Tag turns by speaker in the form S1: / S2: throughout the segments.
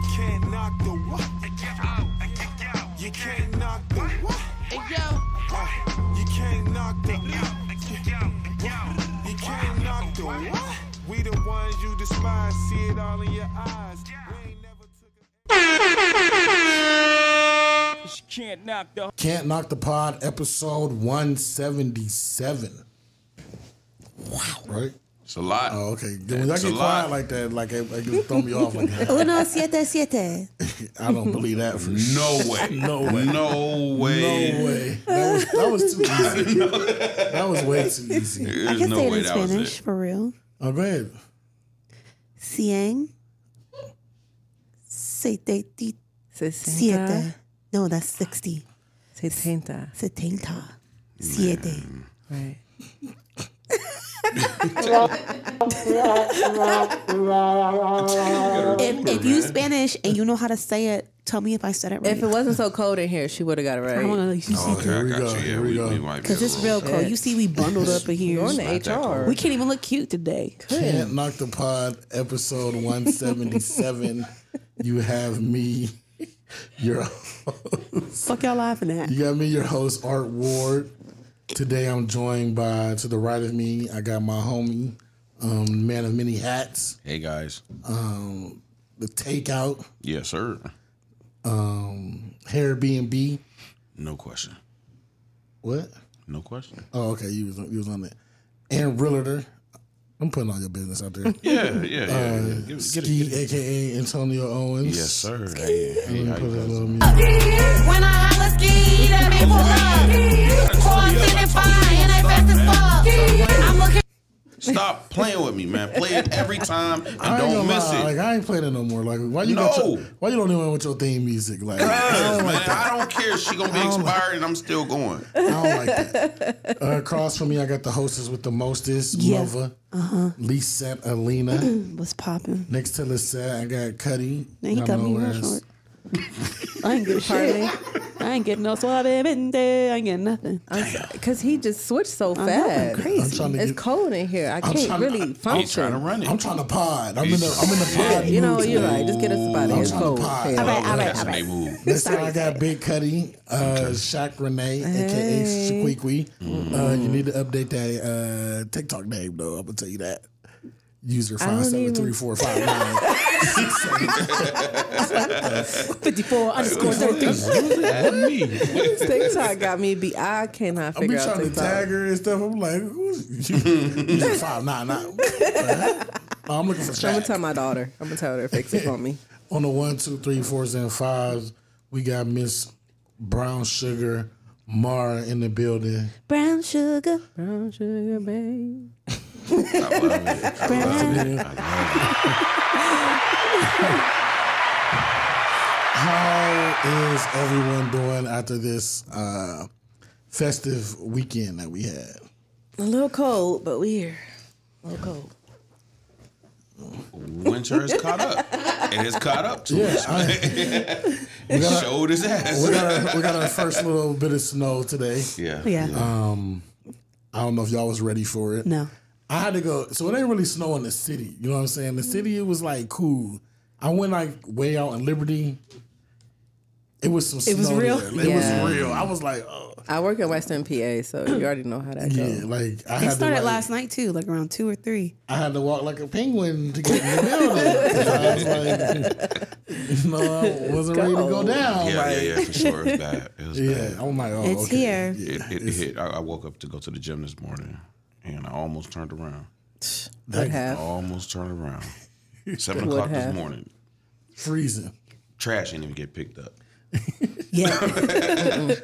S1: knock the what? You can't knock the what?
S2: Hey yo,
S1: You can't knock the You can't knock the what? We the ones you despise, see it all in your eyes. We ain't never took a-
S3: She can't knock the
S4: Can't Knock the Pod, episode 177. Wow. Right?
S5: It's a lot.
S4: Oh, okay. When y'all
S5: It's a
S4: get quiet
S5: lot.
S4: like that, like it, like it throw me off. Like,
S6: Uno Oh, siete siete.
S4: I don't believe that for sure.
S5: No way.
S4: No way.
S5: No
S4: No
S5: way.
S4: way. That was, that was too easy. that was way too easy.
S5: There's
S6: I can
S5: no
S6: say it
S5: way
S6: in
S5: that was
S6: Spanish
S5: it.
S6: for real.
S4: Oh, go ahead.
S6: Cien. Siete. ti- Siete.
S2: setenta,
S6: No, that's 60.
S2: setenta,
S6: Setenta. Siete.
S2: right?
S6: If, if you Spanish and you know how to say it, tell me if I said it right.
S2: If it wasn't so cold in here, she would have got it
S6: I
S2: right.
S6: don't know. You
S5: Oh,
S6: see,
S5: here,
S4: we
S5: I
S4: go,
S5: got you.
S4: here
S5: Yeah,
S4: we
S5: we,
S4: go.
S5: we might be
S6: because it's
S5: Oh,
S6: real cold. You see, we bundled up in here.
S2: You're on the HR.
S6: We can't even look cute today.
S4: Can't Knock the Pod, episode 177. you have me, your
S6: Fuck y'all laughing at.
S4: You got me, your host, Art Ward. Today I'm joined by, to the right of me, I got my homie, um, man of many hats,
S5: Hey, guys.
S4: the takeout,
S5: Yes, sir.
S4: hair B and B.
S5: No question.
S4: What?
S5: No question.
S4: Oh, okay, you was on, you was on that. And Realtor. I'm putting all your business out there.
S5: Yeah, yeah,
S4: Uh,
S5: yeah. yeah. Give- get it,
S4: Ski,
S5: get it.
S4: aka Antonio Owens.
S5: Yes, sir. Hey, hey, how
S4: Put a
S5: you guys?
S4: little music.
S7: When I holla ski, that ain't for love. Four, six, and five, and they fast as fuck. I'm looking
S5: Stop playing with me, man. Play it every time and
S4: I ain't
S5: don't
S4: gonna
S5: miss
S4: lie,
S5: it.
S4: Like I ain't playing it no more. Like why you
S5: No.
S4: got your, why you don't even want your theme music? Like I
S5: Yes,
S4: don't like
S5: man, I don't care. She gonna be expired, and I'm still going.
S4: I don't like that. Uh, across from me, I got the hostess with the mostest,
S6: Yeah.
S4: Mother, uh-huh. Lisette Alina.
S6: What's popping?
S4: Next to Lisette, I got Cuddy.
S6: Now he
S4: I
S6: got
S4: know
S6: me real
S4: where's-
S6: short. I ain't getting shit. I ain't getting no suavemente. I ain't getting nothing.
S2: Because he just switched so
S6: I'm
S2: fast.
S6: crazy.
S4: I'm trying to
S2: It's
S4: get-
S2: cold in here. I
S4: trying
S2: can't
S4: to-
S2: really
S4: I'm
S5: He's trying to
S2: function.
S5: run it.
S4: I'm trying to pod. I'm in the I'm in the pod.
S2: You know,
S4: mood
S2: you're
S4: today.
S2: right. Just get us up out of here. It's
S4: trying to
S2: cold.
S4: pie.
S2: Hey,
S4: All right,
S6: all right,
S5: That's how
S6: all
S5: they
S6: right.
S5: move.
S4: Next to I got Big Cuddy, uh, Shaq Renee, aka Squeaky. Uh, you need to update that uh, TikTok name though. I'm gonna tell you that. User
S2: I
S4: five
S2: don't
S4: seven
S2: even-
S4: three four five nine.
S6: 54 underscore 30.
S2: This TikTok got me. Be I cannot
S4: I've
S2: figure
S4: been
S2: out
S4: trying to
S2: TikTok.
S4: tag her and stuff. I'm like, who's user five nine nine? Oh, I'm looking for
S2: I'm gonna tell
S4: Shaq.
S2: my daughter. I'm gonna tell her to fix it for me.
S4: On the one, two, three, fours, and fives, we got Miss Brown Sugar Mara in the building.
S6: Brown sugar.
S2: Brown sugar, babe.
S5: I love it. I love it. I love
S4: How is everyone doing after this uh, festive weekend that we had?
S2: A little cold, but we here. A little cold.
S5: it. Winter has caught up. It has caught up to us.
S4: I, we,
S5: It
S4: got our,
S5: showed his ass.
S4: we, got our, we got our first little bit of snow today.
S5: Yeah.
S6: Yeah.
S4: I don't know if y'all was ready for it.
S6: No.
S4: I had to go. So it ain't really snow in the city. You know what I'm saying? The city, it was like cool. I went like way out in Liberty. It was some
S6: It was
S4: snow
S6: real?
S4: there. It
S2: Yeah.
S4: was real. I was like, oh.
S2: I work in Western PA, so you already know how that goes.
S4: Yeah, like I
S6: It
S4: had
S6: started
S4: to like,
S6: last night too, like around two or three.
S4: I had to walk like a penguin to get in the building. 'Cause I was like, you know, I wasn't ready to go
S2: cold.
S4: down. like,
S5: Yeah, yeah, yeah, for sure. It was bad. It was
S4: Oh, yeah.
S5: bad.
S4: I'm like, oh,
S6: It's
S4: okay.
S6: here.
S4: Yeah.
S5: It, it, it hit. I, I woke up to go to the gym this morning, and I almost turned around.
S2: Would
S5: I
S2: have.
S5: almost turned around. Seven o'clock
S2: have.
S5: this morning.
S4: Freezing.
S5: Trash didn't even get picked up.
S6: Yeah.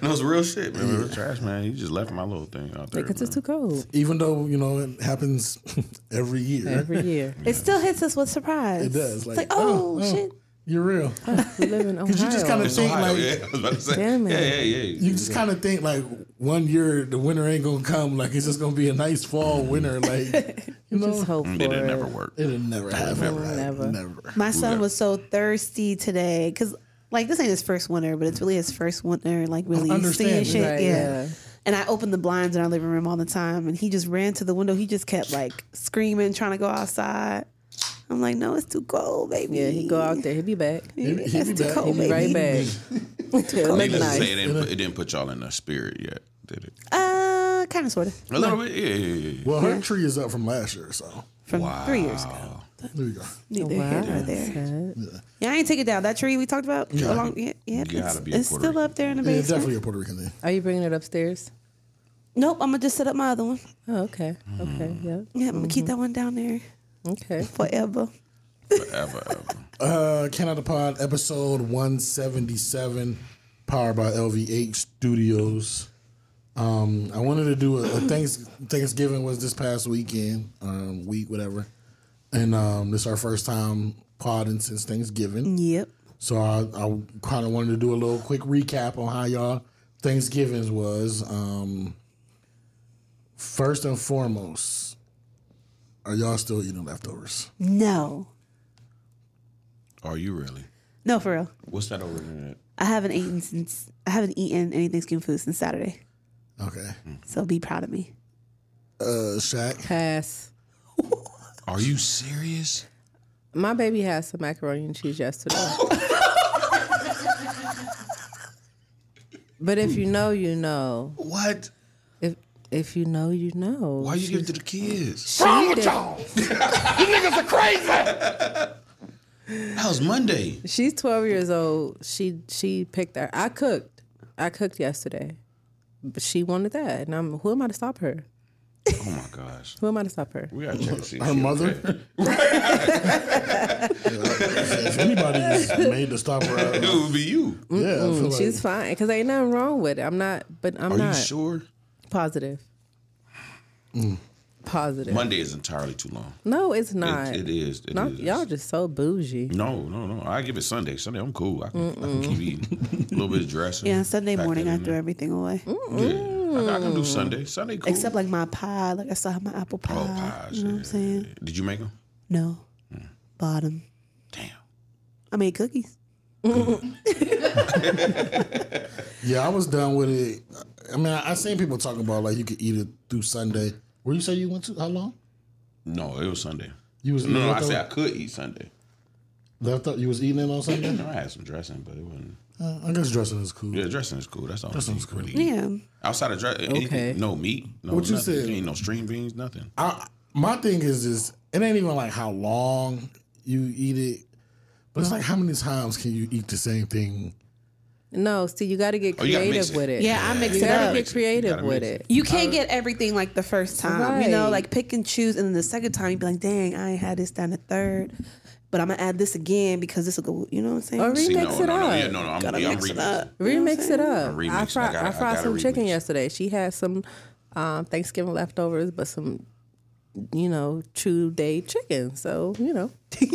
S5: No, it's real shit, man. It was trash, man. You just left my little thing out there.
S2: Because it's too
S5: man.
S2: cold
S4: Even though you know it happens every year,
S2: every year.
S6: it still hits us with surprise.
S4: it does.
S6: It's like, oh, shit. Oh,
S4: you're real.
S2: We live in Ohio.
S4: Because you just kind of
S5: It's
S4: think
S5: Ohio,
S4: like
S5: yeah. I was about to say.
S2: Damn it.
S5: yeah, yeah, yeah.
S4: you just kind of think like one year the winter ain't gonna come. Like it's just gonna be a nice fall winter. Like you know,
S2: just hope for
S5: It didn't
S2: it.
S5: never work.
S4: it'll never happen.
S5: Never.
S4: right?
S2: Never.
S4: never.
S6: My son was so thirsty today because, like, this ain't his first winter, but it's really his first winter, like, really seeing
S4: Understanding,
S6: shit.
S2: right,
S6: yeah.
S2: yeah.
S6: And I opened the blinds in our living room all the time, and he just ran to the window. He just kept, like, screaming, trying to go outside. I'm like, no, it's too cold, baby.
S2: Yeah, he go out there. He'll be back.
S4: He- he
S6: That's
S4: be
S6: too
S4: back.
S6: cold,
S4: He be
S6: baby.
S2: Right back. Till
S5: Needless to say,
S2: midnight.
S5: it didn't, put, it didn't put y'all in the spirit yet, did it?
S6: Uh, kind of, sort of.
S5: A little bit, yeah, yeah, yeah. yeah.
S4: Well, her tree is up from last year, so
S6: From three years ago.
S4: there you go.
S6: Neither
S2: Wow.
S6: here nor there.
S2: Sad.
S6: Yeah, I ain't take it down. That tree we talked about. Yeah. Along, yeah, yeah
S5: Gotta
S6: it's
S5: be a
S6: it's
S5: Puerto
S6: still up there in the
S4: Yeah, it's
S6: basement.
S4: definitely a Puerto Rican thing.
S2: Are you bringing it upstairs?
S6: nope, I'm gonna just set up my other one.
S2: Oh, okay. Okay.
S5: Mm.
S2: Yep.
S6: Yeah, I'm gonna keep that one down there
S2: Okay.
S6: forever.
S5: Forever, ever.
S4: Uh, Can Out the Pod, episode 177, powered by LVH Studios. Um, I wanted to do a, a thanks, Thanksgiving was this past weekend, um, week, whatever. And um, this is our first time podding since Thanksgiving.
S6: Yep.
S4: So I, I kind of wanted to do a little quick recap on how y'all Thanksgivings was. Um, first and foremost, are y'all still eating leftovers?
S6: No,
S5: Are you really?
S6: no, for real.
S5: What's that over there?
S6: I haven't eaten since I haven't eaten any Thanksgiving food since Saturday.
S4: Okay.
S6: So be proud of me.
S4: Uh, Shaq.
S2: Pass.
S5: Are you serious?
S2: My baby had some macaroni and cheese yesterday. but if you know, you know.
S5: What?
S2: If if you know, you know.
S5: Why you give it to the kids?
S2: She did-
S5: That was Monday.
S2: She's twelve years old. She she picked her. I cooked. I cooked yesterday, but she wanted that, and I'm. Who am I to stop her?
S5: Oh my gosh.
S2: Who am I to stop her?
S5: We gotta check to see. if
S4: Her
S5: she
S4: mother.
S5: okay.
S4: if anybody's made to stop her, uh,
S5: It would be you.
S4: yeah, I feel like
S2: She's fine because ain't nothing wrong with it. I'm not, but I'm
S5: Are
S2: not
S5: you sure?
S2: positive. Positive.
S5: Monday is entirely too long.
S2: No, it's not.
S5: It, it is. It
S2: Not-
S5: is.
S2: Y'all just so bougie.
S5: No, no, no. I give it Sunday. Sunday, I'm cool. I can, I can keep eating. A little bit of dressing.
S6: Yeah, Sunday
S5: Pack
S6: morning
S5: that
S6: I
S5: in
S6: threw everything away,
S5: there. Yeah. I, I can do Sunday. Sunday cool.
S6: except like my pie. Like I still have my apple pie.
S5: oh, pies.
S6: you know what I'm saying?
S5: yeah. Did you make them?
S6: No,
S5: Mm.
S6: bottom.
S5: Damn.
S6: I made cookies.
S4: yeah, I was done with it. I mean, I, I seen people talking about like you could eat it through Sunday. Where you say you went to? How long?
S5: No, it was Sunday.
S4: You was
S5: No,
S4: eating
S5: no, I
S4: leftover-
S5: said I could eat Sunday.
S4: lefto- You was eating it on Sunday.
S5: No, I had some dressing, but it wasn't.
S4: Uh, I guess dressing is cool.
S5: Yeah, dressing is cool. That's all. Dressing's cool.
S6: Yeah,
S5: Outside of dressing,
S2: Okay.
S5: no meat. No
S4: What you
S5: nothing.
S4: said?
S5: Ain't no string beans. Nothing.
S4: I, my thing is is it ain't even like how long you eat it, but it's like how many times can you eat the same thing?
S2: No, see, you got to get
S5: Oh, you gotta mix
S2: creative
S5: it.
S2: with it.
S6: yeah, I mixed
S2: you
S6: it
S2: got
S6: up.
S2: to get
S5: You
S2: creative
S5: gotta
S2: with
S5: mix
S2: it.
S5: it.
S6: You can't get everything like the first time, you know,
S2: Right.
S6: like pick and choose, and then the second time you be like, dang, I ain't had this down the third, but I'm gonna add this again because this will go, you know what I'm saying?
S2: Or
S5: See,
S2: remix
S5: no,
S2: it
S5: no, no,
S2: up.
S5: yeah, no, no. I'm,
S6: Gotta
S5: yeah, I'm
S6: mix it
S5: remixing.
S6: up.
S2: Remix it up.
S5: remix.
S2: I
S5: I
S2: fried, I
S5: gotta- I
S2: fried
S5: gotta
S2: some chicken
S5: remix.
S2: yesterday. She had some um, Thanksgiving leftovers, but some, you know, two day chicken. So, you know.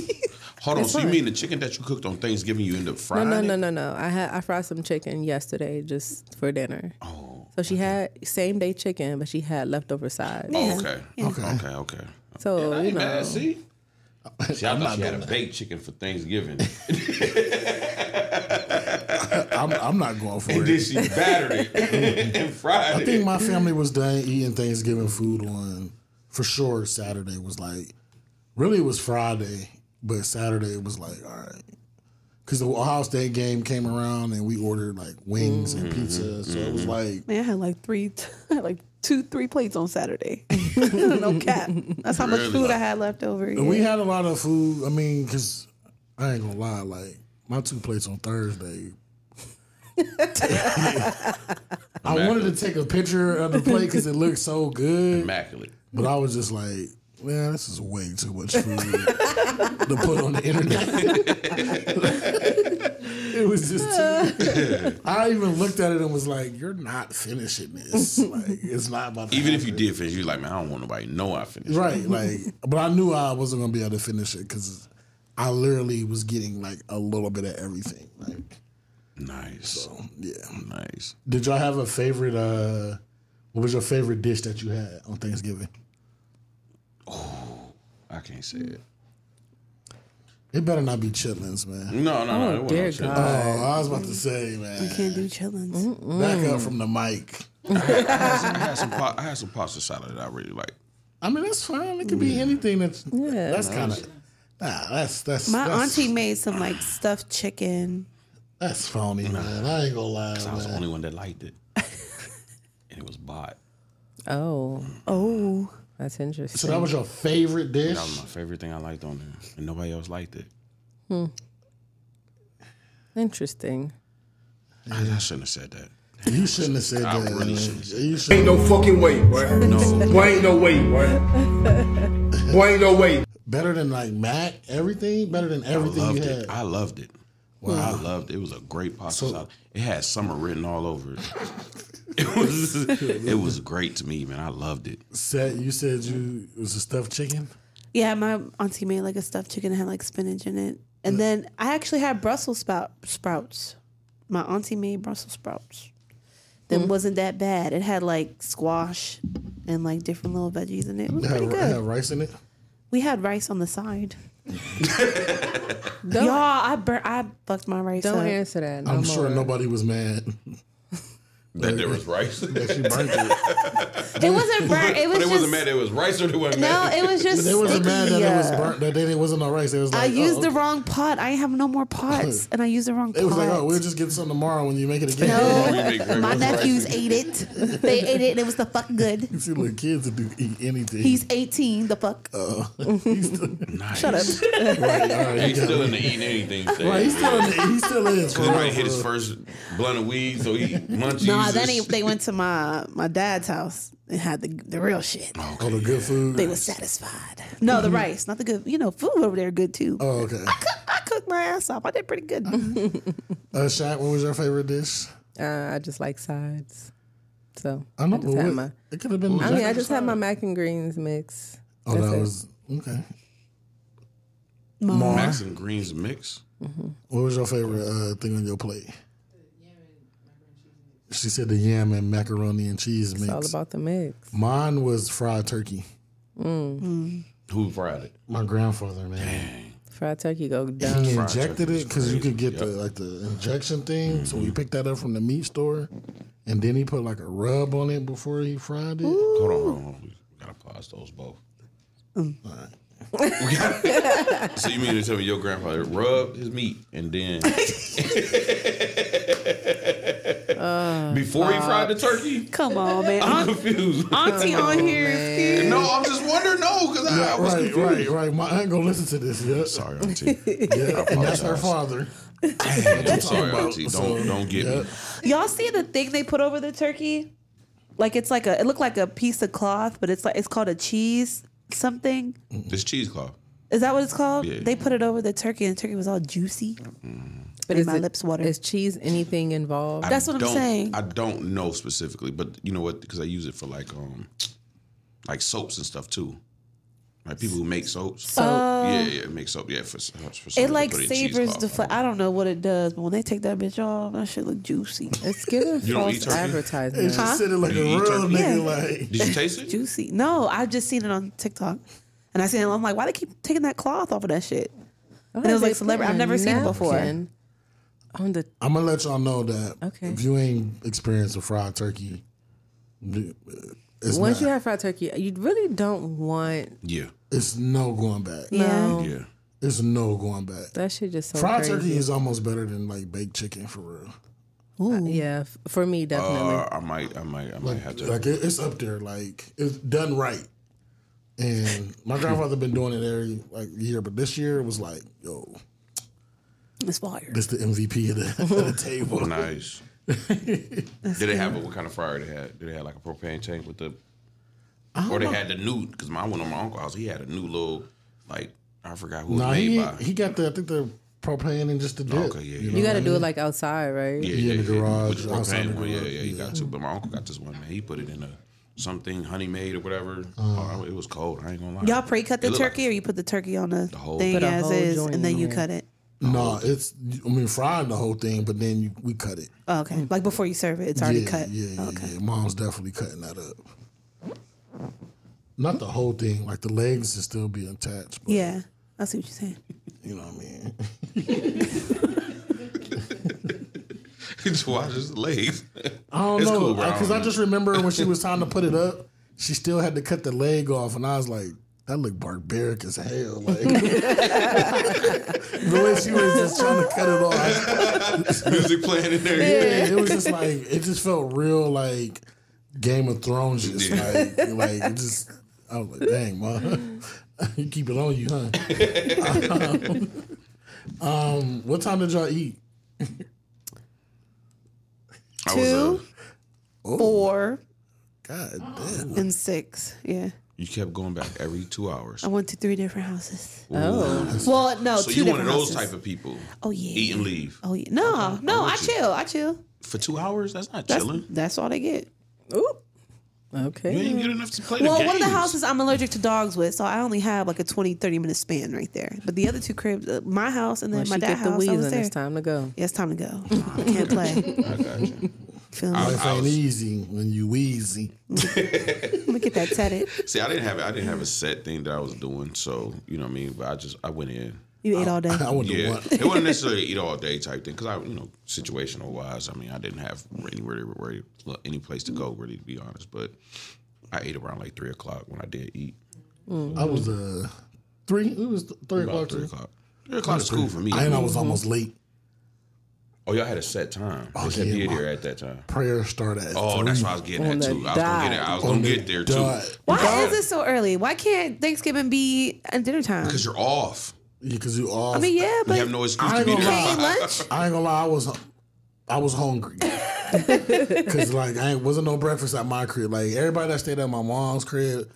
S5: Hold on.
S2: It's
S5: so you
S2: fine.
S5: mean the chicken that you cooked on Thanksgiving, you end up
S2: No,
S5: frying?
S2: no, no,
S5: it?
S2: no, no. I had I fried some chicken yesterday just for dinner.
S5: Oh.
S2: So she had same day chicken, but she had leftover sides.
S5: Oh, okay. Okay.
S4: Okay.
S5: Okay. Okay.
S2: So
S5: I
S2: you
S5: ain't
S2: know,
S5: mad. See. See, I thought she had a baked chicken for Thanksgiving,
S4: I'm, I'm not going for
S5: and then
S4: it.
S5: she battered it and fried
S4: I
S5: it.
S4: think my family was done eating Thanksgiving food on for sure. Saturday was like, really, it was Friday, but Saturday it was like, all right, because the Ohio State game came around and we ordered like wings and pizza, so it was like,
S6: Man, I had like three, I had like two, three plates on Saturday. no cap. That's how much
S5: Really?
S6: food I had left over.
S4: and
S6: yeah.
S4: we had a lot of food. I mean, because I ain't gonna lie, like my two plates on Thursday. I wanted to take a picture of the plate because it looked so good.
S5: Immaculate.
S4: But I was just like, man, this is way too much food to put on the internet. it was just too. I even looked at it and was like, you're not finishing this. Like, it's not about to
S5: Even if you
S4: happen.
S5: did finish, you like, man, I don't want nobody to know I finished.
S4: Right. Like, but I knew I wasn't going to be able to finish it because I literally was getting like a little bit of everything. Like,
S5: Nice.
S4: yeah.
S5: Nice.
S4: Did y'all have a favorite, uh, what was your favorite dish that you had on Thanksgiving?
S5: I can't say it.
S4: It better not be chitlins,
S6: Mm.
S4: man.
S5: No, no, no.
S2: Oh,
S5: it wasn't
S2: dear
S5: no chicken.
S2: God.
S4: Oh, I was about to say, man.
S6: can't do chillins.
S4: Back
S6: Mm.
S4: up from the mic.
S5: I had some. Pa- I had some pasta salad that I really like.
S4: I mean, that's fine. It could be anything that's that's kind of Nah, that's that's
S6: My
S4: that's,
S6: auntie made some like stuffed chicken.
S4: That's phony, man. I ain't gonna lie.
S5: I was the
S4: man.
S5: only one that liked it, and it was bought.
S2: Oh,
S6: Oh,
S2: that's interesting.
S4: So that was your favorite dish?
S5: That was my favorite thing I liked on there, and nobody else liked it.
S2: interesting.
S5: I, I shouldn't have said that.
S4: You shouldn't have said
S5: I
S4: that.
S5: really
S4: man.
S5: shouldn't have
S4: You shouldn't.
S8: no fucking way, boy. Boy, ain't no way, boy. Boy, ain't no way.
S4: Better than like mac, everything. Better than
S5: I
S4: everything you
S5: loved
S4: had.
S5: it. I loved it. I loved it. It was a great pasta
S4: So-
S5: salad. It had summer written all over it. It was it was great to me, man. I loved it.
S4: Said you said you it was a stuffed chicken.
S6: yeah. My auntie made like a stuffed chicken that had like spinach in it, and then I actually had Brussels spout sprouts. My auntie made Brussels sprouts. That
S4: Mm-hmm.
S6: wasn't that bad. It had like squash and like different little veggies in it. It was
S4: It had,
S6: pretty
S4: it had
S6: good.
S4: rice in it.
S6: We had rice on the side. Y'all, I bur- I fucked my rice
S2: Don't
S6: up.
S2: answer that. No
S4: I'm
S2: more.
S4: sure nobody was mad.
S5: That there was rice.
S4: that she burnt it.
S6: It wasn't burnt. It
S5: but
S6: was
S5: it
S6: just,
S5: wasn't mad. It was rice or it wasn't
S6: No,
S5: mad.
S6: it was just.
S4: They wasn't mad that
S6: sticky,
S4: it was
S6: uh,
S4: burnt. That they, it wasn't no rice. It was like
S6: I used
S4: oh,
S6: the
S4: okay.
S6: wrong pot. I have no more pots, and I used the wrong pot.
S4: It was like, oh, we'll just get some tomorrow when you make it again.
S6: No.
S5: We make very
S6: My
S5: much
S6: nephews
S5: rice.
S6: ate it. They ate it, and it was the fuck good.
S4: You see little kids that do eat anything.
S6: He's 18. The fuck.
S4: Uh,
S5: Nice.
S6: Shut up.
S4: right, all right,
S5: He's still in the eating anything stage.
S4: right, he's still in. The, he still is.
S5: He might hit his first blunt of weed, so he munchies.
S6: Nah, then they, they went to my my dad's house and had the the real shit.
S4: Oh, the good food.
S6: They were satisfied. No, the rice, not the good. You know, food over there good too.
S4: oh, okay.
S6: I cooked my ass off. I did pretty good.
S4: Uh, Shaq, what was your favorite dish?
S2: Uh, I just like sides. So
S4: I don't
S2: just had
S4: know.
S2: my-
S4: What, it could have been.
S2: uh, I mean, I just had my mac and greens mix.
S4: Oh,
S2: That's
S4: that
S2: it.
S4: was okay.
S6: Mom.
S4: Mar,
S5: Max and greens mix.
S4: what was your favorite uh, thing on your plate? She said the yam and macaroni and cheese
S2: It's all
S4: mix.
S2: about the mix.
S4: Mine was fried turkey.
S5: Who fried it?
S4: My grandfather, man,
S2: Fried turkey go down.
S4: he
S5: Fried
S4: injected
S5: turkey is
S4: it because you
S5: crazy.
S4: could get the
S5: Yep.
S4: like the injection thing. So we picked that up from the meat store, and then he put like a rub on it before he fried it.
S5: Hold on, hold on, hold on. We gotta pause those both.
S6: Mm.
S5: We gotta- so you mean to tell me your grandfather rubbed his meat and then
S6: Uh,
S5: before he fried the turkey?
S6: Come on, man.
S5: I'm
S6: Aunt,
S5: confused.
S6: auntie on here is cute.
S5: no, I'm just wondering. No, because I, I was
S4: Right, right,
S5: confused.
S4: right. My aunt gonna listen to this. Yep.
S5: Sorry, auntie.
S4: Yeah, and that's her
S5: apologize.
S4: father.
S5: I'm sorry, auntie. Don't don't get
S4: Yeah.
S5: me.
S6: Y'all see the thing they put over the turkey? Like it's like a it looked like a piece of cloth, but it's like it's called a cheese something.
S5: This cheesecloth.
S6: Is that what it's called?
S5: Yeah.
S6: They put it over the turkey and the turkey was all juicy.
S2: Mm-hmm. But
S6: Made
S2: is
S6: my
S2: it-
S6: lips water.
S2: Is cheese anything involved?
S6: That's what I'm
S5: don't-
S6: saying.
S5: I don't know specifically, but you know what? Because I use it for like um, like soaps and stuff too. Like people who make soaps.
S2: So
S4: Uh,
S5: yeah, yeah, make soap. Yeah, for, for
S6: It like savors the fla- I don't know what it does, but when they take that bitch off, that shit look juicy.
S2: it's giving
S5: You don't eat
S2: false
S5: turkey?
S4: And
S2: advertisement.
S4: she said it like a
S5: You eat
S4: real
S5: turkey?
S4: nigga.
S6: Yeah.
S4: Like
S5: Did you taste it?
S6: Juicy. No, I've just seen it on TikTok. And I seen it. I'm like, why they keep taking that cloth off of that shit? And it was
S2: they
S6: like celebrity.
S2: put
S6: I've
S2: a
S6: never seen it before.
S2: napkin On the
S4: I'm gonna let y'all know that
S2: Okay.
S4: if you ain't experienced a fried turkey, it's
S2: once
S4: not,
S2: you have fried turkey, you really don't want um,
S5: Yeah,
S4: it's no going back.
S6: Yeah.
S5: yeah.
S4: It's no going back.
S2: that shit. Just so
S4: Fried
S2: crazy.
S4: turkey is almost better than like baked chicken for real.
S2: Uh, yeah, f- for me definitely.
S5: Uh, I might, I might, I might have to.
S4: Like it, it's up there. Like it's done right. And my grandfather been doing it every like year, but this year it was like, yo,
S6: It's fire.
S4: this the MVP of the, of the table.
S5: nice. Did they have a, what kind of fryer they had? Did they have like a propane tank with the, or they had the new? Because my one of my uncle's, he had a new little like I forgot who it was
S4: Nah,
S5: made
S4: he,
S5: by.
S4: he got the I think the propane and just the dip.
S5: okay,
S4: you
S5: yeah, yeah.
S4: know
S2: you
S4: what
S2: got
S4: I
S2: to
S4: mean?
S2: do it like outside, right?
S5: Yeah,
S4: Yeah, in the garage,
S5: With the
S4: outside the
S5: propane one,
S4: garage,
S5: Yeah, yeah, you got to. But my uncle got this one, man. He put it in a something honey made or whatever.
S4: Uh.
S5: oh, it was cold. I ain't gonna lie.
S6: Y'all pre cut the
S5: It looked
S6: turkey or you put the turkey on the,
S5: whole
S6: thing
S5: Put
S2: a
S6: as
S2: whole
S6: is
S2: joint
S6: and then
S2: in
S6: you
S2: there.
S6: cut it?
S4: No, it's I mean frying the whole thing, but then you, we cut it.
S6: Oh, okay.
S2: Mm.
S6: Like before you serve it, it's already
S4: yeah,
S6: cut.
S4: Yeah, yeah,
S6: okay.
S4: yeah. Mom's definitely cutting that up. Not the whole thing, like the legs will still be attached. But,
S6: Yeah. I see what you're saying.
S4: you know what I mean.
S5: He just watch his legs.
S4: I don't
S5: It's
S4: know uh,
S5: cool, bro.
S4: because I just remember when she was trying to put it up, she still had to cut the leg off, and I was like, that looked barbaric as hell. Like the way she was just trying to cut it off.
S5: Music playing in there.
S4: Yeah, it was just like it just felt real like Game of Thrones just like like it just I was like, dang, man. you keep it on you, huh? um, um, what time did y'all eat?
S5: I was, uh,
S6: Two, four,
S4: God damn.
S6: and six. Yeah.
S5: you kept going back every two hours.
S6: I went to three different houses.
S2: Oh.
S6: Well, no,
S5: so
S6: two
S5: you one of
S6: different
S5: those
S6: houses.
S5: type of people?
S6: Oh, yeah.
S5: Eat and leave
S6: Oh yeah. No, no, I chill. I chill.
S5: for two hours? That's not
S6: That's
S5: chilling.
S6: that's all they get.
S2: Ooh.
S5: You
S2: Okay.
S5: ain't good enough to play.
S6: Well,
S5: the
S6: one of the
S5: games.
S6: houses I'm allergic to dogs with, so I only have like a 20, 30 minute span right there. But the other two cribs, uh, my house and then
S2: Once
S6: my
S2: you
S6: dad's
S2: get the
S6: house, I was
S2: wheezing,
S6: there.
S2: it's time to go.
S6: Yeah, it's time to go. I can't play.
S5: I got you.
S6: Feel me?
S5: I-
S4: Life ain't easy when you wheezy.
S6: I'm gonna get that tatted.
S5: See, I didn't have I didn't have a set thing that I was doing, so you know what I mean. But I just I went in.
S6: You ate all day.
S4: I wouldn't
S5: Yeah,
S4: want.
S5: it wasn't necessarily eat all day type thing because I, you know, situational wise, I mean, I didn't have anywhere, to- where, well, any place to go really, to be honest. But I ate around like three o'clock when I did eat.
S4: I was uh three. It was three o'clock.
S5: About three o'clock. Three o'clock is cool for me.
S4: I and I was almost late.
S5: oh, y'all had a set time.
S4: Oh,
S5: they said
S4: yeah,
S5: be
S4: my-
S5: there at that time.
S4: Prayer started at
S5: Oh,
S4: three.
S5: that's what I was getting
S2: On
S5: at
S2: the
S5: too. I was gonna get it. I was gonna
S4: On
S5: get
S4: the
S5: there
S4: dot.
S5: too.
S6: Why is it so early? Why can't Thanksgiving be at dinner time?
S5: Because you're off.
S4: because you all.
S6: I mean, yeah,
S5: You
S6: but
S5: have no excuse
S4: I
S5: to be
S4: ain't
S5: there.
S4: gonna
S6: can't eat lunch.
S4: I ain't gonna lie, I was I was hungry. Cause like I ain't- wasn't no breakfast at my crib. Like everybody that stayed at my mom's crib,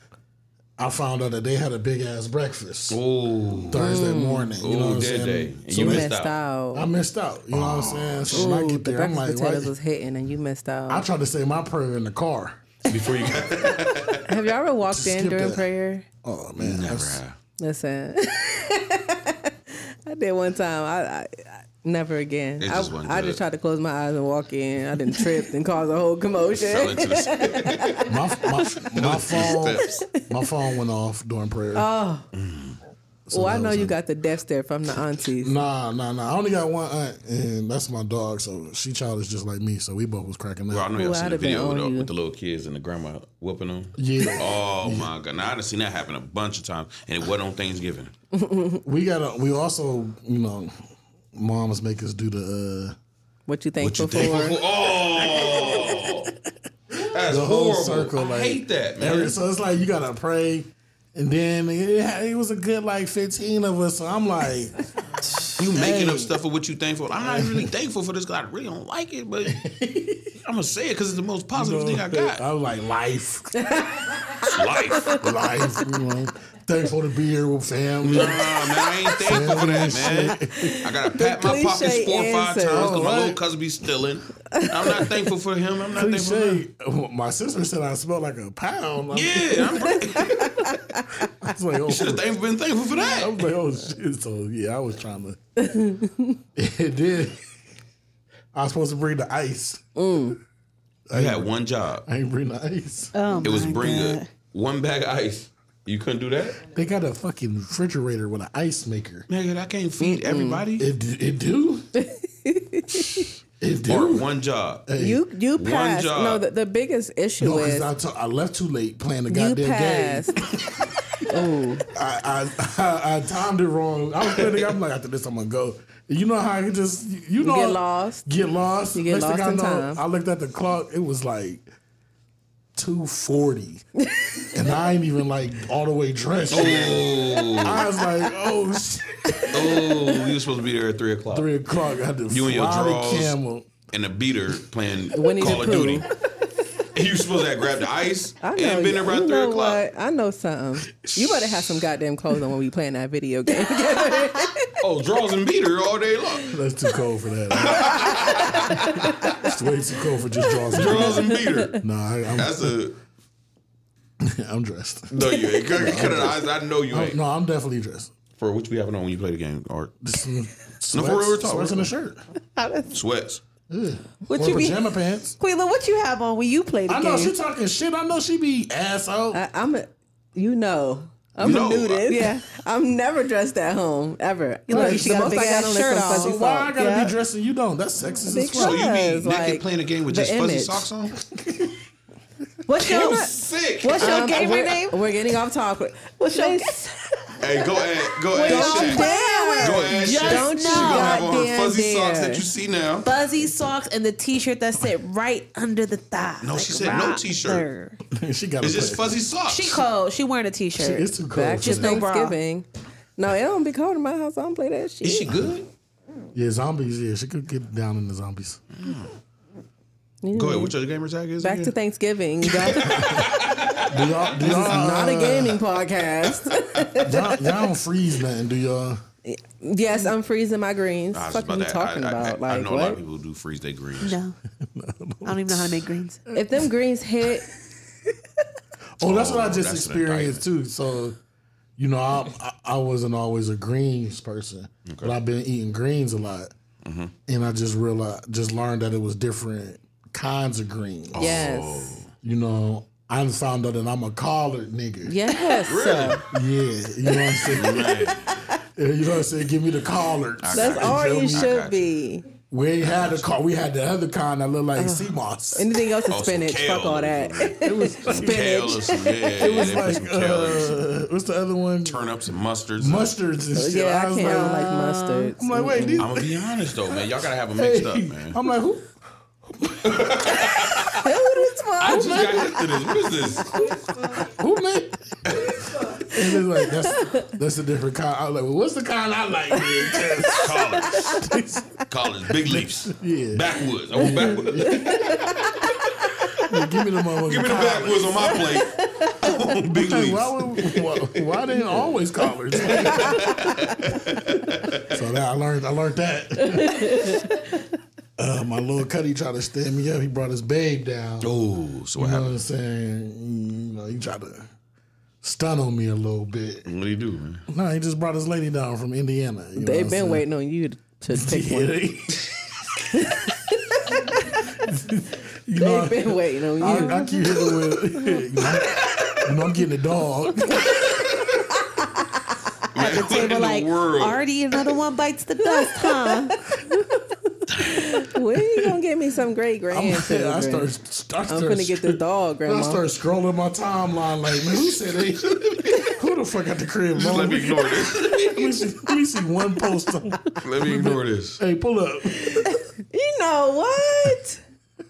S4: I found out that they had a big ass breakfast
S5: Oh,
S4: Thursday
S2: Mm.
S4: morning. You know what
S5: oh,
S4: I'm
S5: dead
S4: saying?
S5: day. And
S4: So
S5: you
S4: that-
S5: missed
S2: Messed
S5: out.
S2: out.
S4: I missed out. You know what I'm saying? So when I
S2: Ooh,
S4: get
S2: the
S4: there, I'm
S2: breakfast
S4: like,
S2: potatoes
S4: why-
S2: was hitting and you missed out.
S4: I tried to say my prayer in the car.
S5: before you got
S2: Have y'all ever walked in
S4: skip
S2: during
S4: that.
S2: prayer?
S4: Oh man, that's-
S5: there.
S2: Listen, I did one time. I, I, I never again.
S5: It
S2: I,
S5: just wasn't
S2: I
S5: good.
S2: just tried to close my eyes and walk in. I didn't trip and cause a whole commotion.
S5: into the
S4: my my, my phone.
S5: steps.
S4: My phone went off during prayer.
S2: Oh, well, Oh, I
S4: that
S2: know
S4: was
S2: you
S4: un-
S2: got the death stare from the aunties.
S4: Nah, nah, nah. I only got one aunt, and that's my dog. So she childish just like me. So we both was cracking up.
S5: Bro, I know
S2: Ooh,
S5: y'all
S2: I'd
S5: seen the
S2: have been
S5: video
S2: on
S5: with the,
S2: you.
S5: with the little kids and the grandma whooping them.
S4: Yeah.
S5: Oh my god! Now I done seen that happen a bunch of times, and it wasn't on Thanksgiving.
S4: we got. to We also, you know, moms make us do the
S2: What you
S5: What
S2: thankful
S5: you think?
S2: for?
S5: Oh, that's
S4: uh, the whole
S5: horrible.
S4: circle.
S5: I
S4: like,
S5: hate that, man.
S4: every- uh, so it's like you gotta pray, and then it, it was a good like fifteen of us. So I'm like,
S5: you making
S4: Hey.
S5: up stuff of what you thankful. I'm not really thankful for this because I really don't like it, but I'm gonna say it because it's the most positive thing I got.
S4: I was like, life,
S5: Life.
S4: life. You know, thankful to be here with family.
S5: Nah, man, I ain't thankful for that, man. I gotta pat my pockets
S2: cliche
S5: four or five times
S2: answer.
S5: because my
S4: Alright.
S5: little cousin be stealing. I'm not thankful for him. I'm not thankful for him.
S4: Cliche. My sister said I smelled like a pound. I
S5: Yeah, I'm right.
S4: was like, oh,
S5: should have thank, been thankful for
S4: I
S5: that.
S4: was like, oh shit. So yeah, I was trying to. it did. I was supposed to bring the ice.
S5: You had one job.
S4: I ain't bring the ice.
S2: Uh.
S6: Oh,
S5: It was
S6: my
S5: bring
S6: God.
S5: a one bag of ice. You couldn't do that,
S4: They got a fucking refrigerator with an ice maker.
S5: nigga. I can't feed everybody.
S4: It d- it do. it
S5: Or
S4: do.
S5: one job.
S2: You you passed.
S5: job.
S2: No, the, the biggest issue
S4: No, 'cause
S2: is
S4: I to- I left too late playing the
S2: you
S4: goddamn game.
S2: passed. oh,
S4: I, I, I I timed it wrong. I was playing the game. I'm like, after this, I'm gonna go. You know how I could just you know
S2: get lost.
S4: Get lost.
S2: You get
S4: Next thing
S2: lost
S4: I
S2: in
S4: know,
S2: time.
S4: I looked at the clock. It was like two forty, and I ain't even like all the way dressed.
S5: Oh,
S4: I was like, oh shit,
S5: oh, you were supposed to be there at three o'clock.
S4: three o'clock. I had to
S5: You
S4: fly
S5: and your
S4: the
S5: drawers.
S4: camel.
S5: And a beater playing
S2: Winnie the
S5: Call of
S2: Pooh.
S5: Duty. And you supposed to have grabbed the ice
S2: I
S5: and
S2: know.
S5: been
S2: you-
S5: there around
S2: you
S5: three
S2: know
S5: o'clock.
S2: What? I know something. You better have some goddamn clothes on when we playing that video game.
S5: Oh, draws and beater all day long.
S4: That's too cold for that. it's way too cold for just drawers.
S5: Draws and beater.
S4: No, I, I'm,
S5: That's a
S4: I'm dressed.
S5: no. You ain't cut, cut the eyes. I know you
S4: I'm-
S5: ain't.
S4: Oh, no, I'm definitely dressed.
S5: For what you having on when you play the game? Or
S4: Just some
S5: No,
S4: sweats,
S5: for real, we're talking.
S4: sweats and a shirt.
S5: sweats.
S6: What
S4: Or
S6: you be,
S4: pajama pants.
S6: Quila? What you have on when you play the
S4: I know
S6: game?
S4: she talking shit. I know she be asshole.
S6: Uh,
S2: I, I'm a, you know, I'm
S5: No,
S2: a nudist.
S6: yeah.
S2: I'm never dressed at home ever.
S6: You look
S2: Like,
S6: like she
S2: the
S6: got a
S2: most
S6: big
S2: I
S6: ass
S2: on is
S6: shirt
S2: some
S6: on.
S2: fuzzy
S4: so why I
S2: socks.
S4: gotta
S6: yeah.
S4: be dressed and you don't? That's sexist as
S2: Because,
S4: fuck.
S5: So you mean naked
S2: like,
S5: playing a game with
S2: the
S5: just fuzzy
S2: image.
S5: socks on?
S2: What's your
S5: You sick.
S6: What's your
S2: um,
S6: gamer
S2: we're,
S6: name?
S2: We're getting off topic.
S6: What's your
S2: Thanks.
S5: Hey, go ahead. Go ahead.
S2: Don't
S5: Shaq.
S2: dare.
S5: Go ahead.
S2: Just
S5: Shaq.
S2: don't
S5: She gonna have on her
S2: goddamn
S5: fuzzy socks
S2: dare.
S5: that you see now.
S6: fuzzy socks and the t-shirt that sit right under the thigh?
S5: No, she said no
S6: right
S5: t-shirt.
S6: there.
S4: she got
S5: It's just fuzzy socks.
S6: She cold. She wearing a t-shirt.
S4: It's too cold.
S2: Back
S4: for
S2: to
S4: that.
S6: no bra.
S2: Thanksgiving. No, it don't be cold in my house. I don't play that shit.
S5: Is she good?
S4: Yeah, zombies. Yeah, she could get down in the zombies.
S5: Go ahead. What your gamer tag is?
S2: Mm. Back to
S5: again?
S2: Thanksgiving. Y'all-
S4: Do y'all, do y'all,
S2: not a
S4: uh,
S2: gaming podcast.
S4: y'all, y'all don't freeze nothing, do y'all?
S2: yes, I'm freezing my greens.
S5: I was
S2: Fuck
S5: about
S2: are you
S5: to- I-
S2: talking
S5: I, I-
S2: about?
S5: I
S2: like
S5: know a lot
S2: what?
S5: of people do freeze their greens.
S6: no. I don't even know how to make greens.
S2: If them greens hit,
S4: Oh, that's what I
S5: Oh,
S4: just
S5: that's an
S4: experienced too. So, you know, I, I I wasn't always a greens person, but I've been eating greens a lot,
S5: Mm-hmm.
S4: and I just realized, just learned that it was different kinds of greens.
S5: Oh.
S2: yes,
S4: You know, I done found out that I'm a collard nigga.
S2: yes, sir.
S4: Yeah, you know what I'm saying. Yeah, you know what I'm saying. Give me the collards.
S2: that's
S5: I
S2: all
S4: feel
S2: you
S4: me? I
S2: should
S5: got
S2: be.
S4: We ain't had the car. We had the other kind that looked like sea moss.
S2: Anything else is
S5: Oh, some
S2: spinach.
S5: kale
S2: Fuck all
S5: or
S2: that.
S5: something. Kale or
S2: spinach.
S5: some, yeah, it was
S4: Like,
S5: some kale and some
S4: uh, what's the other one?
S5: turnips and mustards. and-
S4: Mustards and shit.
S2: Yeah, I
S4: was
S2: can't I don't like mustard.
S4: I'm like, wait, these.
S5: I'm gonna be honest though, man. Y'all gotta have them mixed up, man.
S2: Oh,
S4: I'm like, who?
S5: I just got hit to this. What is this?
S4: Who made? and they're like, that's that's a different kind. I was like, well, what's the kind I like? man? 'Cause-
S5: Collards, collards, big leaves,
S4: Yeah.
S5: backwoods. I want backwoods.
S4: Give me the motherfucker.
S5: Give me the backwoods on my plate. I want big leaves.
S4: Why, would, why, why they ain't always collards? so that I learned. I learned that. uh, my little Cuddy tried to stand me up. He brought his babe down.
S5: Oh, so what
S4: You know what
S5: happened?
S4: I'm saying? Mm, You know, he tried to stun on me a little bit.
S5: What do you do, man?
S4: No, he just brought his lady down from Indiana. you know what
S2: They've
S4: I'm
S2: been
S4: saying?
S2: waiting on you to pick
S4: Yeah,
S2: one.
S4: they- you know,
S2: They've been waiting on
S4: I,
S2: you.
S4: I keep hitting with, you know, I'm- you know, I'm getting a dog.
S5: man what in
S6: But like,
S5: the world?
S6: already another one bites the dust, huh?
S2: When you gonna get me some great
S4: I'm,
S2: grandchildren?
S4: I
S2: I'm,
S4: start, I start,
S2: gonna get this dog,
S4: I
S2: grandma.
S4: start scrolling my timeline like, man, who said they? Who the fuck got the crib?
S5: Just
S4: mom?
S5: let me ignore this.
S4: Let me see, let me see one post. On,
S5: let me ignore this.
S4: hey, pull up.
S2: You know what?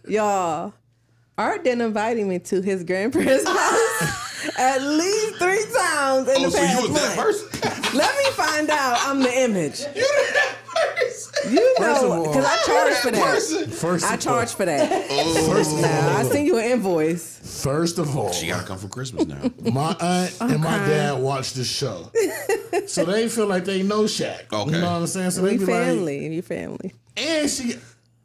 S2: Y'all, Art been inviting me to his grandparents' house at least three times in
S5: Oh,
S2: the
S5: so you
S2: past
S5: was that
S2: month.
S5: person?
S2: Let me find out I'm the image.
S5: You that person?
S2: You
S4: First of
S2: know,
S4: all-
S2: because I charge for that.
S5: person?
S4: First,
S2: I
S4: of
S2: charge for that.
S5: Oh,
S2: Now, I send you an invoice.
S4: All, first of all,
S5: she gotta come for Christmas now.
S4: My aunt and my dad watch the show. so they feel like they know Shaq.
S5: Okay.
S4: You know what I'm saying? So they
S2: We
S4: be like,
S2: family. We family.
S4: and she,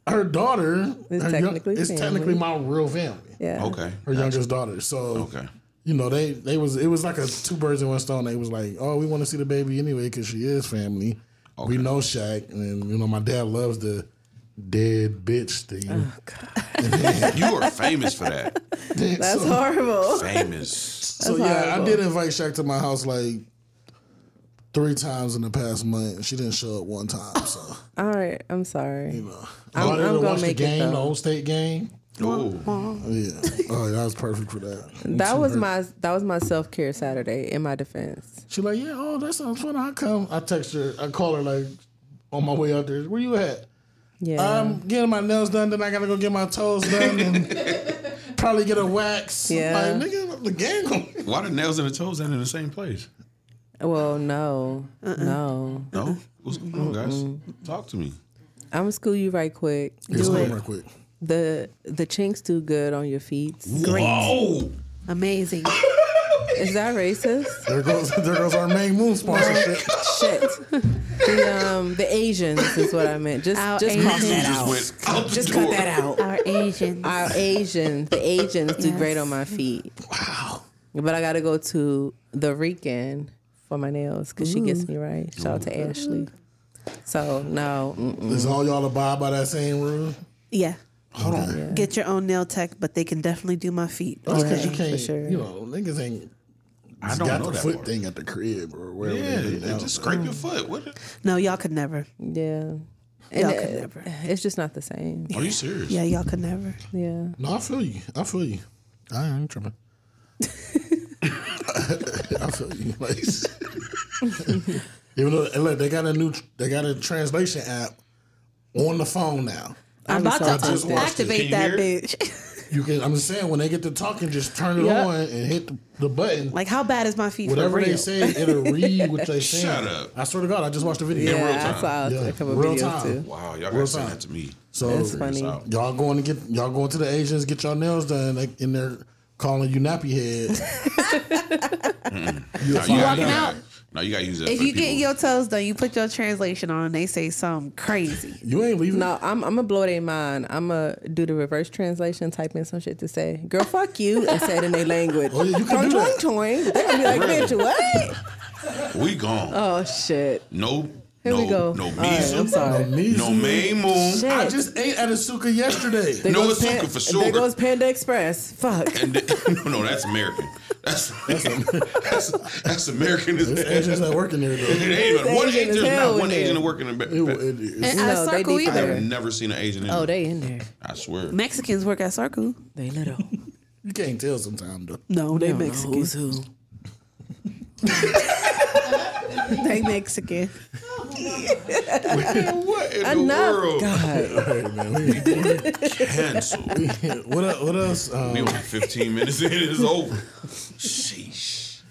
S4: her daughter,
S2: Is
S4: her
S2: technically
S4: it's
S2: family.
S4: technically my real family.
S2: Yeah.
S5: Okay.
S4: Her youngest daughter. So,
S5: Okay.
S4: you know, they, they was, it was like a two birds in one stone. They was like, oh, we want to see the baby anyway because she is family. We know Shaq. And, you know, my dad loves the dead bitch thing.
S5: You are famous for that.
S2: That's horrible.
S5: Famous.
S4: So yeah, I did invite Shaq to my house like three times in the past month. She didn't show up one time. So
S2: All right. I'm sorry.
S4: I wanted
S2: I'm
S4: to
S2: gonna
S4: watch the
S2: make it,
S4: game, the
S2: though.
S4: old state game.
S5: Oh,
S4: Yeah, oh that was perfect for that.
S2: That
S4: She
S2: was
S4: hurt.
S2: my that was my self care Saturday. In my defense,
S4: She like yeah, oh that sounds fun. I come. I text her. I call her like on my way out there. Where you at?
S2: yeah.
S4: I'm getting my nails done. Then I gotta go get my toes done and probably get a wax. I'm
S2: Yeah.
S4: like nigga, the game. gonna-"
S5: why the nails and the toes ain't in the same place?
S2: well, no, no.
S5: No, what's going on, guys? Talk to me.
S2: I'm gonna school you right quick.
S4: It's home real quick.
S2: The the chinks do good on your feet.
S5: Whoa!
S6: Amazing.
S2: Is that racist?
S4: There goes there goes our main moon sponsorship.
S2: Shit. The um the Asians is what I meant. Just
S6: Our
S2: just cut
S6: Asians.
S2: that
S5: Just
S2: out.
S5: went out the
S2: Just
S5: door.
S2: cut that out.
S6: Our Asians.
S2: Our Asians, the Asians do
S6: Yes.
S2: great on my feet. Wow. But I gotta go to the Rican for my nails because she gets me right. Shout out to Ashley. So no, mm-mm.
S4: Is all y'all abide by that same rule?
S6: Yeah.
S4: Hold on.
S6: Get your own nail tech, but they can definitely do my feet.
S4: That's because you
S2: Yeah,
S4: can't.
S2: for sure.
S4: You know, niggas ain't.
S5: I
S4: got
S5: don't know
S4: the
S5: that
S4: foot
S5: part.
S4: thing at the crib or wherever.
S5: Yeah,
S4: they do
S5: they
S4: now.
S5: just scrape your foot. What? the-
S6: No, y'all could never.
S2: yeah.
S6: Y'all
S2: And
S6: could
S2: it-
S6: never.
S2: it's just not the same.
S5: Are you serious?
S6: Yeah, y'all could never.
S2: Yeah.
S4: No, I feel you. I feel you. I ain't tripping. I feel you, place. Even though and look, they got a new, they got a translation app on the phone now.
S6: I'm about
S4: I
S6: to
S4: just watched it.
S6: activate
S5: Can
S6: that
S5: you hear
S6: bitch.
S4: You can. I'm just saying, when they get to talking, just turn it
S6: Yeah.
S4: on and hit the, the button.
S6: like, how bad is my feet? for
S4: Whatever
S6: real?
S4: they say, it'll read what they say.
S5: Shut up.
S4: I swear to God, I just watched the video.
S2: Yeah,
S5: real time.
S2: I saw
S4: Yeah,
S2: a couple
S4: real
S2: videos
S4: time.
S2: too.
S5: Wow, y'all
S4: Real
S5: gotta send
S4: time.
S5: that to me.
S4: So
S2: That's
S5: Figure this
S2: funny.
S5: out.
S4: y'all going to get y'all going to the Asians, get your nails done, like, and they're calling you nappy head. You'll
S5: Nah,
S4: find
S5: you gotta-
S6: Walking out.
S5: Nah, you gotta use that.
S6: If
S5: for
S6: you get
S5: people.
S6: your toes done, you put your translation on, and they say something crazy.
S4: You ain't leaving.
S2: No, Uh, I'm I'm gonna blow their mind. I'm gonna do the reverse translation, type in some shit to say, "Girl, fuck you," and say it in their language.
S4: Oh, yeah, you can
S2: Toing,
S4: do that.
S2: toing, toing. They gonna be like,
S5: Really?
S2: "Bitch, what?"
S5: we gone.
S2: Oh shit.
S5: no,
S2: Here
S5: no,
S2: we go.
S5: no
S2: All right, I'm
S5: measles,
S2: sorry.
S4: measles.
S5: no main moon.
S2: Shit.
S4: I just ate at a suka yesterday.
S2: There
S5: No,
S2: goes
S5: it's Suka for sure.
S2: There goes Panda Express. Fuck.
S5: And then, no, no, that's American. That's that's, that's American as
S4: There's
S5: hell.
S4: Asians that working there though.
S5: It ain't even- one
S2: Asian
S5: Asian,
S2: as
S5: there's
S2: hell
S5: not
S2: in
S5: one
S2: there.
S5: Asian working in. Ba-
S4: It,
S5: ba-
S4: it, it,
S6: And
S2: No,
S6: at
S2: they
S6: Sarku
S2: deep
S5: I
S6: either.
S5: have
S2: there.
S5: never seen an Asian. In
S2: Oh,
S5: it.
S2: they in there.
S5: I swear.
S6: Mexicans work at Sarku.
S2: They little.
S4: you can't tell sometimes though.
S6: No, they
S2: Don't know Who's who?
S6: They Mexican.
S5: what in the
S2: Enough.
S5: world?
S2: God.
S4: Hey, man, we-
S5: Cancel.
S4: what, el- what else? Um,
S5: We only 15 minutes in. It's over. Sheesh.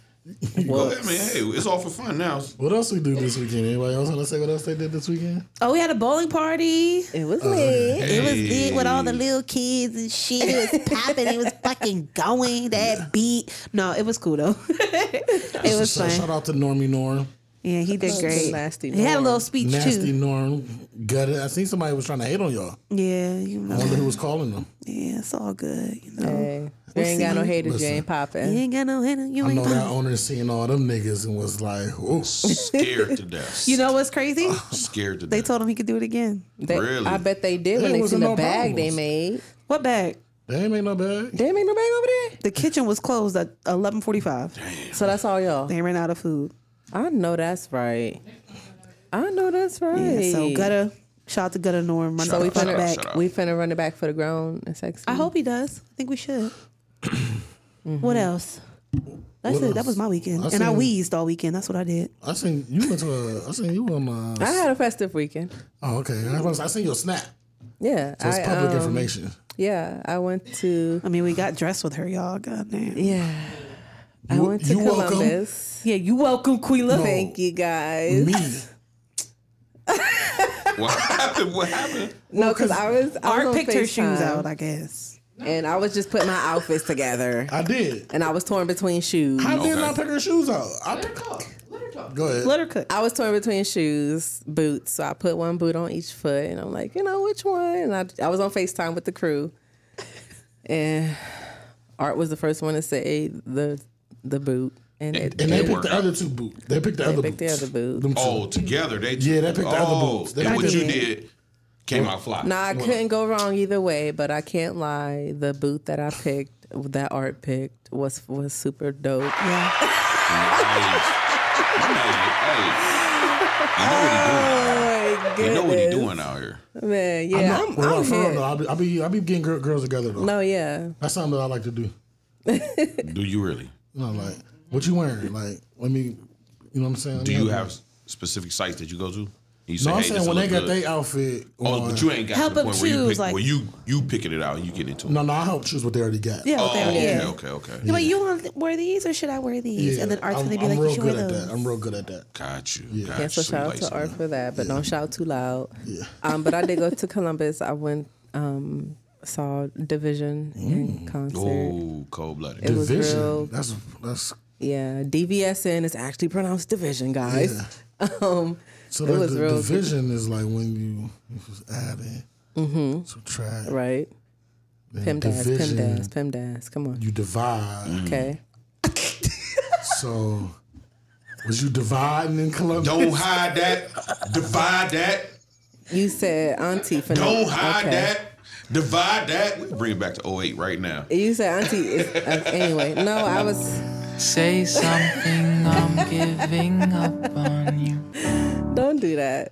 S5: Go ahead, man. Hey, it's all for fun now.
S4: what else we do this weekend? Anybody else want to say what else they did this weekend?
S6: Oh, we had a bowling party.
S2: It was lit.
S6: It was lit with all the little kids and shit. It was popping. it was fucking going. That beat. No, it was cool though. it was
S4: So shout
S6: fun.
S4: out to Normie Norm,
S6: Yeah, he did great.
S2: Nasty
S6: He had a
S2: Norm.
S6: little speech
S4: nasty
S6: too.
S4: Norm, gutted. I seen somebody was trying to hate on y'all.
S6: Yeah, you
S4: I
S6: know.
S4: wonder who was calling them.
S6: Yeah, it's all good. You know.
S2: Hey, you ain't got no haters.
S4: Listen.
S2: You ain't
S6: You
S2: popping.
S6: ain't got no hit. You
S4: Oh. I
S6: ain't.
S4: know that
S6: popping.
S4: owner seen all them niggas and was like, "Ooh,
S5: Scared to death.
S6: You know what's crazy?
S5: Scared to
S6: They
S5: death.
S6: told him he could do it again.
S2: They-
S5: Really?
S2: I bet they did when
S4: There
S2: they seen
S4: wasn't
S2: the
S4: no
S2: bag they
S4: problems.
S2: made.
S6: What bag?
S4: they ain't make no bad."
S2: They make no bag over there.
S6: The kitchen was closed at eleven forty-five.
S2: So that's all y'all.
S6: They ran out of food.
S2: I know that's right. I know that's right.
S6: Yeah, so gutter. Shout out to gutter Norm. Run
S5: Shout
S6: so we
S5: out, shout
S6: put it
S5: out,
S6: back.
S5: shout out.
S2: We finna run it back for the grown and sexy.
S6: I hope he does. I think we should. What else?
S4: What
S6: That's it.
S4: else?
S6: That was my weekend,
S4: I
S6: and I
S4: seen-
S6: wheezed all weekend. That's what I did.
S4: I seen you went to a. I seen you on. Uh,
S2: I had a festive weekend.
S4: oh, okay. I, was, I seen your snap.
S2: Yeah,
S4: That's
S2: I,
S4: public
S2: um,
S4: information.
S2: Yeah, I went to
S6: I mean, we got dressed with her, y'all. God damn.
S2: yeah. I
S4: You-
S2: went to
S4: you welcome.
S2: Columbus.
S6: Yeah, you welcome, Quila.
S2: Thank you guys.
S4: Me.
S5: what happened? What happened?
S2: no, because I was I was
S6: Art
S2: on
S6: picked her shoes
S2: FaceTime,
S6: out, I guess.
S2: and I was just putting my outfits together,
S4: I did.
S2: and I was torn between shoes.
S4: I did
S5: Okay.
S4: not pick her shoes out. I pick Go ahead.
S6: Let her cook.
S2: I was torn between shoes, boots. So I put one boot on each foot, and I'm like, you know, which one? And I, I was on Facetime with the crew, and Art was the first one to say the the boot, and it,
S4: and
S5: They
S4: they, picked
S5: work
S4: the
S5: out.
S4: other two boots. They picked the other
S2: picked the
S4: boots.
S2: other boot.
S4: Them two.
S5: Oh, together. They
S4: Yeah, they picked the other
S5: oh,
S4: boots. They
S5: and what
S4: picked
S5: you
S4: it.
S5: did came out fly.
S2: Nah, I couldn't go wrong either way, but I can't lie. The boot that I picked, that Art picked, was was super dope.
S5: Nice. hey, hey.
S2: Oh
S5: You know what he doing. You know what he
S2: goodness.
S5: doing out here.
S2: man.
S4: I'm
S2: Yeah,
S4: not-
S2: I'm,
S4: well,
S2: I'm
S4: for real,
S2: here.
S4: though, I be, I be I be getting girl, girls together though.
S2: No, yeah.
S4: That's something that I like to do.
S5: Do you really?
S4: No, like what you wearing? Like let me. You know what I'm saying?
S5: Do you have specific sites that you go to? You say,
S4: No, I'm
S5: hey,
S4: saying
S5: this
S4: when they
S5: look
S4: got
S5: good.
S4: their outfit.
S5: Oh,
S4: on-
S5: but you ain't got
S6: Help
S5: to the
S6: him
S5: point where you
S6: choose,
S5: pick,
S6: like-
S5: where you you picking it out and you getting into it.
S4: No, no, I help choose what they already got.
S6: Yeah,
S5: oh,
S6: there,
S5: okay,
S6: yeah.
S5: okay, okay.
S6: Wait, you want to wear these or should I wear these?
S4: Yeah,
S6: and then Art's
S4: I'm,
S6: gonna be
S4: I'm
S6: like,
S4: real
S6: you should wear
S4: good at that.
S6: those.
S4: I'm real good at that.
S5: Got you. Got
S2: Yeah,
S5: you.
S2: so shout out
S5: Lights
S2: to Art
S5: on.
S2: for that, but don't shout too loud. Um, but I did go to Columbus. I went, um, saw Division in concert.
S5: Mm. Oh, cold blooded.
S2: It was
S4: Division.
S2: real.
S4: That's that's
S2: Yeah, DVSN is actually pronounced Division, guys. Um,
S4: so
S2: It
S4: that
S2: was
S4: the
S2: real good.
S4: division is like when you, you just add in, subtract,
S2: Mm-hmm. right?
S4: then
S2: Pim Daz, Pim Mm-hmm.
S4: division.
S2: Daz, Pim Daz. Come on.
S4: You divide.
S2: Okay.
S4: So was you dividing in Columbus?
S5: Don't hide that. Divide that.
S2: You said Auntie for
S5: Don't hide that. Divide that. We can bring it back to 08 right now.
S2: You said Auntie. Is, uh, anyway, no, I was.
S9: Say something, I'm giving up on you.
S2: Don't do that.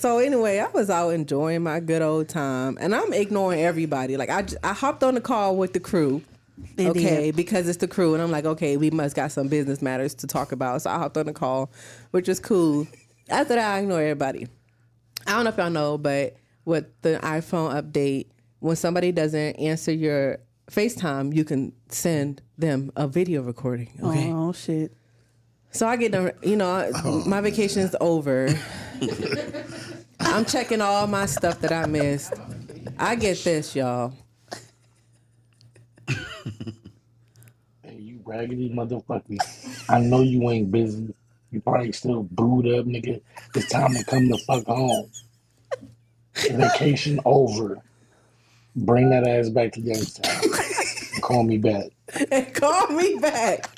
S2: So anyway, I was out enjoying my good old time, and I'm ignoring everybody. Like I, j- I hopped on the call with the crew,
S6: They did.
S2: okay, because it's the crew, and I'm like, okay, we must got some business matters to talk about. So I hopped on the call, which was cool. After that, I ignore everybody. I don't know if y'all know, but with the iPhone update, when somebody doesn't answer your FaceTime, you can send them a video recording. Okay.
S6: Oh shit.
S2: So I get done, you know, my vacation is over. I'm checking all my stuff that I missed. I get this, y'all.
S10: Hey, you raggedy motherfucker. I know you ain't busy. You probably still booed up, nigga. It's time to come the fuck home. Vacation over. Bring that ass back to Youngstown. And call me back.
S2: And call me back.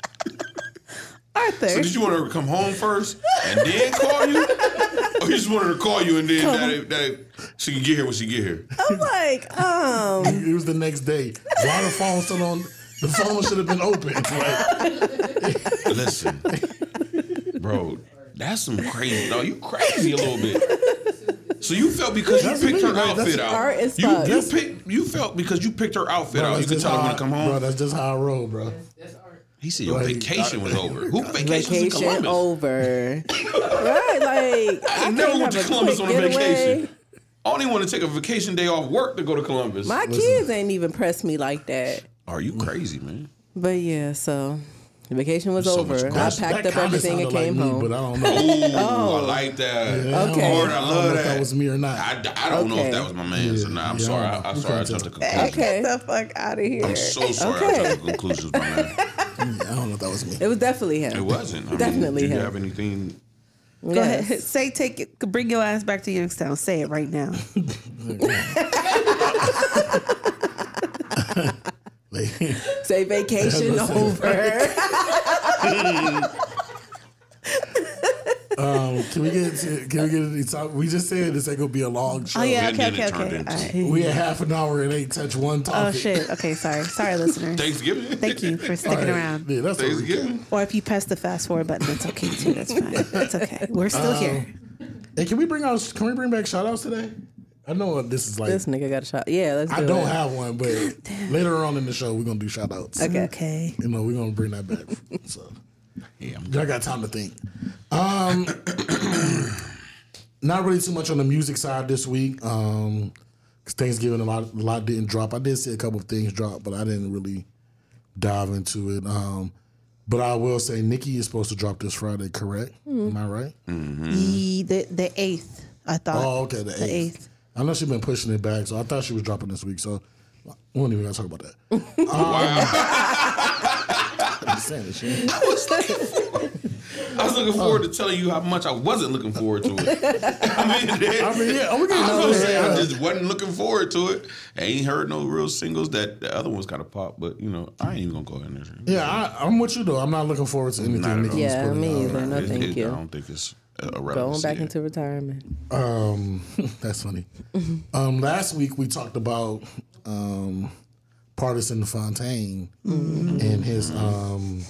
S2: Arthur.
S5: So did you want her to come home first and then call you? Or you just wanted to call you and then that, that she can get here when she get here?
S6: I'm like, um,
S4: It was the next day. Why the phone still on? The phone should have been open. Like,
S5: Listen, bro, that's some crazy. No, you crazy a little bit. So you felt because you
S4: That's
S5: picked
S4: me,
S5: her
S4: right?
S5: outfit
S4: That's
S5: out.
S2: art as
S5: You
S2: fuck.
S5: you picked you felt because you picked her outfit
S4: bro,
S5: out. You
S4: that's
S5: could
S4: just
S5: tell her
S4: how
S5: when
S4: I-
S5: to come
S4: Bro,
S5: home.
S4: that's just how I roll, bro.
S5: He said your
S4: Like-
S5: vacation was over. Who vacations in
S2: vacation
S5: Columbus?
S2: over. right? Like,
S5: I
S2: I
S5: never
S2: can't
S5: went to
S2: have a
S5: Columbus
S2: quick
S5: on a
S2: getaway.
S5: vacation. I only want to take a vacation day off work to go to Columbus.
S2: My kids ain't even pressed me like that.
S5: Are you crazy, man?
S2: But yeah, so the vacation was
S5: So much
S2: over. I
S5: grass.
S2: packed
S4: That
S2: up
S4: kinda
S2: everything and
S4: sounded like
S2: came
S4: me,
S2: home.
S4: But I don't
S5: Ooh,
S4: know.
S5: I like that.
S4: Yeah, I don't
S2: Oh. Okay.
S4: know.
S5: Lord, I
S4: don't know
S5: love
S4: if
S5: that.
S4: that was me or not.
S5: I, I don't know
S2: Okay.
S5: if that was my man. So nah, I'm
S4: Yeah,
S5: sorry.
S4: I don't
S5: I,
S4: know.
S5: I'm
S4: We
S5: sorry. I
S4: can't
S5: jumped to
S4: tell.
S5: conclusions.
S2: okay,
S6: the fuck out of here.
S5: I'm so sorry. I
S2: Okay.
S5: jumped to conclusions, my
S4: I
S5: man.
S4: don't know if that was me.
S2: it was definitely him.
S5: It wasn't. I mean,
S2: Definitely
S5: Did you
S2: him.
S5: have anything?
S6: Go ahead. Say take it. Bring your ass back to Youngstown. Say it right now.
S5: Oh,
S4: Like,
S2: Say vacation
S4: That's what I'm
S2: over.
S4: um, can we get to, can we get to the top? We just said this ain't gonna be a long show.
S6: Oh yeah.
S5: And
S6: Okay.
S5: then
S6: Okay.
S5: it turned
S6: Okay.
S5: into-
S6: All right.
S4: We at half an hour and ain't touch one topic.
S6: Oh shit. Okay. Sorry. Sorry, listeners.
S5: Thanksgiving.
S6: Thank you for
S4: All
S6: sticking
S4: right.
S6: around.
S4: Yeah, that's a recap.
S5: Thanksgiving.
S6: Or if you press the fast forward button, that's okay too. That's fine. That's okay. We're
S5: Oh.
S6: still here.
S4: Hey, can we bring out? Can we bring back shout outs today? I know what this is like.
S2: this nigga got a shot. Yeah, let's do
S4: I don't
S2: it.
S4: have one, but later on in the show we're gonna do shout outs.
S6: Okay.
S4: You know we're gonna bring that back. so
S5: Yeah, I'm
S4: I got time to think. Um, not really too much on the music side this week. Um, 'cause Thanksgiving a lot a lot didn't drop. I did see a couple of things drop, but I didn't really dive into it. Um, but I will say Nikki is supposed to drop this Friday, correct? Am I right?
S5: Hmm.
S6: Ye- E, The the eighth. I thought.
S4: Oh, okay, the,
S6: The
S4: eighth.
S6: eighth.
S4: I know she's been pushing it back, so I thought she was dropping this week. So we don't even gotta talk about that. I'm
S5: wow.
S4: just saying that she-
S5: I was looking forward. I was
S4: Oh.
S5: looking forward to telling you how much I wasn't looking forward to it. I mean,
S4: I mean, yeah, we
S5: I was
S4: gonna
S5: gonna say I just wasn't looking forward to it. I ain't heard no real singles. That the other ones kind of pop, but you know, I ain't even gonna go in there.
S4: Yeah, I, I'm with you though. I'm not looking forward to anything.
S5: Not at
S4: Nikki's
S5: all.
S4: putting
S2: Yeah,
S4: out.
S2: me either. No,
S5: It-
S2: thank
S5: it-
S2: you.
S5: I don't think it's a a
S2: Going
S5: relevance
S2: back
S5: yet.
S2: into retirement.
S4: Um, that's funny. Um, last week we talked about um, partisan Fontaine
S2: Mm-hmm.
S4: and his um,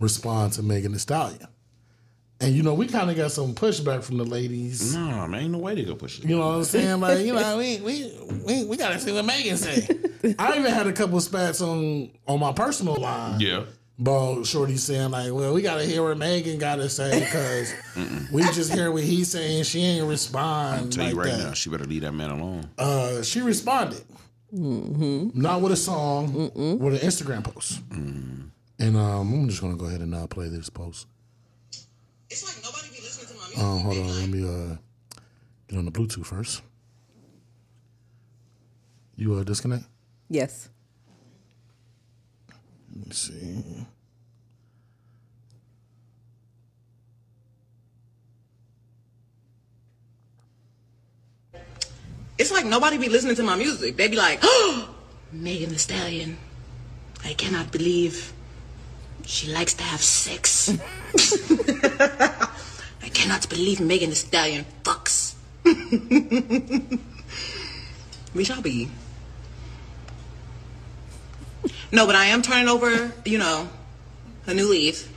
S4: response to Megan Thee Stallion, and you know we kind of got some pushback from the ladies.
S5: Nah, man, ain't no way they could push it.
S4: You know what I'm saying? Like, you know, we we we, we gotta see what Megan say. I even had a couple spats on on my personal line.
S5: yeah,
S4: Ball Shorty saying like, well, we gotta hear what Megan gotta say because we just hear what he's saying. She ain't respond
S5: tell
S4: like
S5: you right
S4: that.
S5: now, she better leave that man alone.
S4: Uh, she responded, not with a song, with an Instagram post.
S5: Mm-hmm.
S4: And um, I'm just gonna go ahead and now play this post.
S11: It's like nobody be listening to my music.
S4: Um, hold on, let me uh get on the Bluetooth first. You uh disconnect.
S2: Yes.
S4: Let me see.
S11: It's like nobody be listening to my music. They be like, oh, Megan Thee Stallion. I cannot believe she likes to have sex. I cannot believe Megan Thee Stallion fucks. we shall be. No, but I am turning over, you know, a new leaf.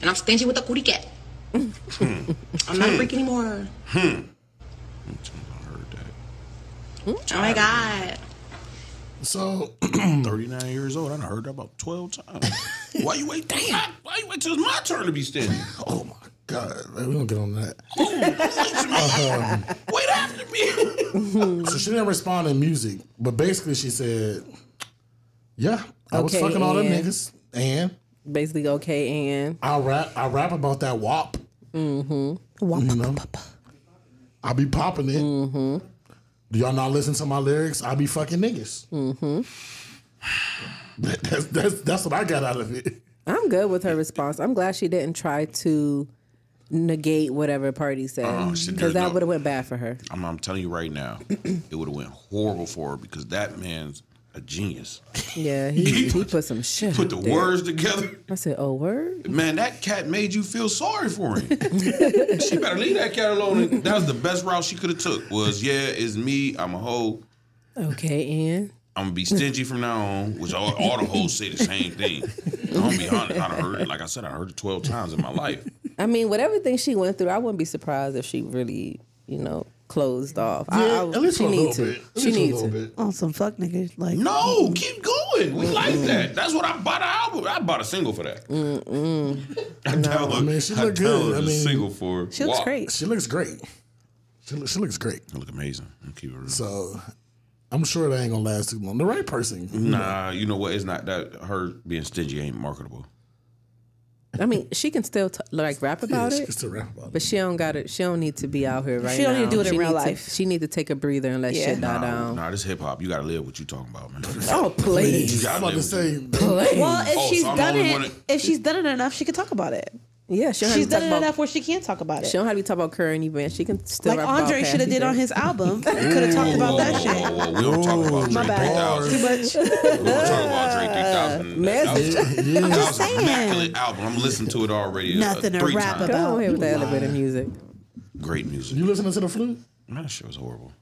S11: And I'm stingy with the cootie cat. I'm not a freak anymore.
S5: I heard that.
S11: Oh my god.
S4: So
S5: 39 years old. I done heard that about 12 times. Why you wait? Damn. Why you wait till it's my turn to be stingy?
S4: Oh my God, man, we don't get on that.
S5: Wait after
S4: me. so she didn't respond in music, but basically she said, "Yeah, I was
S2: Okay,
S4: fucking all them
S2: and?
S4: niggas, and
S2: Basically, okay, and
S4: I rap, I rap about that wop.
S2: mm-hmm.
S4: You know, I be popping it.
S2: Mm-hmm.
S4: Do y'all not listen to my lyrics? I be fucking niggas.
S2: Mm-hmm.
S4: That- that's that's that's what I got out of it.
S2: I'm good with her response. I'm glad she didn't try to negate whatever Party said
S5: Oh,
S2: because
S5: she did
S2: that
S5: not.
S2: would have went bad for her.
S5: I'm, I'm telling you right now, it would have went horrible for her because that man's a genius.
S2: Yeah, he, he put some shit.
S5: Put the
S2: out there.
S5: words together.
S2: I said, "Oh word."
S5: Man, that cat made you feel sorry for him. she better leave that cat alone. And That was the best route she could have took. Was yeah, it's me. I'm a hoe.
S2: Okay, and
S5: I'm gonna be stingy from now on. Which all, all the hoes say the same thing. I'm gonna be honest. I done heard it. Like I said, I heard it 12 times in my life.
S2: I mean, with everything she went through, I wouldn't be surprised if she really, you know, closed off. I-
S6: Yeah,
S2: I,
S6: at least
S2: she
S6: for a
S2: need
S6: little
S2: to.
S6: bit. At
S2: She
S6: least for a
S2: needs to.
S6: little on Oh, some fuck niggas. Like
S5: No, keep going. We like that. That's what I bought an album. I bought a single for that. I downloaded,
S4: I mean, she
S5: I
S4: look good.
S5: downloaded
S4: I
S5: a
S4: mean,
S5: single for. Walk.
S4: She looks great. She, look, she looks great.
S5: I look amazing. I'm keep it real.
S4: So I'm sure that ain't gonna last too long. The right person. you know.
S5: Nah, you know what? It's not that her being stingy ain't marketable.
S2: I mean, she can still t- like rap about
S5: she
S2: it.
S5: can still rap about
S2: but she don't got it. She don't need to be out here right now.
S6: She don't need to do it in real
S2: need
S6: life.
S2: she need to take a breather and let shit die
S5: Nah,
S2: down.
S5: nah, this hip hop. You gotta live what you talking about, man.
S2: Oh, please.
S5: You gotta
S4: I'm about to
S5: live what
S4: say.
S5: you-
S6: Well, if
S5: Oh,
S6: she's
S5: so I'm the
S6: done
S5: only
S6: it,
S5: one that-
S6: if she's done it enough, she can talk about it.
S2: Yeah, she don't have
S6: she's
S2: to
S6: done
S2: talk
S6: it
S2: about-
S6: enough where she can talk about
S2: She
S6: it.
S2: don't have to talk about current events. She can still
S6: Like
S2: rap about
S6: Andre
S2: past
S6: should have did on his
S2: events.
S6: album. Could have talked about that shit.
S5: Whoa, whoa, we don't talk about
S6: My
S5: Drake
S6: bad.
S5: 3000.
S6: Too much.
S5: We don't talk about Drake 3000. That was-
S6: I'm
S5: that
S6: just
S5: was an
S6: saying.
S5: immaculate album. I'm listening to it already. uh,
S6: Nothing to
S5: three
S6: rap
S5: times.
S6: about.
S2: Go ahead with that elevator music.
S5: Great music.
S4: You listening to the flute?
S5: Man, that shit was horrible.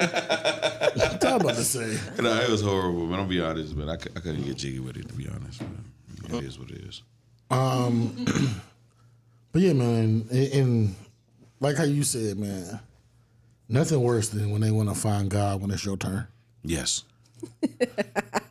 S4: I'm about to say.
S5: No, it was horrible, man. I'll be honest, man. I, cou- I couldn't get jiggy with it, to be honest, man. It is what it is.
S4: Um, but yeah, man, and, and like how you said, man, nothing worse than when they want to find God when it's your turn.
S5: Yes. They done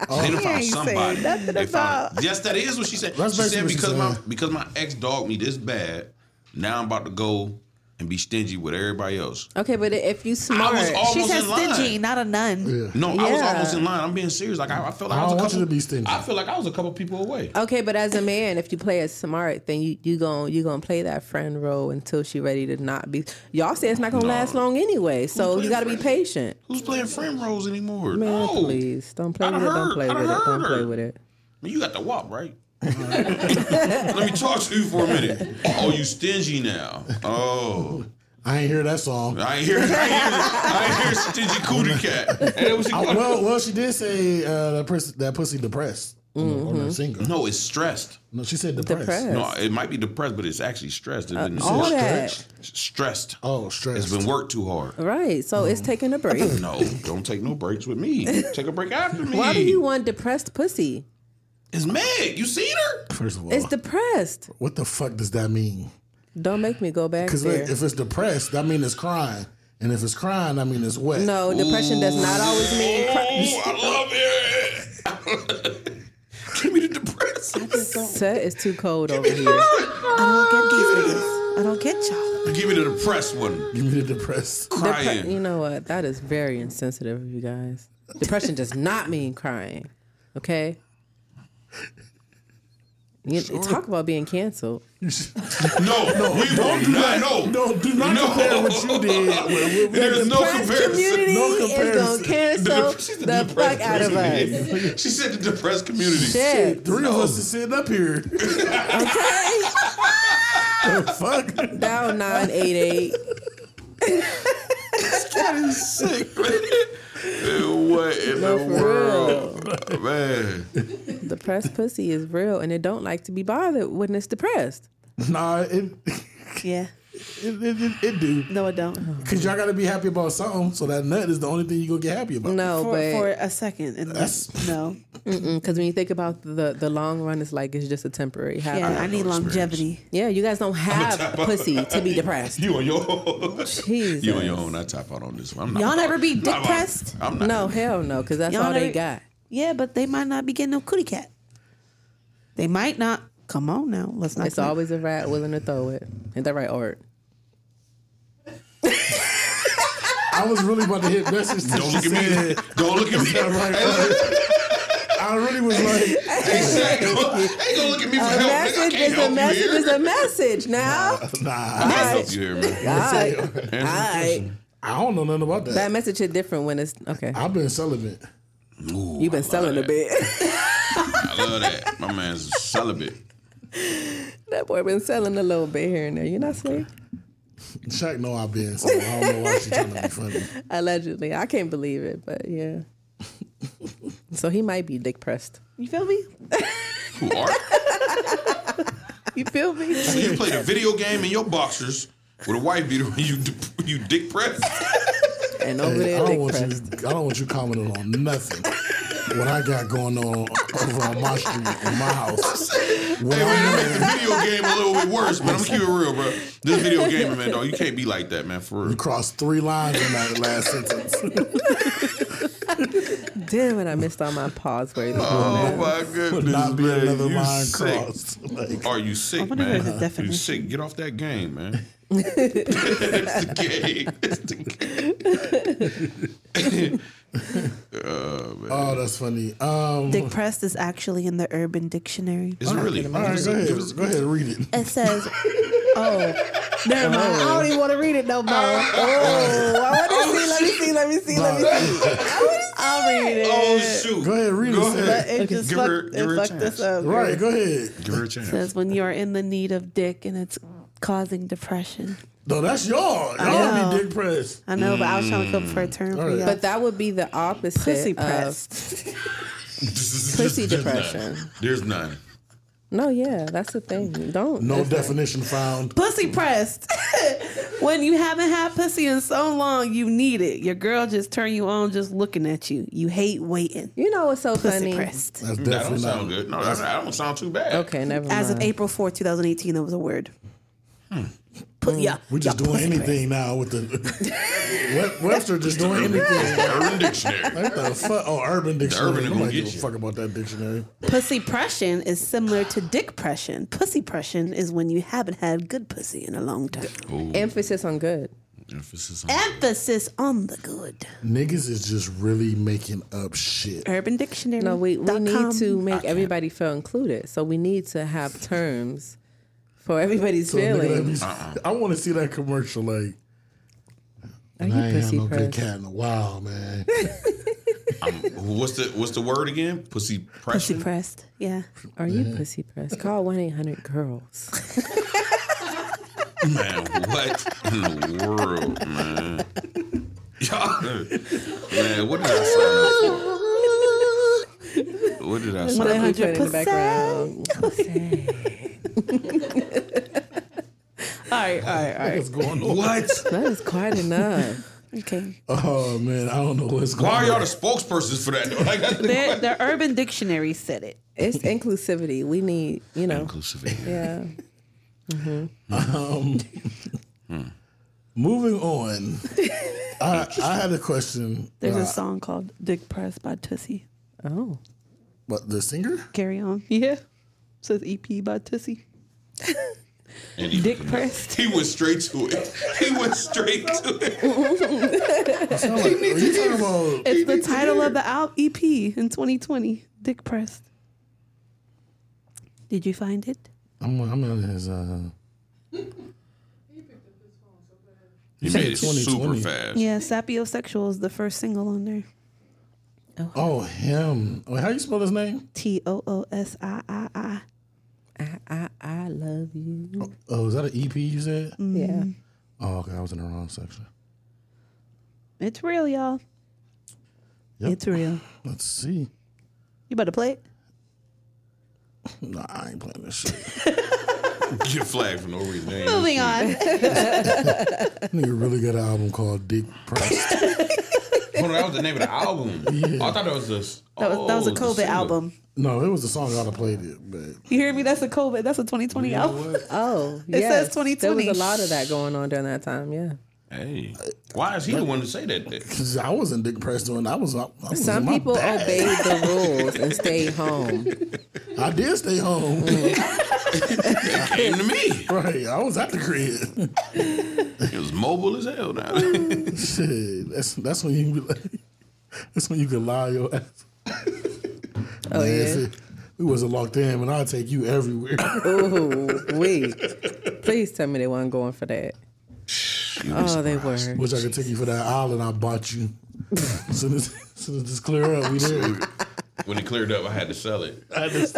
S5: found
S4: ain't saying
S5: somebody.
S4: nothing
S5: They found-
S4: about-
S5: yes, that is what she said.
S4: That's
S5: she said
S4: basically what
S5: because
S4: she
S5: my
S4: said.
S5: because my ex dogged me this bad. Now I'm about to go and be stingy with everybody else.
S2: Okay, but if you smart,
S5: almost
S6: She said
S5: in line.
S6: stingy, not a nun.
S5: No, I was
S2: Yeah.
S5: almost in line. I'm being serious. Like I, I felt like
S4: I
S5: I, was
S4: don't
S5: a
S4: want
S5: couple.
S4: you to be stingy.
S5: I feel like I was a couple people away.
S2: Okay, but as a man, if you play it smart, then you you gon' you gonna play that friend role until she ready to not be. Y'all say it's not gonna
S5: No.
S2: last long anyway, so you
S5: plays
S2: gotta be patient.
S5: Who's playing friend roles anymore? Oh.
S2: Man,
S5: no,
S2: please don't play
S5: I
S2: with
S5: done
S2: it. Don't
S5: heard-
S2: play
S5: I done
S2: with it. Don't
S5: heard
S2: play
S5: her.
S2: with it.
S5: you got the wop right. Let me talk to you for a minute. Oh, you stingy now. Oh,
S4: I ain't hear that song.
S5: I ain't hear. I ain't hear, I ain't hear stingy cootie cat. And it was-
S4: I- well, well, she did say uh, that, pussy, that pussy depressed on the-
S5: Mm-hmm.
S4: on the single.
S5: no, it's stressed.
S4: No, she said depressed.
S2: Depressed.
S5: No, it might be depressed, but it's actually stressed. It's been
S2: Uh, all
S5: worked-
S2: that.
S5: Stressed.
S4: Oh, stressed.
S5: It's been worked too hard.
S2: Right. So
S5: Mm.
S2: it's taking a break.
S5: No, don't take no breaks with me. Take a break after me.
S2: Why do you want depressed pussy?
S5: It's Meg. You seen her?
S4: First of all,
S2: It's depressed.
S4: what the fuck does that mean?
S2: Don't make me go back
S4: Because
S2: there.
S4: if it's depressed, that means it's crying. And if it's crying, I mean it's wet.
S2: no, depression does not always mean.
S5: Oh,
S2: Cry-
S5: I love it. Give me the depressing.
S2: Set is too cold over here.
S6: I don't get these niggas. I don't get y'all.
S5: Give me the depressed one.
S4: Give me the depressed.
S2: Depre-
S5: Crying.
S2: you know what? That is very insensitive of you guys. Depression does not mean crying. Okay. You talk about being canceled.
S5: No, we don't do that. No,
S4: No, do not compare what you did with- with-
S5: There's no
S2: Black community is gonna
S5: comparison.
S4: comparison.
S2: cancel
S5: She's
S2: the, fuck out of us.
S5: community. She said the depressed community.
S2: Shit.
S4: Three of us is sitting up here.
S2: Okay.
S4: fuck.
S2: Dial nine eight eight.
S5: Sick, man. Man, What in
S2: No,
S5: the
S2: for
S5: world, man?
S2: Depressed pussy is real, and it don't like to be bothered when it's depressed.
S4: Nah, it,
S6: Yeah.
S4: It, it, it, it do.
S6: No, it don't.
S4: Cause y'all gotta be happy about something. So that nut is the only thing you gonna get happy about.
S2: No,
S6: for,
S2: Oh, but
S6: for a second. And
S4: That's-
S6: then- no.
S2: because when you think about the the long run, it's like it's just a temporary. high.
S6: Yeah, I, need longevity.
S2: Yeah, you guys don't have pussy to be depressed.
S5: You on your own.
S2: Jesus.
S5: You on your own. I top out on this one. I'm not
S6: Y'all never be
S5: I'm not-
S6: depressed?
S5: I'm not.
S2: No, hell no, because that's
S6: Y'all
S2: all they
S6: never-
S2: got.
S6: Yeah, but they might not be getting no cootie cat. They might not. Come on now. Let's not.
S2: It's always a rat willing to throw it. Ain't that right, Art?
S4: I was really about to hit message. till
S5: Don't
S4: she
S5: look at me.
S4: said-
S5: Don't look at me.
S4: I'm like, uh, I really was like,
S5: Hey, Zach, don't- ain't gonna look at me for
S2: A
S5: help. nigga. I
S2: message
S5: can't
S2: is a
S5: help
S2: message
S5: you
S2: is
S5: here.
S2: a message now.
S5: I
S4: nah.
S5: can't help you here, man.
S2: All right. All right.
S4: I don't know nothing about that.
S2: That message hit different when it's okay.
S4: I've been celibate.
S5: Ooh,
S2: You've been
S5: I love
S2: selling a
S5: that.
S2: bit.
S5: I love that. My man's celibate.
S2: that boy been selling a little bit here and there. You're not slick.
S4: Shaq know I've been. So I don't know why she's trying to be funny.
S2: Allegedly, I can't believe it, but yeah. so he might be dick pressed.
S6: You feel me?
S5: Who are
S6: You feel me?
S5: so you played a video game in your boxers with a white beater and you you dick press?
S2: And over
S4: Hey,
S2: there,
S4: I don't
S2: dick
S4: want
S2: pressed.
S4: you. I don't want you commenting on nothing. What I got going on over on my street, in my house. What
S5: Hey man,
S4: I'm
S5: that makes the video game a little bit worse, man. I'm gonna keep it real, bro. This video game, man, dog, you can't be like that, man. For real.
S4: across three lines in that last sentence.
S2: Damn it, I missed all my pause worthy.
S5: Oh my
S4: Would
S5: goodness,
S4: not be
S5: man.
S4: another
S5: you
S4: line
S5: sick.
S4: crossed. Like,
S5: Are you sick,
S6: wonder what the
S5: man? You
S6: definition-
S5: sick? Get off that game, man. it's the game. It's the game. oh man,
S4: oh, that's funny. Um,
S6: Dick pressed is actually in the Urban Dictionary.
S5: it's really.
S4: all right, go ahead. go ahead, and read it.
S6: It says, oh, never mind. I don't even want to read it no more.
S2: Oh, I want to see. Let me see. Let me see. Let me see.
S6: I'll read it.
S5: Oh shoot!
S4: Go ahead, read
S5: Go
S4: it.
S5: ahead.
S6: But it just
S5: Give
S6: fucked,
S5: her- give her a
S6: it fucked
S5: chance.
S6: us up.
S4: Right, go ahead.
S5: Give her a
S6: It
S5: chance.
S6: says when you're in the need of dick and it's causing depression.
S4: No, that's y'all. Y'all
S6: I know.
S4: be dick pressed.
S6: I know, but I was trying to come up for a term for
S4: Alright.
S6: y'all.
S2: But that would be the opposite
S6: pussy
S2: of
S6: pressed.
S2: pussy
S5: There's none.
S2: depression.
S5: There's none.
S2: No, yeah, that's the thing. Don't.
S4: No
S2: that's not-
S4: definition found.
S6: Pussy pressed. when you haven't had pussy in so long, you need it. Your girl just turn you on just looking at you. You hate waiting.
S2: You know what's so
S6: Pussy
S2: funny?
S6: pressed.
S4: That's
S5: That don't
S4: definitely
S5: sound
S4: not.
S5: good. No, that, that don't sound too bad.
S2: Okay, never
S6: As of
S2: mind.
S6: April fourth, two 2018, that was a word. Pu- yeah,
S4: We're Hmm. just doing anything now with the Web- Webster just doing anything.
S5: Urban Dictionary.
S4: What the fuck? Oh, Urban Dictionary.
S5: Urban gonna
S4: Nobody
S5: get
S4: give a
S5: you.
S4: fuck about that dictionary.
S6: Pussy pression is similar to dick pression. Pussy pression is when you haven't had good pussy in a long time.
S2: Emphasis on good.
S5: Emphasis on
S6: Emphasis on the good.
S4: Niggas is just really making up shit.
S6: Urban Dictionary.
S2: No, we, we
S6: dot
S2: need
S6: com.
S2: to make everybody feel included. So we need to have terms for everybody's
S4: So, nigga, that
S2: feelings.
S4: be-
S5: Uh-uh.
S4: I want to see that commercial. Like,
S2: Are
S4: I
S2: you
S4: ain't had
S2: pussy
S4: no good
S2: pressed?
S4: cat in a while, man.
S5: um, What's the what's the word again? Pussy pressure.
S6: Pussy pressed. Yeah.
S2: Are you pussy pressed? Call 1 800 girls.
S5: Man, what in the world, man? Y'all, man, what did I sign up for? What did I sign up
S6: 100
S2: Put it in the background.
S6: All right, all right, all right.
S4: What's going
S5: for?
S4: on?
S5: What?
S2: That is quite enough.
S6: Okay.
S4: Oh man, I don't know what's going
S5: Why
S4: on.
S5: are y'all the spokespersons for that? Like, that's the
S6: The, the Urban Dictionary said it.
S2: It's inclusivity. We need, you know. Yeah.
S4: Um, moving on. I, I had a question.
S6: There's
S4: uh,
S6: a song called Dick Pressed by Tussie.
S2: Oh.
S4: What the singer?
S6: Carry on. Yeah. says EP by Tussie.
S5: And he-
S6: Dick Pressed.
S5: He went straight to it. He went straight to it.
S4: Sound like- are you talking about?
S6: It's the title of the album EP in 2020. Dick Pressed. Did you find it?
S4: I'm, I'm in his. Uh,
S5: He
S4: said
S5: made it super
S4: 2020.
S5: fast.
S6: Yeah, Sapiosexual is the first single on there.
S4: oh him. Wait, how you spell his name?
S6: T O O S I I I.
S2: I, I, I love you.
S4: Oh, is that an EP you said?
S6: Mm.
S2: Yeah.
S4: Oh, okay, I was in the wrong section.
S6: It's real, y'all.
S4: Yep.
S6: It's real.
S4: Let's see.
S6: You better play it.
S4: Nah, I ain't playing this shit.
S5: Get flagged for no reason. Ain't no
S6: Moving
S5: shit.
S6: on.
S4: Nigga really got an album called Dick Price.
S5: Hold on, that was the name of the album. Oh, I thought that was this.
S6: That was- that was a
S5: oh, it's
S6: COVID
S5: single.
S6: album.
S4: No, it was a song I oughta played it, but
S6: You hear me? That's a COVID. That's a 2020 album.
S2: Oh,
S6: It
S2: yes.
S6: says 2020.
S2: There was a lot of that going on during that time. Yeah.
S5: Hey, why is he the one to say that? Then?
S4: because I wasn't Dick Price doing. I was. I, I was in
S2: Some
S4: my
S2: people
S4: bag.
S2: obeyed the rules and stayed home.
S4: I did stay home.
S5: Came to me.
S4: right, I was at the crib.
S5: It was mobile as hell. Now.
S4: Shit, that's that's when you be like, that's when you can lie your ass.
S2: Oh,
S4: Man,
S2: yeah.
S4: shit, we wasn't locked in, and I'll take you everywhere.
S2: Ooh, wait. Please tell me they weren't going for that. Oh, they were.
S4: Wish I could take you for that island I bought you. soon as soon as this clear up, we there.
S5: When it cleared up, I had to sell it. we was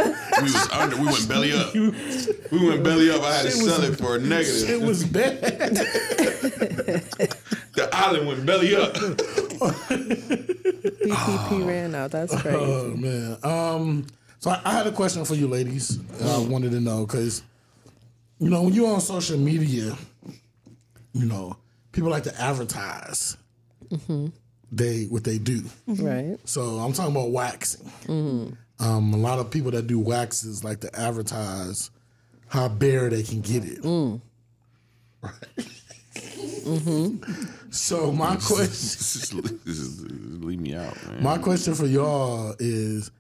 S5: under. We went belly up. We went belly up. I had to
S4: Shit was-
S5: sell it for a negative.
S4: It was bad.
S5: The island went belly up.
S2: BPP ran out. That's crazy.
S4: Oh man. Um. So I, I had a question for you, ladies. and I wanted to know because, you know, when you're on social media, you know, people like to advertise. They what they do.
S2: Right.
S4: So I'm talking about waxing. Um, a lot of people that do waxes like to advertise how bare they can get it.
S2: Mm.
S4: So my question.
S5: This is, this is- leave me out, man.
S4: My question for y'all is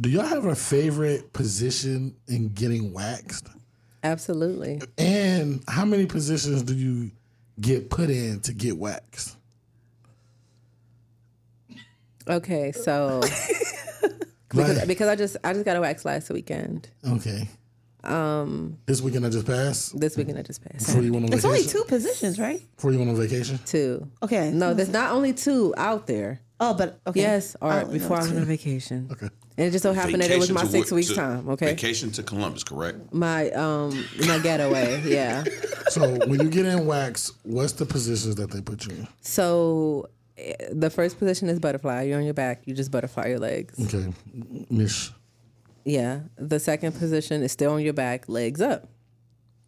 S4: do y'all have a favorite position in getting waxed?
S2: Absolutely.
S4: And how many positions do you get put in to get waxed?
S2: Okay, so because, because I just I just got a wax last weekend.
S4: Okay.
S2: Um,
S4: This weekend I just passed.
S2: this weekend I just passed.
S4: Before you went on
S6: It's
S4: vacation.
S6: only two positions, right?
S4: Before you went on vacation.
S2: Two.
S6: Okay.
S2: No, there's not only two out there.
S6: Oh, but okay.
S2: Yes, all
S6: I
S2: right.
S6: only know
S2: Before I went
S6: two.
S2: on vacation,
S4: Okay.
S2: and it just so happened that it was
S5: Vacation
S2: my
S5: to
S2: six
S5: Wo-
S2: weeks
S5: to-
S2: time. Okay,
S5: Vacation to Columbus, correct?
S2: my um my getaway. yeah.
S4: So when you get in wax, what's the positions that they put you in?
S2: So eh, the first position is butterfly. You're on your back. You just butterfly your legs.
S4: Okay. Mish.
S2: Yeah. The second position is still on your back, legs up.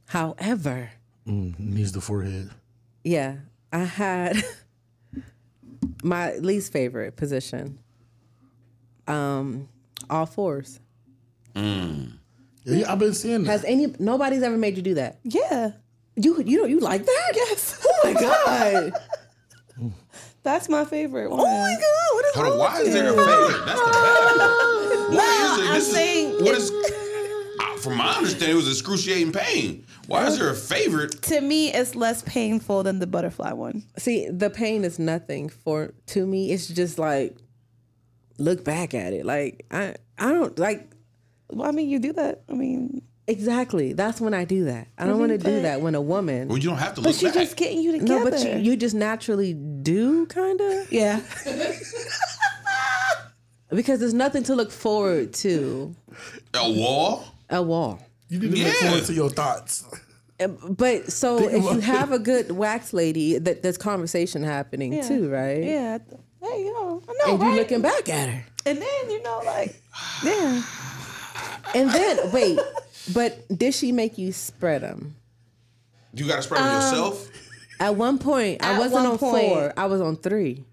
S2: However,
S4: Mm, needs the forehead.
S2: yeah, I had my least favorite position. Um, all fours.
S4: Yeah, I've been seeing that.
S2: Has any nobody's ever made you do that?
S6: Yeah.
S2: You you don't you like that?
S6: Yes.
S2: Oh my god!
S6: That's my favorite one.
S2: Oh my god! What is
S5: Hold on,
S2: wrong
S5: why
S2: with
S5: is there a
S2: you?
S5: favorite? That's the bad one. Why
S6: No,
S5: is it?
S6: I'm
S5: This
S6: saying-
S5: is, what is, I- from my understanding, it was excruciating pain. Why is there a favorite?
S6: To me, it's less painful than the butterfly one.
S2: See, the pain is nothing for to me. It's just like look back at it. Like I I don't like
S6: Well, I mean, you do that. I mean,
S2: exactly. That's when I do that. I don't want to do that when a woman.
S5: Well, you don't have to
S6: but
S5: look
S6: she
S5: back.
S6: just getting you together.
S2: No, but you, you just naturally do kind of
S6: yeah.
S2: because there's nothing to look forward to.
S5: a wall?
S2: A wall.
S4: You need to look
S5: Yeah.
S4: forward to your thoughts.
S2: But so if you have a good wax lady, that there's conversation happening
S6: Yeah.
S2: too, right?
S6: Yeah. Hey, yo. I know,
S2: And
S6: right?
S2: you looking back at her.
S6: and then, you know, like, yeah.
S2: And then wait, but did she make you spread them?
S5: You got to spread them yourself?
S2: At one point, I
S6: At
S2: wasn't
S6: one
S2: on
S6: point.
S2: four. I was on three.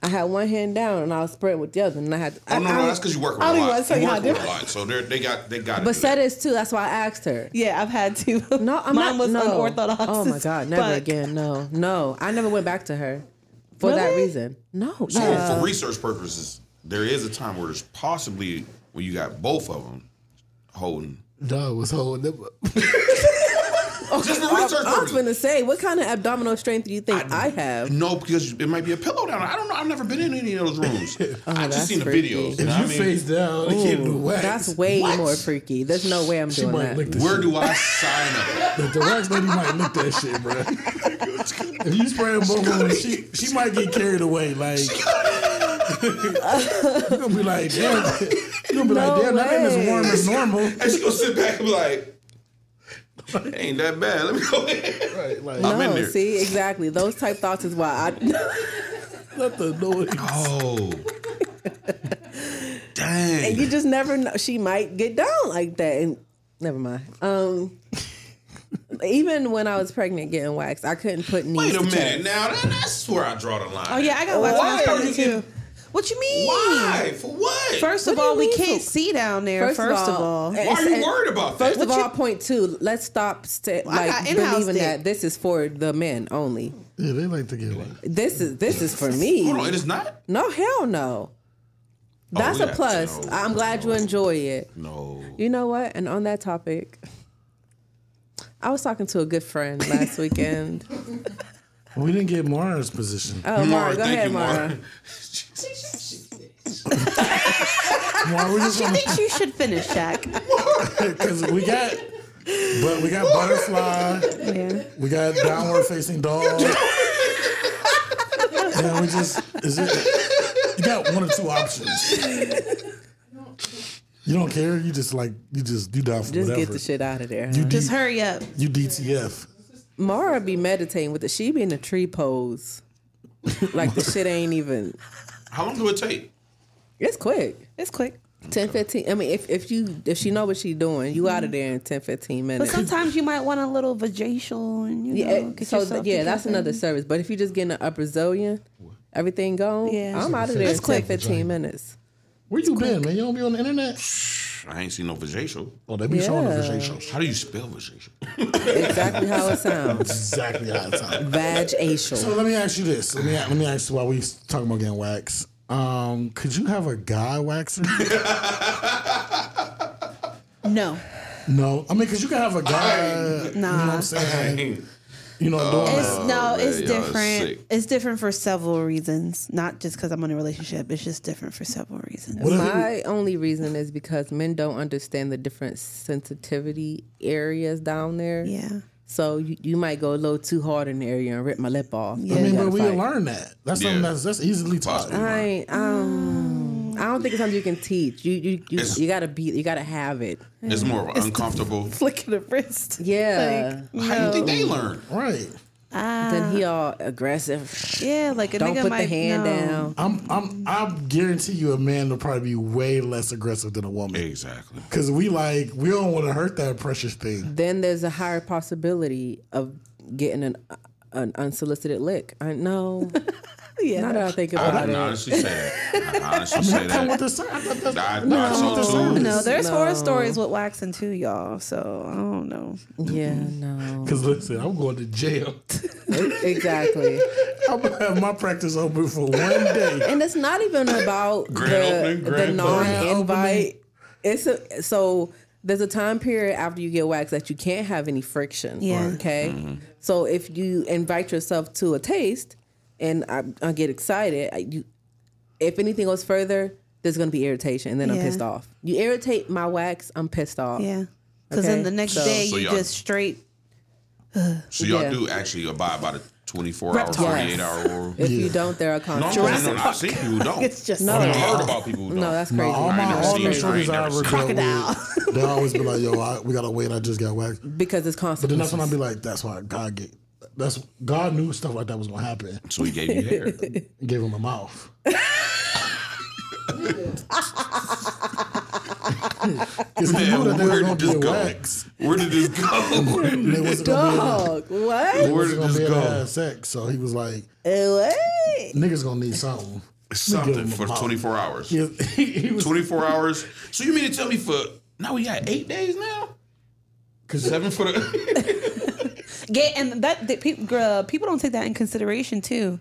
S2: I had one hand down and I was spreading with the other, and I had.
S5: Oh,
S2: I,
S5: no,
S2: I-
S5: no, that's because you work with
S6: I
S5: a
S6: don't even
S5: lot.
S6: wanna tell
S5: You
S6: you
S5: work
S6: how
S5: with
S6: I
S5: a
S6: do
S5: lot, so they're- they got they got.
S2: But said is too. That's why I asked her.
S6: Yeah, I've had to.
S2: No, I'm
S6: Mine
S2: not.
S6: was
S2: no.
S6: unorthodox.
S2: Oh my
S6: as
S2: god, never
S6: fuck.
S2: again. No, no, I never went back to her for that
S6: Really?
S2: reason. No,
S5: So
S2: yeah.
S5: for research purposes, there is a time where there's possibly when you got both of them holding.
S4: Dog was holding them up.
S5: Just for research
S2: I was
S5: purposes.
S2: gonna say, what kind of abdominal strength do you think I, have?
S5: No, because it might be a pillow down. there. I don't know. I've never been in any of those rooms. I
S2: that's
S5: just seen the
S2: freaky.
S5: videos.
S4: Oh, If
S5: You know
S4: you
S5: what I mean?
S4: face down, they can't do wax.
S2: That's way more freaky. There's no way I'm
S4: She
S2: doing
S4: might
S2: that.
S4: lick the
S5: Where
S4: shit.
S5: do I sign up?
S4: But the wax lady might lick that shit, bro. if you spraying both of them, she she might get carried away. Like you're gonna be like, damn, you're gonna be like, damn, that ain't as warm as normal.
S5: And she gonna sit back and be like, "Ain't that bad? Let me go." In.
S4: Right, like
S5: I'm in
S2: no,
S5: there.
S2: see, exactly. Those type thoughts is why I.
S4: let the noise.
S5: Oh, dang!
S2: you just never know. She might get down like that, and Never mind. Um, even when I was pregnant getting waxed, I couldn't put knees.
S5: Wait a
S2: to chest.
S5: minute now. That, that's where I draw the line.
S6: Oh yeah, I got waxed when I was pregnant too. What you mean?
S5: Why? For what?
S6: First of
S5: What do
S6: all,
S5: you
S6: we
S5: mean
S6: can't
S5: for-
S6: see down there. First, of all,
S5: Why are you worried about
S2: First
S5: that?
S2: of all, point two. Let's stop st-
S6: Well, I
S2: like
S6: got in-house
S2: believing
S6: dick.
S2: that this is for the men only.
S4: Yeah, they like to get like.
S2: This is this is for me.
S5: Hold on, it is not?
S2: No, hell no. That's
S5: we
S2: a
S5: got-
S2: plus.
S5: Oh, no,
S2: I'm glad you enjoy it.
S5: No.
S2: You know what? And on that topic, I was talking to a good friend last weekend.
S4: We didn't get Mara's position.
S2: Oh, Mara, go ahead, Mara.
S4: Mara, we just
S6: She
S4: want
S6: thinks you should finish, Jack.
S4: because we got, but we got butterfly.
S6: Yeah.
S4: We got downward facing dog. yeah, we just is it? You got one or two options. You don't care. You just like you just you die for
S2: Just
S4: whatever.
S2: get the shit out of there.
S4: You
S2: huh?
S4: D-
S6: Just hurry up.
S4: you DTF.
S2: Mara be meditating with it. She be in a tree pose. like the shit ain't even.
S5: How long do it take?
S2: It's quick.
S6: It's quick.
S2: 10, 15. I mean, if, if you if she know what she doing, you
S5: Mm-hmm.
S2: out of there in 10, 15
S6: But
S2: minutes.
S6: sometimes you might want a little vaginal and you
S2: Yeah,
S6: know,
S2: it-
S6: get
S2: so th-
S6: yourself
S2: yeah, that's
S6: together.
S2: another service. But if you just getting an upper zillion, everything gone,
S6: Yeah.
S2: I'm out of there
S6: It's
S2: in 10,
S6: quick.
S2: 15 minutes.
S4: Where you been, man? You don't be on the internet.
S5: I ain't seen no vaginal.
S4: Oh, they be showing the vaginal.
S5: How do you spell vaginal?
S2: Exactly how it sounds.
S4: Exactly how it sounds. So
S2: Vag-acial.
S4: let me ask you this. Let me let me ask you while we talking about getting waxed. Um, could you have a guy waxer?
S6: No.
S4: no, I mean, cause you can have a guy. You know what
S6: Nah.
S4: I'm saying? You
S5: Uh,
S4: know, doing
S6: It's
S4: that.
S6: no,
S5: man,
S6: it's
S5: y'all
S6: different.
S5: sick.
S6: It's different for several reasons, not just because I'm in a relationship. It's just different for several reasons.
S4: What if it-
S2: My only reason is because men don't understand the different sensitivity areas down there.
S6: Yeah,
S2: So you, you might go a little too hard in the area and rip my lip off.
S6: Yeah.
S4: I mean,
S2: You
S4: but
S2: gotta
S4: we
S2: fight.
S4: learn that. That's
S5: Yeah.
S4: something that's that's easily taught.
S5: Possibly.
S2: I ain't, um, I don't think it's something you can teach. You you you,
S5: It's-
S2: you gotta be you gotta have it.
S5: It's more of an uncomfortable.
S6: flick of the wrist.
S2: Yeah.
S5: How do you think they learn?
S4: Right.
S2: then he all aggressive.
S6: Yeah, like a
S2: Don't
S6: uh, nigga
S2: put
S6: might
S2: the hand
S6: no.
S2: down.
S4: I'm I'm I guarantee you, a man will probably be way less aggressive than a woman.
S5: Exactly.
S4: Cause we like we don't want to hurt that precious thing.
S2: Then there's a higher possibility of getting an an unsolicited lick. I know.
S6: Yeah,
S2: now that I think
S5: I
S2: about
S5: can
S2: it.
S5: honestly say that. I can honestly say
S4: Come with
S5: that.
S4: the ser- I thought that's-
S5: I
S4: no,
S5: thought
S4: with the
S5: so too.
S4: service.
S6: No, there's
S2: No.
S6: horror stories with waxing too, y'all. So I don't know.
S2: Yeah, no.
S4: Cause listen, I'm going to jail.
S2: exactly.
S4: I'm gonna have my practice open for one day.
S2: And it's not even about
S5: Grand
S2: the,
S5: opening,
S2: the
S5: grand
S2: non-invite. It's a, so there's a time period after you get waxed that you can't have any friction.
S6: Yeah. Right.
S2: Okay.
S5: Mm-hmm.
S2: So if you invite yourself to a taste, and I, I get excited, I, you, if anything goes further, there's gonna be irritation, and then I'm
S6: Yeah.
S2: pissed off. You irritate my wax, I'm pissed off.
S6: Yeah, because
S2: Okay,
S6: then the next
S2: so-
S6: day
S5: So
S6: you
S5: y'all-
S6: just straight.
S5: So y'all
S2: Yeah.
S5: do actually abide by the 24 hour,
S6: Reptiles.
S5: 48 hour rule.
S2: If you don't, there are
S5: No, I'm
S2: consequences.
S5: saying, no, no, I've seen people who don't.
S6: It's just
S5: I've
S2: No.
S5: heard about people who don't.
S2: No, that's
S4: No,
S2: crazy.
S4: all
S5: I ain't
S4: my
S5: never
S4: all
S5: seen
S4: my
S5: it. I
S4: shoulders
S5: ain't
S4: I
S5: never
S4: ever
S5: seen it.
S4: dealt with, they always be like, "Yo, I, we gotta wait. I just got whacked."
S2: Because it's
S4: But then
S2: consequences.
S4: that's when I be like, "That's why God get. That's God knew stuff like that was gonna happen.
S5: So he gave you hair.
S4: and Gave him a mouth." Because he knew that they was
S5: Where
S4: gonna
S5: did this
S4: get
S5: go?
S4: waxed.
S5: Where did this go?
S4: And they wasn't gonna
S2: Dog, what?
S4: be,
S5: Where
S4: was
S5: did
S4: gonna be able
S5: this
S4: to
S5: go?
S4: have sex. So he was like,
S2: What?
S4: "Niggas gonna need something."
S5: Something
S4: him a
S5: for
S4: mouth.
S5: 24 hours.
S4: He, he was
S5: 24 hours. So you mean to tell me for now we got eight days now? Cause seven for the
S6: Yeah, and that, that pe- uh, people don't take that in consideration too,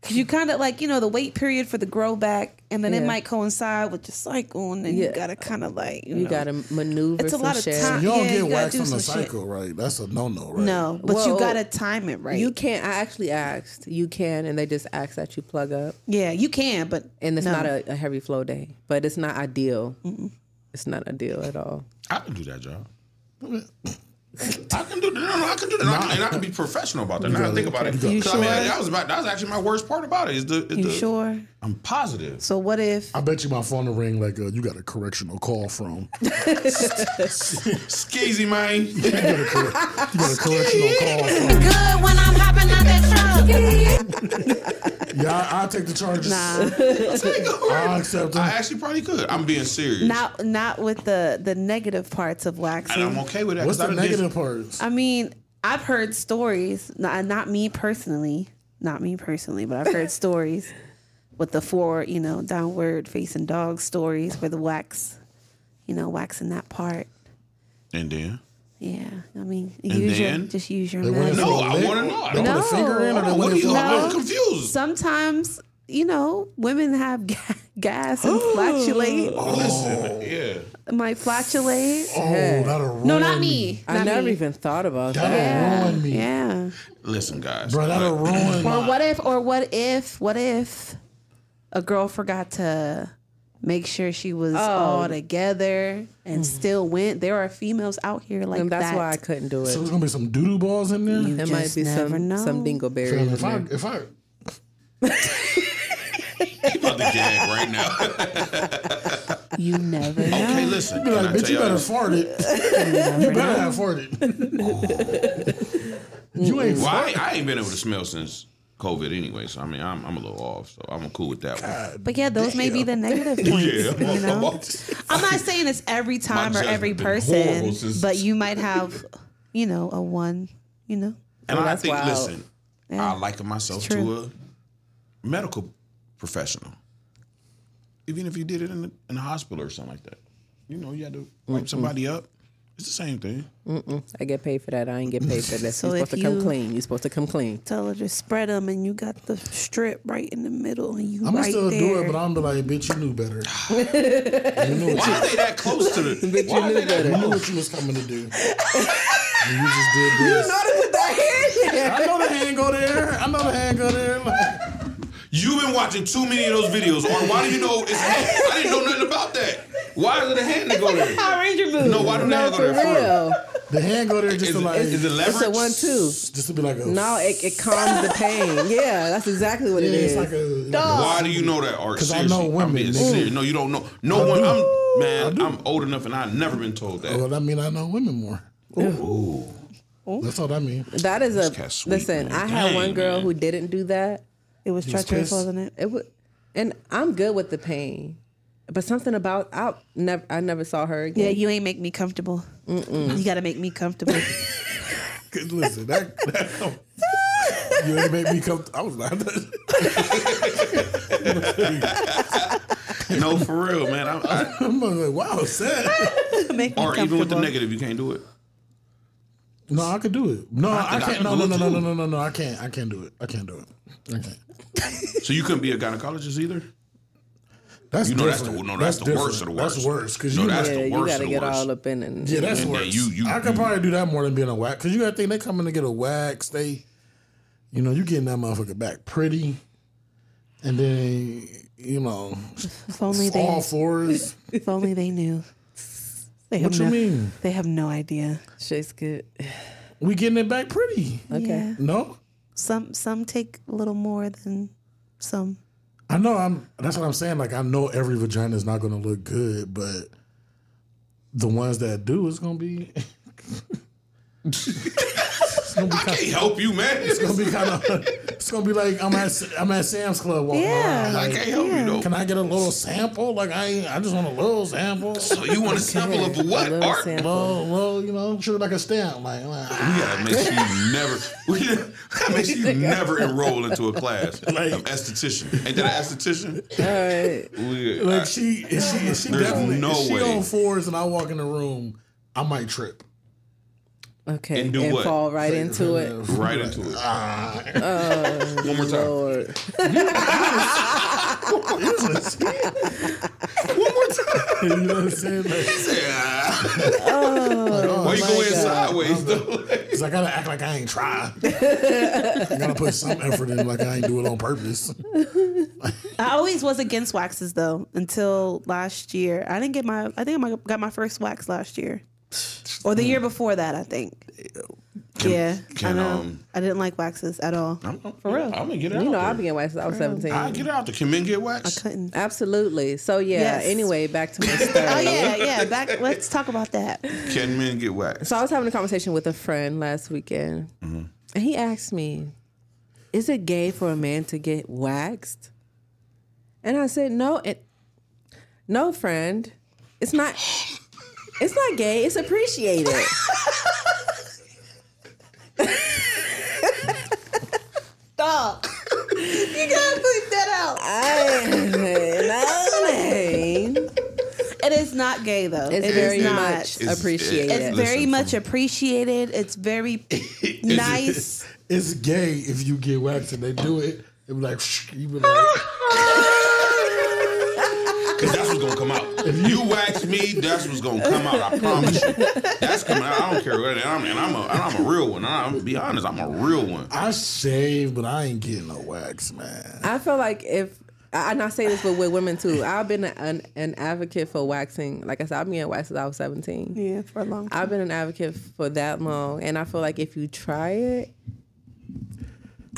S6: because you kind of like you know the wait period for the grow back, and then it
S2: Yeah.
S6: might coincide with your cycle, and then you
S2: Yeah.
S6: gotta kind of like you,
S2: You
S6: know.
S2: gotta maneuver.
S6: It's a
S2: some
S6: lot of
S2: shit.
S6: time.
S4: You don't
S6: Yeah,
S4: get
S6: you gotta
S4: waxed
S6: do
S4: on the
S6: some shit.
S4: cycle, right? That's a no no, right?
S6: No, but you
S2: Well-
S6: gotta time it right.
S2: You can't. I actually asked. You can, and they just ask that you plug up,
S6: yeah, you can, but
S2: and it's
S6: no.
S2: not a, a heavy flow day, but it's not ideal. It's not ideal at all.
S5: I can do that job. I can do that. No, no, I can do that. I can- and I can be professional about that. Now that I think about it.
S4: You
S5: 'Cause I mean,
S6: sure?
S5: that was about that was actually my worst part about it. Is the, is
S6: You
S5: the
S6: sure?
S5: I'm positive.
S6: So what if?
S4: I bet you my phone will ring like, uh, you got a correctional call from. You
S5: Skeezy man.
S4: got a, corre- you got a correctional call from.
S7: Good when I'm hopping out that truck.
S4: Yo, Yeah, I, will take the charges.
S6: Nah.
S4: I accept them.
S5: I actually probably could. I'm being serious.
S6: not not with the the negative parts of waxing.
S5: And I'm okay with that.
S4: What's
S5: 'cause
S4: the
S5: I done did-
S4: negative parts?
S6: I mean, I've heard stories, not, not me personally, not me personally, but I've heard stories with the four, you know, downward facing dog stories where the wax, you know, waxing that part.
S5: And then.
S6: Yeah, I mean,
S5: And
S6: use your,
S5: then?
S6: just use your
S5: They went in
S6: imagination.
S5: for a No, I lick? wanna know. They put a
S6: No,
S5: finger in or they went in for a
S6: no.
S5: lick? I'm confused.
S6: Sometimes, you know, women have ga- gas and flatulate.
S4: Oh.
S5: Listen, yeah.
S6: Might flatulate.
S5: Oh, that'll
S6: no, not
S5: ruin
S6: me.
S2: I
S6: Not
S2: never
S6: me.
S2: even thought about
S6: That'll
S2: that.
S6: ruin me. Yeah.
S5: Listen, guys.
S4: Bro, that'll ruin
S6: Or what if? Or what if? What if a girl forgot to make sure she was
S2: Oh.
S6: all together
S4: Hmm.
S6: and still went? There are females out here like
S2: and that's
S6: that.
S2: why I couldn't do it.
S4: So there's gonna be some doodoo balls in
S2: there
S4: there.
S2: might
S6: just
S2: be
S6: never
S2: some
S6: know.
S2: some dingleberry.
S4: Fam,
S2: in
S4: if I
S2: there.
S4: if I
S5: You about to gag right now.
S6: you never know.
S5: Okay, listen.
S4: be
S5: Can
S4: like,
S5: I
S4: bitch,
S5: tell
S4: you better
S5: y'all?
S4: fart it. you better have farted. you ain't
S5: Well, I,
S4: farted.
S5: I ain't been able to smell since COVID anyway, so I mean, I'm, I'm a little off, so I'm cool with that one.
S6: But yeah, those may be the negative points.
S5: Yeah,
S6: you know? I'm not saying it's every time or
S5: judgment
S6: every
S5: been
S6: person,
S5: horrible since-
S6: but you might have, you know, a one, you know.
S5: And I think,
S6: wild.
S5: listen,
S6: Yeah.
S5: I liken myself
S6: It's
S5: to
S6: true.
S5: a medical professional. Even if you did it in the, in the hospital or something like that, you know, you had to wipe
S2: Mm-mm.
S5: somebody up. It's the same thing.
S2: Mm-mm. I get paid for that. I ain't get paid for that.
S6: So
S2: you're
S6: if
S2: supposed to come
S6: you-
S2: clean. You're supposed to come clean.
S6: Tell her to spread them, and you got the strip right in the middle, and you
S4: I'm gonna
S6: right
S4: still
S6: there.
S4: do it, but I'm gonna be like, bitch, you knew better. you knew
S5: Why
S4: what
S5: are they that close to the?
S4: you,
S5: why are
S4: knew
S5: they that
S4: better. You knew
S5: close?
S4: what you was coming to do. And you just did this. I know the hand go there. I know the hand go there.
S5: You've been watching too many of those videos, or why do you know it's hand? I didn't know nothing about that. Why is it a hand that go there?
S6: Ranger
S5: No, why do the hand go there? For real?
S4: The hand go there just
S5: Is
S4: to
S5: it-
S4: like
S5: is it leverage?
S2: It's a one two.
S4: just to be like a
S2: No, it, it calms the pain. Yeah, that's exactly what it
S4: Yeah, it's
S2: is.
S4: like a- like a-
S2: Dog.
S5: Why do you know that, Art?
S4: 'Cause I
S5: Seriously,
S4: know
S5: I'm
S4: women,
S5: being
S4: nigga.
S5: serious. No, you don't know. No
S4: I
S5: one.
S4: do.
S5: I'm man. I'm old enough, and I've never been told that.
S4: Well, I mean, I know women more. That's all I mean.
S2: That is a
S5: cat's sweet,
S2: listen.
S5: man.
S2: I had
S5: Dang,
S2: one girl
S5: man.
S2: who didn't do that.
S6: It was
S4: He was
S6: treacherous,
S4: pissed.
S6: wasn't it?
S2: It would, and I'm good with the pain, but something about I never I never saw her
S6: Yeah,
S2: again.
S6: you ain't make me comfortable. You gotta make me comfortable.
S4: 'Cause Listen, that, that you ain't make me come. I was like,
S5: No, for real, man. I'm, I,
S4: I'm like, wow, sad.
S6: make me
S5: or even with the
S6: comfortable.
S5: negative, you can't do it.
S4: No, I could do it. No, I,
S5: think I
S4: can't.
S5: can
S4: No,
S5: do
S4: no,
S5: it
S4: no, no,
S5: too.
S4: no, no, no, no. I can't. I can't do it. I can't do it. I can't.
S5: So you couldn't be a gynecologist either.
S4: That's
S5: You know that's the
S4: different.
S5: no, that's, the worst of
S4: different.
S5: the worst.
S4: That's worse because
S5: no,
S4: you.
S5: that's
S2: yeah,
S5: the
S2: you
S5: worst
S2: gotta
S5: of the
S2: get
S5: worst.
S2: all up in and
S4: yeah, that's
S5: Yeah,
S4: worse.
S5: you- you-
S4: I could
S5: you-
S4: probably do that more than being a wax because you got to think they coming to get a wax. They, you know, you getting that motherfucker back pretty, and then you know,
S6: If only
S4: all
S6: they,
S4: fours.
S6: if only they knew. They have
S4: What you
S6: no,
S4: mean?
S6: They have no idea.
S2: Shit's good.
S4: We getting it back pretty.
S2: Okay.
S6: Yeah.
S4: No,
S6: Some some take a little more than some.
S4: I know. I'm. That's what I'm saying. Like I know every vagina is not going to look good, but the ones that do, it's going to be. it's going to be
S5: I
S4: kind
S5: can't help you, man.
S4: It's gonna be kind of. It's gonna be like I'm at I'm at Sam's Club walking
S6: Yeah.
S4: around.
S5: I
S4: Like,
S5: can't help you though.
S4: can I get a little sample? Like I ain't- I just want a little sample.
S5: So you want a sample of what,
S2: little
S5: Art?
S2: sample.
S4: Well, well, you know, sure, like a stamp. Like, like,
S5: We gotta make sure you never. We gotta make sure you never enroll into a class of esthetician. Ain't that an esthetician?
S2: All right.
S5: We-
S4: like she, if she, if she
S5: There's
S4: definitely.
S5: no
S4: if she
S5: way.
S4: on fours and I walk in the room, I might trip.
S2: Okay.
S5: And do what?
S2: fall right into it.
S5: right into it.
S4: Ah.
S5: One more time.
S2: Or
S5: One more time.
S4: You know what I'm saying? Like,
S5: Why you
S2: Oh, my God.
S5: going sideways though?
S4: Cause I gotta act like I ain't try. I gotta put some effort in, like I ain't do it on purpose.
S6: I always was against waxes though until last year. I didn't get my. I think I got my first wax last year, or the year before that. I think. yeah,
S5: can,
S6: I know.
S5: um,
S6: I didn't like waxes at all.
S5: I'm, for real. I'm gonna get it out.
S2: you know, I
S5: there.
S2: began waxed. I was seventeen.
S5: I get it out there. Can men get waxed?
S6: Couldn't.
S2: Absolutely. So yeah.
S6: Yes.
S2: Anyway, back to my
S6: Oh
S2: story.
S6: yeah, yeah. Back. Let's talk about that.
S5: Can men get waxed?
S6: Mm-hmm.
S2: So I was having a conversation with a friend last weekend, and he asked me, is it gay for a man to get waxed? And I said, no, it, no, friend, it's not. It's not gay. It's appreciated.
S6: Stop. you gotta bleep that out.
S2: I know.
S6: It is not gay though.
S2: It's
S6: It is
S2: very
S6: not.
S2: much appreciated.
S6: It's very much appreciated. It's very nice.
S4: It's, gay if you get waxed and they do it. It be like you be like
S5: Cause that's what's gonna come out. If you wax me, that's what's gonna come out. I promise you. That's coming out. I don't care what. And I'm, and I'm a, and I'm a real one. I'm gonna be honest. I'm a real one.
S4: I shave, but I ain't getting no wax, man.
S2: I feel like if I- and I say this with, with women too, I've been an, an advocate for waxing. Like I said, I've been getting waxed since I was seventeen.
S6: Yeah, for a long
S2: I've been an advocate for that long, and I feel like if you try it,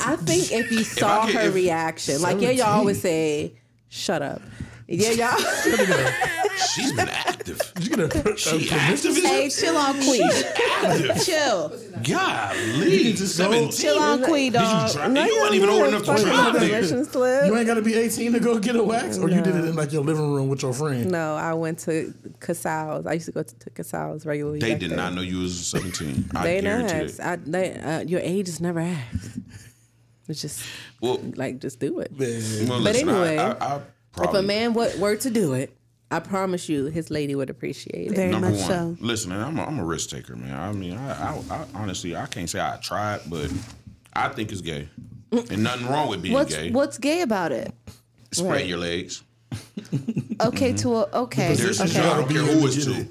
S2: I think if you
S5: I
S2: saw
S5: could-
S2: her
S5: if-
S2: reaction, like yeah, y'all always say, "Shut up," yeah, y'all.
S5: She's been active.
S4: You get a, a
S5: She
S4: permission?
S5: active.
S6: Hey,
S5: as
S6: chill on Queen.
S5: active.
S6: chill.
S5: a- Golly, seventeen.
S6: Chill on Queen, dog.
S5: Did you try- you wasn't even old enough to try, nigga.
S4: You ain't got to be 18 to go get a wax, or you did it in like your living room with your friend.
S2: No, I went to Casals. I used to go to, to Casals regularly.
S5: They
S2: back
S5: did
S2: then.
S5: not know you was seventeen. I
S2: They not
S5: guarantee
S2: asked.
S5: it.
S2: I, they, uh, your age is never asked. It's just
S5: Well,
S2: like just do it.
S5: well,
S2: but
S5: listen, I-
S2: anyway,
S5: I, I,
S2: if
S5: probably
S2: a man w- were to do it, I promise you, his lady would appreciate it.
S6: Very
S5: Number
S6: much
S5: one,
S6: so.
S5: listen, and I'm a, I'm a risk taker, man. I mean, I, I, I honestly, I can't say I tried, but I think it's gay, and nothing wrong with being
S6: What's
S5: gay.
S6: what's gay about it?
S5: Spread
S6: right.
S5: your legs.
S6: Okay, to a okay.
S5: Mm-hmm. There's
S6: okay.
S5: I don't care who it's to.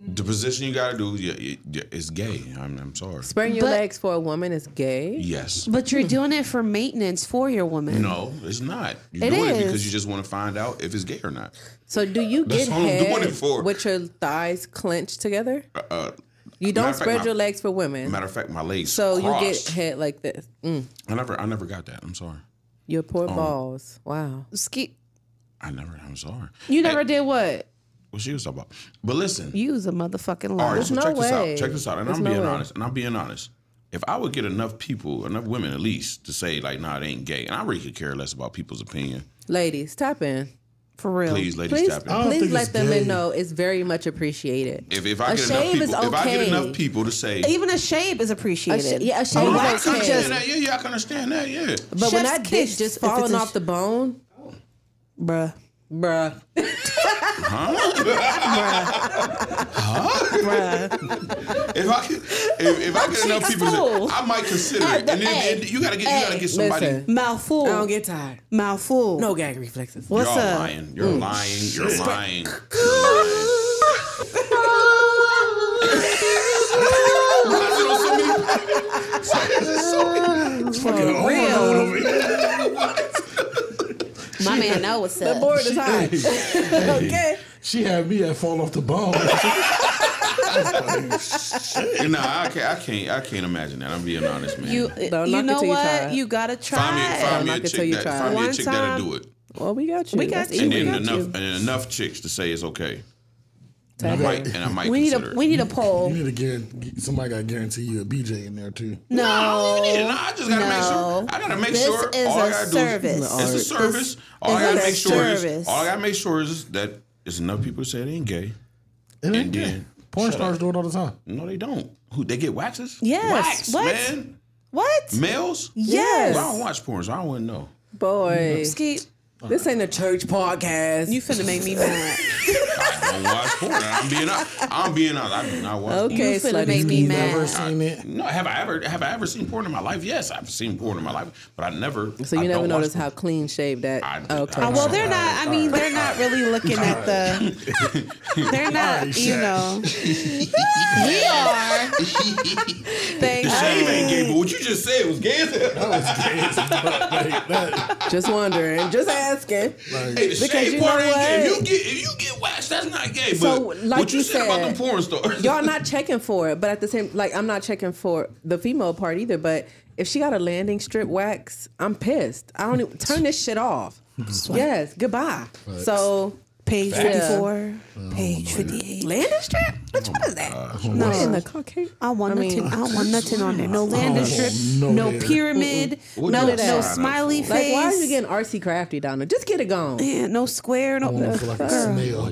S5: The position you gotta do, yeah, it, yeah, it's gay. I'm, I'm sorry.
S2: Spreading your
S6: But-
S2: legs for a woman is gay.
S5: Yes.
S6: But you're doing it for maintenance for your woman.
S5: No, it's not. You're
S6: It
S5: doing it
S6: is.
S5: because you just want to find out if it's gay or not.
S2: So do you get
S5: That's what I'm doing
S2: head
S5: it for.
S2: with your thighs clenched together?
S5: Uh, Uh,
S2: You don't
S5: matter of fact,
S2: spread
S5: my-
S2: your legs for women.
S5: Matter of fact, my legs.
S2: So you get
S5: crossed.
S2: head like this. Mm,
S5: I never, I never got that. I'm sorry.
S2: your poor
S5: Um,
S2: balls. Wow.
S6: Ski-
S5: I never. I'm sorry.
S6: you never did what?
S5: What she was talking about. But listen,
S6: You was a motherfucking
S5: All
S6: liar.
S5: right, so
S2: no
S5: check this
S2: way.
S5: out. Check this out. And
S2: There's
S5: I'm
S2: no
S5: being
S2: way.
S5: honest. And I'm being honest. If I would get enough people, enough women at least, to say like, nah, it ain't gay, and I really could care less about people's opinion.
S2: Ladies, tap in.
S6: For real.
S5: Please, ladies,
S2: Please,
S5: tap in.
S4: don't
S2: please
S4: think
S2: let
S4: it's
S2: the
S4: gay.
S2: men know it's very much appreciated.
S5: if if
S2: a
S5: I get enough
S2: shave is
S5: people, if I get
S2: okay.
S5: enough people to say,
S6: Even a shave is
S2: A
S6: appreciated.
S2: sh- yeah, a shave
S5: oh,
S2: is
S5: I can
S2: okay.
S5: understand that. Yeah, yeah, I can understand that. Yeah.
S2: But when
S6: Chef's
S2: that dick
S6: kiss
S2: just
S6: if it's
S2: falling
S6: a
S2: off
S6: sh-
S2: the bone,
S6: bruh.
S2: bruh.
S5: If I could- if, if I get enough people, to
S6: full.
S5: say, I might consider it. And then and you gotta get you gotta get somebody.
S2: Listen,
S6: Mouthful.
S2: I don't get tired.
S6: mouthful.
S2: No gag reflexes.
S6: What's
S5: Y'all
S6: up?
S5: lying.
S2: Mm.
S5: You're lying. You're lying. You're lying. Why is it on so many-
S4: It's fucking overload over here.
S6: My man know what's up.
S2: Board is high. okay.
S4: She had me at fall off the bone.
S5: so- nah, I can't, I can't. I can't imagine that. I'm being honest, man.
S6: You,
S2: knock
S6: you
S2: it
S6: know
S2: till you
S6: what?
S2: try it.
S6: You gotta
S5: find me,
S6: try. it.
S5: find me
S2: Knock
S5: a
S2: it till
S5: chick
S2: you
S5: that
S2: try.
S5: find me a
S6: One
S5: chick
S6: time-
S5: that'll do it,
S2: Well, we got you.
S6: We got
S2: That's
S6: you.
S2: easy.
S5: and
S6: we
S5: then
S6: got
S5: enough
S6: you.
S5: and enough chicks to say it's okay.
S2: Tap
S5: I
S2: in.
S5: might, and I might
S6: We need
S5: consider
S6: a we need a
S4: you
S6: poll.
S4: need to guarantee somebody got to guarantee you a BJ in there too.
S5: it.
S6: No,
S5: you need it. Nah, I just gotta make sure.
S6: No.
S5: I gotta make
S6: This
S5: sure.
S6: is
S5: all I
S6: a
S5: gotta
S6: service.
S5: Do is, it's a service. all I
S6: is
S5: gotta
S6: a
S5: make sure
S6: service.
S5: is all I gotta make sure is that there's enough people to say they ain't gay.
S4: It ain't
S5: then-
S4: gay. Porn
S5: shut
S4: stars
S5: up.
S4: do it all the time.
S5: No, they don't. Who they get waxes?
S6: Yes.
S5: Wax,
S6: What?
S5: man.
S6: What?
S5: Males?
S6: Yes.
S5: Well, I don't watch porn, so I wouldn't know.
S2: Boy,
S6: Skeet,
S2: this ain't a church podcast.
S6: you finna make me mad.
S5: I don't watch porn. I'm being honest. I'm being honest. I do not watch. porn.
S2: okay,
S6: you finna
S2: slutty.
S6: make me
S4: You
S6: mad.
S4: never seen it.
S5: No, have I ever have I ever seen porn in my life? Yes, I've seen porn in my life, but I never.
S2: So
S5: I
S2: you never
S5: don't
S2: notice
S5: watch
S2: how clean shaved that.
S5: I did-
S2: okay.
S5: I-
S6: Oh, well, they're not. I mean, they're not really looking at the. They're not. You know. We are. Thank
S5: porn. The shame ain't gay, but what you just said was gay. As hell.
S2: just wondering, just asking.
S5: Hey, the
S2: Because you
S5: shame porn
S2: know
S5: ain't gay. If
S2: what?
S5: you get if you get waxed, that's not gay. But
S2: So, like
S5: what you,
S2: you
S5: said about
S2: said,
S5: the porn stars,
S2: Y'all not checking for it, but at the same, like I'm not checking for the female part either. But if she got a landing strip e-, wax, I'm pissed. I don't even, turn this shit off. yes, goodbye. So
S6: Page
S2: Facts. Yeah.
S6: 54,
S5: Oh,
S6: page 58.
S2: Landing strip?
S6: Which one is that?
S2: No, in the cockade.
S6: I want nothing. I want nothing on there.
S5: Oh,
S6: No landing strip.
S2: no
S6: No,
S2: hair.
S6: pyramid.
S2: Mm-mm.
S6: No,
S2: Look at that.
S6: no smiley
S2: Like,
S6: face.
S2: why are you getting RC crafty down there? Just get it gone.
S6: Yeah, no square. No. Girl.
S5: What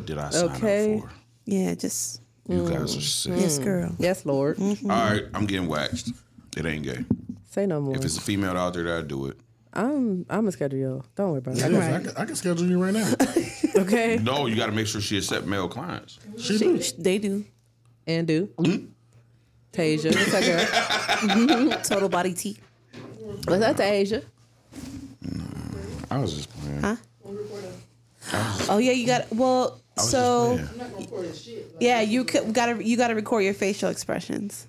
S5: did I sign up
S2: Okay. Mm.
S6: Yeah, just.
S5: for? You guys are sick.
S6: Yes, girl.
S2: Yes, Lord.
S6: Mm-hmm.
S5: All right, I'm getting waxed. It ain't gay.
S2: Say no more.
S5: If it's a female out there, that I do it.
S2: I'm I'm a schedule y'all. Don't worry about
S4: I
S2: it.
S4: can, I, can, I can schedule you right now.
S2: Okay.
S5: No, you got to make sure she accept male clients.
S4: She do.
S6: They do.
S2: And do. Tasia. What's that girl?
S6: Mm-hmm. Total body tea.
S2: What's up, Tasia?
S5: I was just playing.
S6: Huh? Oh yeah, you got. Well,
S5: I was
S6: so
S5: just
S6: yeah, you could, gotta you gotta record your facial expressions.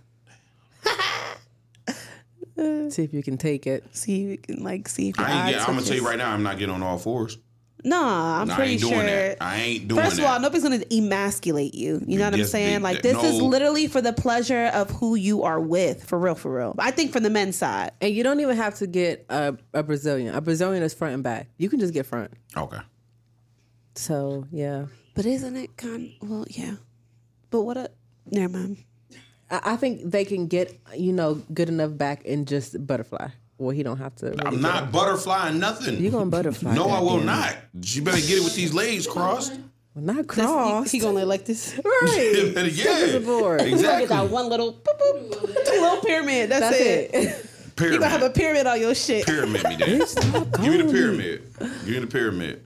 S2: See if you can take it.
S6: See if you can like see if your
S5: I ain't get,
S6: eyes
S5: I'm gonna tell you
S6: focus.
S5: right now, I'm not getting on all fours.
S6: Nah, I'm
S5: Nah, I
S6: pretty
S5: ain't doing
S6: sure.
S5: that. I ain't doing
S6: First of
S5: that.
S6: all, nobody's gonna emasculate you. You know what I'm
S5: Yes,
S6: saying?
S5: they-
S6: Like
S5: they-
S6: this is
S5: no.
S6: literally for the pleasure of who you are with, for real, for real. I think from the men's side.
S2: And you don't even have to get a, a Brazilian. A Brazilian is front and back. You can just get front.
S5: Okay.
S2: So yeah.
S6: But isn't it kind? Well, yeah. But what a never mind.
S2: I, I think they can get, you know, good enough back in just butterfly. Well, he don't have to. really
S5: I'm
S2: get
S5: not butterflying nothing. You
S2: gonna butterfly?
S5: No, I will
S2: goddamn.
S5: not. You better get it with these legs crossed.
S2: Well, not cross.
S6: He gonna look like this,
S2: right?
S5: Better-
S2: Simple as a board.
S5: yeah,
S6: He's gonna get that
S5: exactly.
S6: one little boop, boop, two little pyramid. That's,
S2: That's
S6: it. You
S5: Pyramid.
S6: gonna have a pyramid on your shit.
S5: pyramid me then. Give me the pyramid. Give me the pyramid.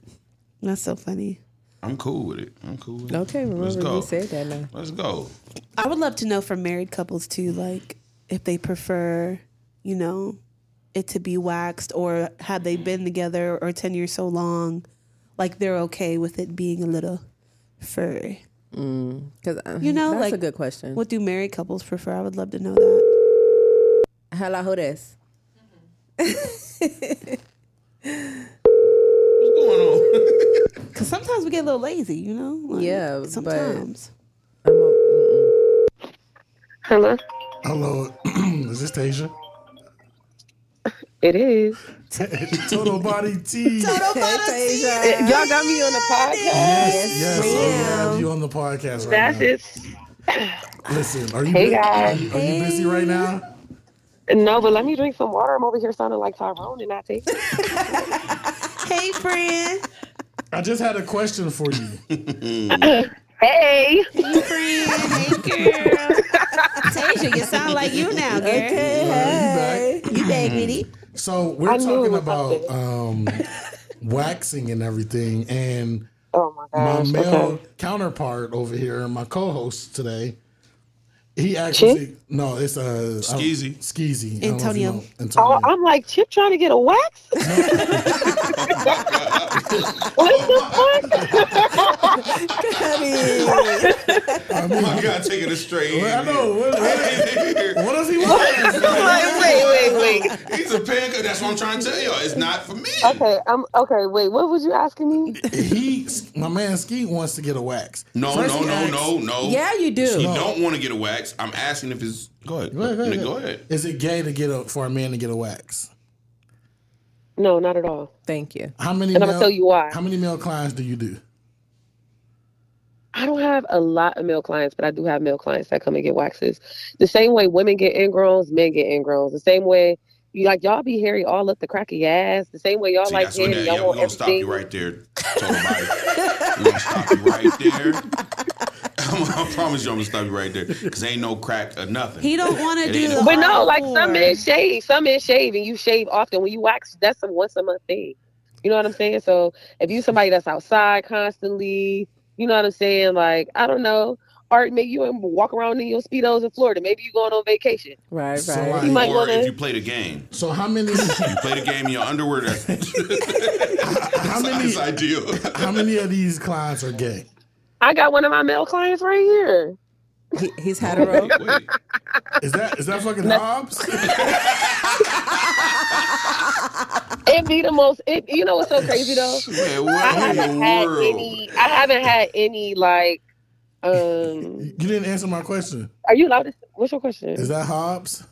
S6: That's so funny.
S5: I'm cool with it. I'm cool with it.
S2: Okay,
S5: Let's
S2: remember
S5: go.
S2: you said that now.
S5: Let's go.
S6: I would love to know from married couples too, like if they prefer, you know, it to be waxed or had they been together or ten years so long, like they're okay with it being a little furry.
S2: Because
S6: You
S2: uh,
S6: know,
S2: that's
S6: like
S2: a good question.
S6: What do married couples prefer? I would love to know that.
S2: Hello, who this?
S6: Because sometimes we get a little lazy, you know. Like,
S2: Yeah, but-
S6: sometimes.
S12: Hello,
S4: Hello, is this Tasia?
S12: it is.
S4: Total body tea.
S6: Total
S12: Y'all got me on the podcast.
S4: Yes, yes, we have you on the podcast right
S12: That's
S4: now.
S12: it.
S4: Listen, are you
S12: Hey,
S4: bu-
S12: guys.
S4: Are you busy right now?
S12: No, but let me drink some water. I'm over here sounding like Tyrone, and I take.
S6: Hey, friend.
S4: I just had a question for you.
S6: Hey,
S12: Hey.
S6: friend. Hey, girl. Tasia, you sound like you now, girl.
S4: Okay,
S6: You back with it.
S4: So we're
S12: I knew it
S4: talking
S12: was
S4: about um, waxing and everything, and
S12: Oh my gosh.
S4: my male
S12: okay.
S4: counterpart over here, my co-host today, he actually no, it's uh,
S5: Skeezy.
S4: uh, Skeezy. I don't know if you
S6: Antonio.
S4: know Antonio.
S12: Oh, I'm like Chip trying to get a wax. what the fuck?
S4: I
S5: Oh
S4: mean,
S5: my God, taking it straight.
S4: I know. What, what,
S5: He's
S4: what does he want?
S12: I'm like, wait, wait, wait.
S5: a pancake. That's what I'm trying to tell y'all. It's not for me.
S12: Okay, I'm okay. Wait, what was you asking me?
S4: he, my man Ski wants to get a wax.
S5: No,
S4: First
S5: no,
S4: he
S5: no,
S4: asked-
S5: no, no.
S2: Yeah, you do.
S5: He don't want to get a wax. I'm asking if it's. Go ahead.
S4: Go ahead, go ahead,
S5: Go
S4: go
S5: ahead.
S4: Is it gay to get a for a man to get a wax?
S12: No, not at all.
S2: Thank you.
S4: How many?
S12: And I'ma
S4: male-
S12: tell you why.
S4: How many male clients do you do?
S12: I don't have a lot of male clients, but I do have male clients that come and get waxes. The same way women get ingrowns, men get ingrowns. The same way you like y'all be hairy all up the crack of your ass. The same way y'all
S5: See,
S12: like
S5: that's what
S12: hairy,
S5: that.
S12: y'all
S5: Yeah, we're
S12: want
S5: gonna stop
S12: everything.
S5: you right there. Total body. we're gonna E stop you right there. I'm, I promise you, I'm gonna stop you right there because ain't no crack or nothing.
S6: He don't want to
S5: It
S6: do
S5: ain't
S6: the.
S5: no-
S12: But no,
S6: all
S12: like some men
S6: four.
S12: shave, some men shave, and you shave often. When you wax, that's a once a month thing. You know what I'm saying? So if you somebody that's outside constantly, you know what I'm saying? Like I don't know, art maybe you and walk around in your speedos in Florida. Maybe you going on vacation.
S2: Right,
S4: So
S2: right.
S4: like-
S12: You might
S5: or
S12: want
S5: if
S12: to.
S5: you play the game,
S4: So how many?
S5: you play the game in your underwear. That's,
S4: how many?
S5: that's ideal.
S4: How many of these clients are gay?
S12: I got one of my male clients right here.
S2: He, he's hetero.
S5: Wait, wait.
S4: Is that is that fucking Hobbs?
S12: It be the most. It, you know what's so crazy though?
S5: Man,
S12: I
S5: what in
S12: haven't
S5: the
S12: had
S5: world?
S12: any. I haven't had any like. Um,
S4: you didn't answer my question.
S12: are you allowed to? What's your question?
S4: Is that Hobbs?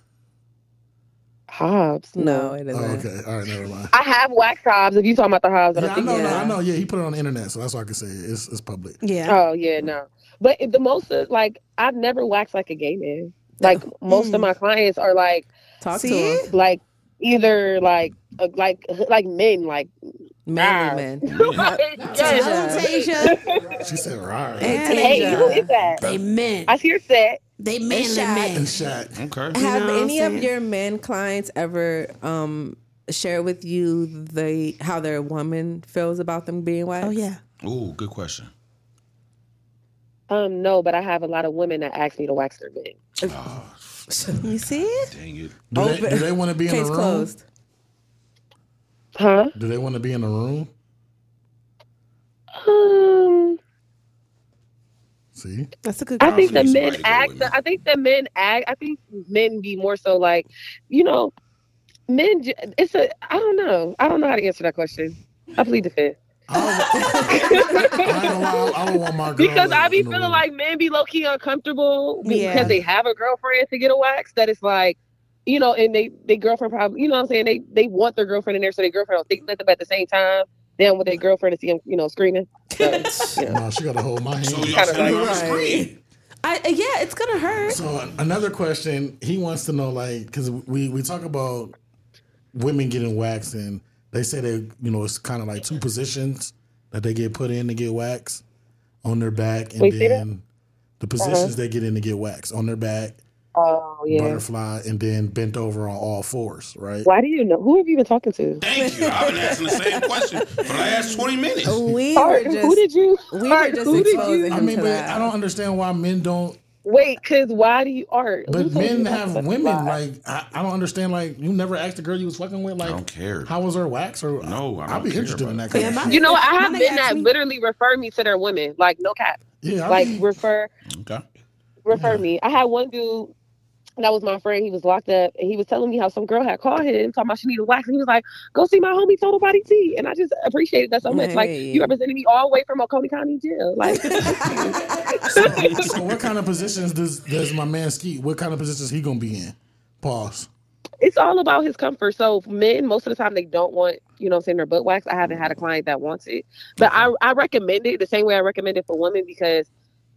S12: hobs.
S2: No, it isn't.
S4: Oh, okay. All right, never mind.
S12: I have wax hobs. If you talking about the hobs, that
S4: Yeah, I know,
S12: thinking
S4: no, I
S12: of.
S4: know. Yeah, he put it on the internet, so that's why I can say it. it's it's public.
S12: Oh yeah, no. But the most is, like I've never waxed like a gay man. Like most of my clients are like
S2: Talk to See? 'em.
S12: like either like uh, like like men like
S2: Manly men.
S4: She said, "Right."
S12: Hey, who is that? They
S6: men.
S12: I hear that.
S6: They
S2: manly Shaq. men.
S4: And Shaq.
S5: Okay.
S2: Have any of your men clients ever um share with you the how their woman feels about them being waxed? Oh
S6: yeah.
S5: Ooh, good question.
S12: Um, no, but I have a lot of women that ask me to wax their men.
S6: You see?
S5: Dang it.
S4: Do they, do they want to be in the
S12: Case
S4: room?
S12: closed. Huh?
S4: Do they want to be in the room?
S12: Um,
S4: See,
S6: that's a good.
S12: I think the men act. I think the men act. I think men be more so like, you know, men. ju- It's a. I don't know. I don't know how to answer that question. I plead the fifth.
S4: I don't want my girl.
S12: Because I be
S4: in the
S12: feeling
S4: room.
S12: like men be low key uncomfortable because
S4: Yeah.
S12: they have a girlfriend to get a wax. That it's like, you know, and they they girlfriend probably, you know, what I'm saying they they want their girlfriend in there, so their girlfriend don't think nothing. But at the same time, they don't want their girlfriend to see them, you know, screaming.
S4: No, she got to hold my hand. So
S12: y'all Kinda saying like- I'm
S4: screen.
S6: I, uh, yeah, it's gonna hurt.
S4: So another question he wants to know, like, because we we talk about women getting waxed, and they say they, you know, it's kind of like two positions that they get put in to get waxed on their back, and
S12: We see that?
S4: then the positions they get in to get waxed on their back,
S12: Oh yeah.
S4: butterfly, and then bent over on all fours, right?
S12: Why do you know? Who have you been talking to?
S5: Thank you. I've been asking the same question for the last 20 minutes.
S2: We
S12: Art, who did you?
S2: We
S12: Art, who did you?
S4: I mean, but I don't understand why men don't.
S12: Wait, because why do you art? Who
S4: But
S12: told you
S4: men
S12: not
S4: have
S12: to
S4: women
S12: lie?
S4: like I, I don't understand. Like you never asked the girl you was fucking with. Like I don't
S5: care.
S4: How was her wax? Or
S5: no, I
S4: I'll
S5: don't
S4: be
S5: care
S4: interested in that.
S5: about
S4: Kind of shit.
S12: You know, what? I have
S2: My nigga
S12: men
S2: asked
S12: that
S2: me-
S12: literally refer me to their women. Like no cap.
S4: Yeah, I
S12: Like
S4: mean-
S12: refer
S5: Okay.
S12: refer me. I had one dude that was my friend. He was locked up, and he was telling me how some girl had called him talking about she needed wax. And he was like, "Go see my homie Total Body T." And I just appreciated that so much. Like
S4: Hey.
S12: you represented me all the way from Oconee County Jail. Like
S4: so, so what kind of positions does does my man ski? What kind of positions he gonna be in? Pause.
S12: it's all about his comfort. So men, most of the time, they don't want, you know, what I'm saying their butt wax. I haven't had a client that wants it, but I I recommend it the same way I recommend it for women because,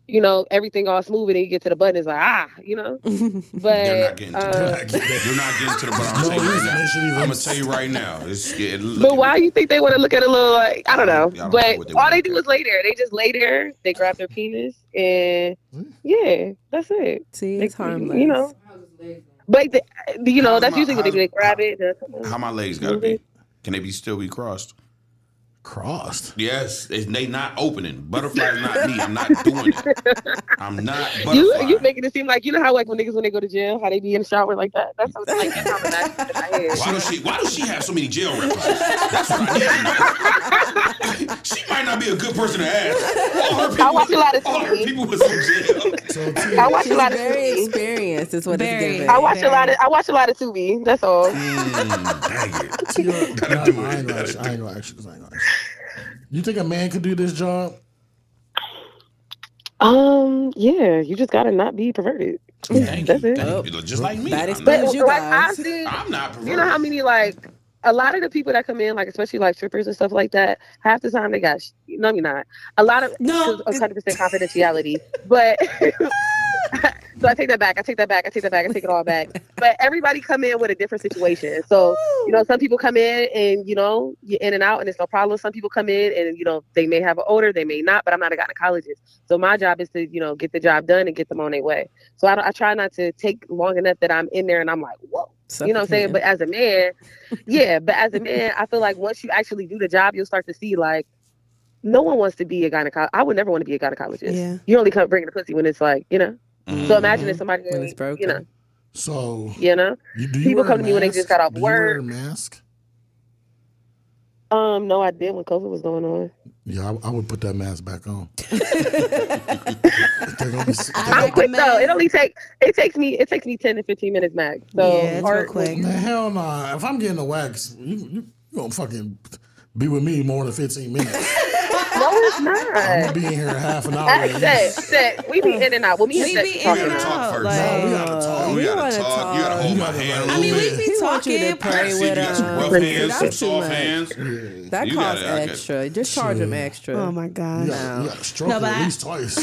S12: you know, everything all smooth and then you get to the button, it's like ah, you know.
S5: They're
S12: But
S5: not getting to the
S12: uh,
S5: You're not getting to the bottom. I'm
S4: No
S5: telling you
S4: reason they
S5: right
S4: should
S5: now. I'm gonna tell you right now. It's it, look,
S12: but why do you think they want to look at a little like I don't know?
S5: I don't
S12: but
S5: know what they
S12: all
S5: want
S12: they do is lay there. They just lay there. They grab their penis and yeah, that's it.
S2: See,
S12: it's harmless. You know. But the, you know that's usually what they do. They grab it. and that's-
S5: how my legs gotta be? Can they be still be crossed?
S4: Crossed.
S5: Yes, it's, they not opening. Butterfly's not me. I'm not doing it. I'm not butterfly.
S12: You you making it seem like you know how like when niggas when they go to jail how they be in the shower like that. That's what like how the nice shit I hear.
S5: Why does she? Why does she have so many jail references? That's what I need to know. she might not be a good person to ask. All her people,
S12: I watch a lot of
S5: all her people was in jail.
S12: I watch a lot of
S2: very
S12: Tubi.
S2: experienced is what
S12: Very,
S2: it's giving.
S12: I watch a lot of I watch a lot of Tubi. That's all.
S4: Nah, I ain't gonna ask you. I ain't gonna ask you. I ain't gonna ask you. You think a man could do this job?
S12: Um, yeah, you just gotta not be perverted. That's it.
S5: Just like me.
S12: That
S5: I'm
S12: explains
S5: not-
S12: you Like, guys. I've seen-
S5: I'm not
S12: You know how many like a lot of the people that come in, like especially like strippers and stuff like that, half the time they got sh- no, you're not. A lot of no, hundred percent confidentiality, but. So I take that back. I take that back. I take that back. I take it all back. But everybody come in with a different situation. So you know, some people come in and you know you're in and out, and it's no problem. Some people come in and you know they may have an odor, they may not. But I'm not a gynecologist, so my job is to you know get the job done and get them on their way. So I, don't, I try not to take long enough that I'm in there and I'm like, whoa, you know what I'm saying?
S2: Suffocating.
S12: But as a man, yeah, but as a man, I feel like once you actually do the job, you'll start to see like no one wants to be a gynecologist. I would never want to be a gynecologist.
S6: Yeah.
S12: You only come bringing the pussy when it's like, you know. So imagine if somebody,
S4: Mm-hmm. When it's broken.
S12: you know,
S4: So
S12: you know,
S4: you, do you
S12: people
S4: wear a
S12: come to me when they
S4: mask?
S12: just got off
S4: do
S12: work.
S4: You wear a mask?
S12: Um, no, I did when COVID was going on.
S4: Yeah, I, I would put that mask back on. They're gonna be s-
S12: I'm quick though. It only take it takes me it takes me ten to fifteen minutes max. So or-
S4: Man, hell no. Nah. If I'm getting a wax, you, you, you gonna fucking be with me more than 15 minutes.
S12: no, it's
S6: Oh
S12: not.
S4: I'm gonna be in here half an hour.
S12: I said, said we be in and out. Well, me and
S6: We
S12: Seth
S6: be
S12: talk
S6: in and
S12: about
S6: out,
S12: it. Oh,
S4: No, Oh, we gotta talk.
S5: we
S2: he
S5: gotta
S2: wanna
S5: talk. You gotta hold my hand a
S2: I
S5: little
S2: mean,
S5: bit.
S2: we be talking,
S5: I
S2: pray
S5: see
S2: with
S5: you got some
S2: him.
S5: rough
S2: That's
S5: hands, some
S2: too
S5: soft
S2: much.
S5: hands.
S2: That
S5: You
S2: costs
S5: gotta- I got-
S2: extra. Just charge him extra.
S6: Oh my god!
S4: You got, you got stroke
S6: No,
S4: her
S6: but
S4: at
S6: I-
S4: least twice.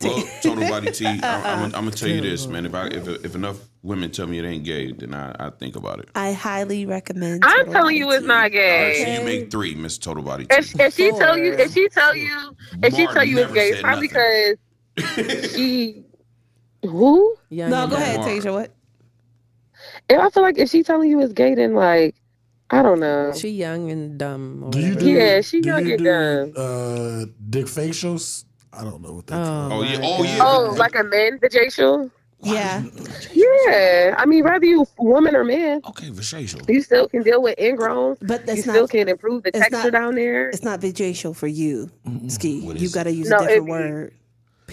S5: Well, total body T. I'm, I'm gonna tell you this, man. If I if, if enough women tell me it ain't gay, then I, I think about it.
S6: I highly recommend.
S12: I'm telling you, it's not
S5: All right, so
S12: gay.
S5: you make three, Miss Total Body T.
S12: If, if she tell you, if she tell you, if she
S5: Barb
S12: tell you it's
S5: never
S12: gay, it's
S5: said
S12: probably because she. Who?
S2: Yeah.
S6: No, go ahead,
S5: Mark.
S6: Tasia. What?
S12: And I feel like if she telling you it's gay, then like, I don't know.
S2: She young and dumb. or
S4: Do you
S2: whatever.
S4: do?
S12: Yeah, she
S4: do
S12: gonna
S4: you
S12: get
S4: do,
S12: done.
S4: Uh, dick facials. I don't know what that's.
S5: Oh, yeah.
S2: my
S5: Oh yeah.
S12: Oh, like a man vajacial?
S6: Yeah.
S12: Yeah. I mean, whether you woman or man,
S5: Okay, Vishacial.
S12: you still can deal with ingrowns.
S6: But
S12: you
S6: that's
S12: still
S6: not.
S12: can improve the
S6: it's
S12: texture
S6: not-
S12: down there.
S6: It's not visual for you, Ski.
S5: What
S6: You
S5: is it?
S6: got to use
S12: No,
S6: a different
S12: it-
S6: word.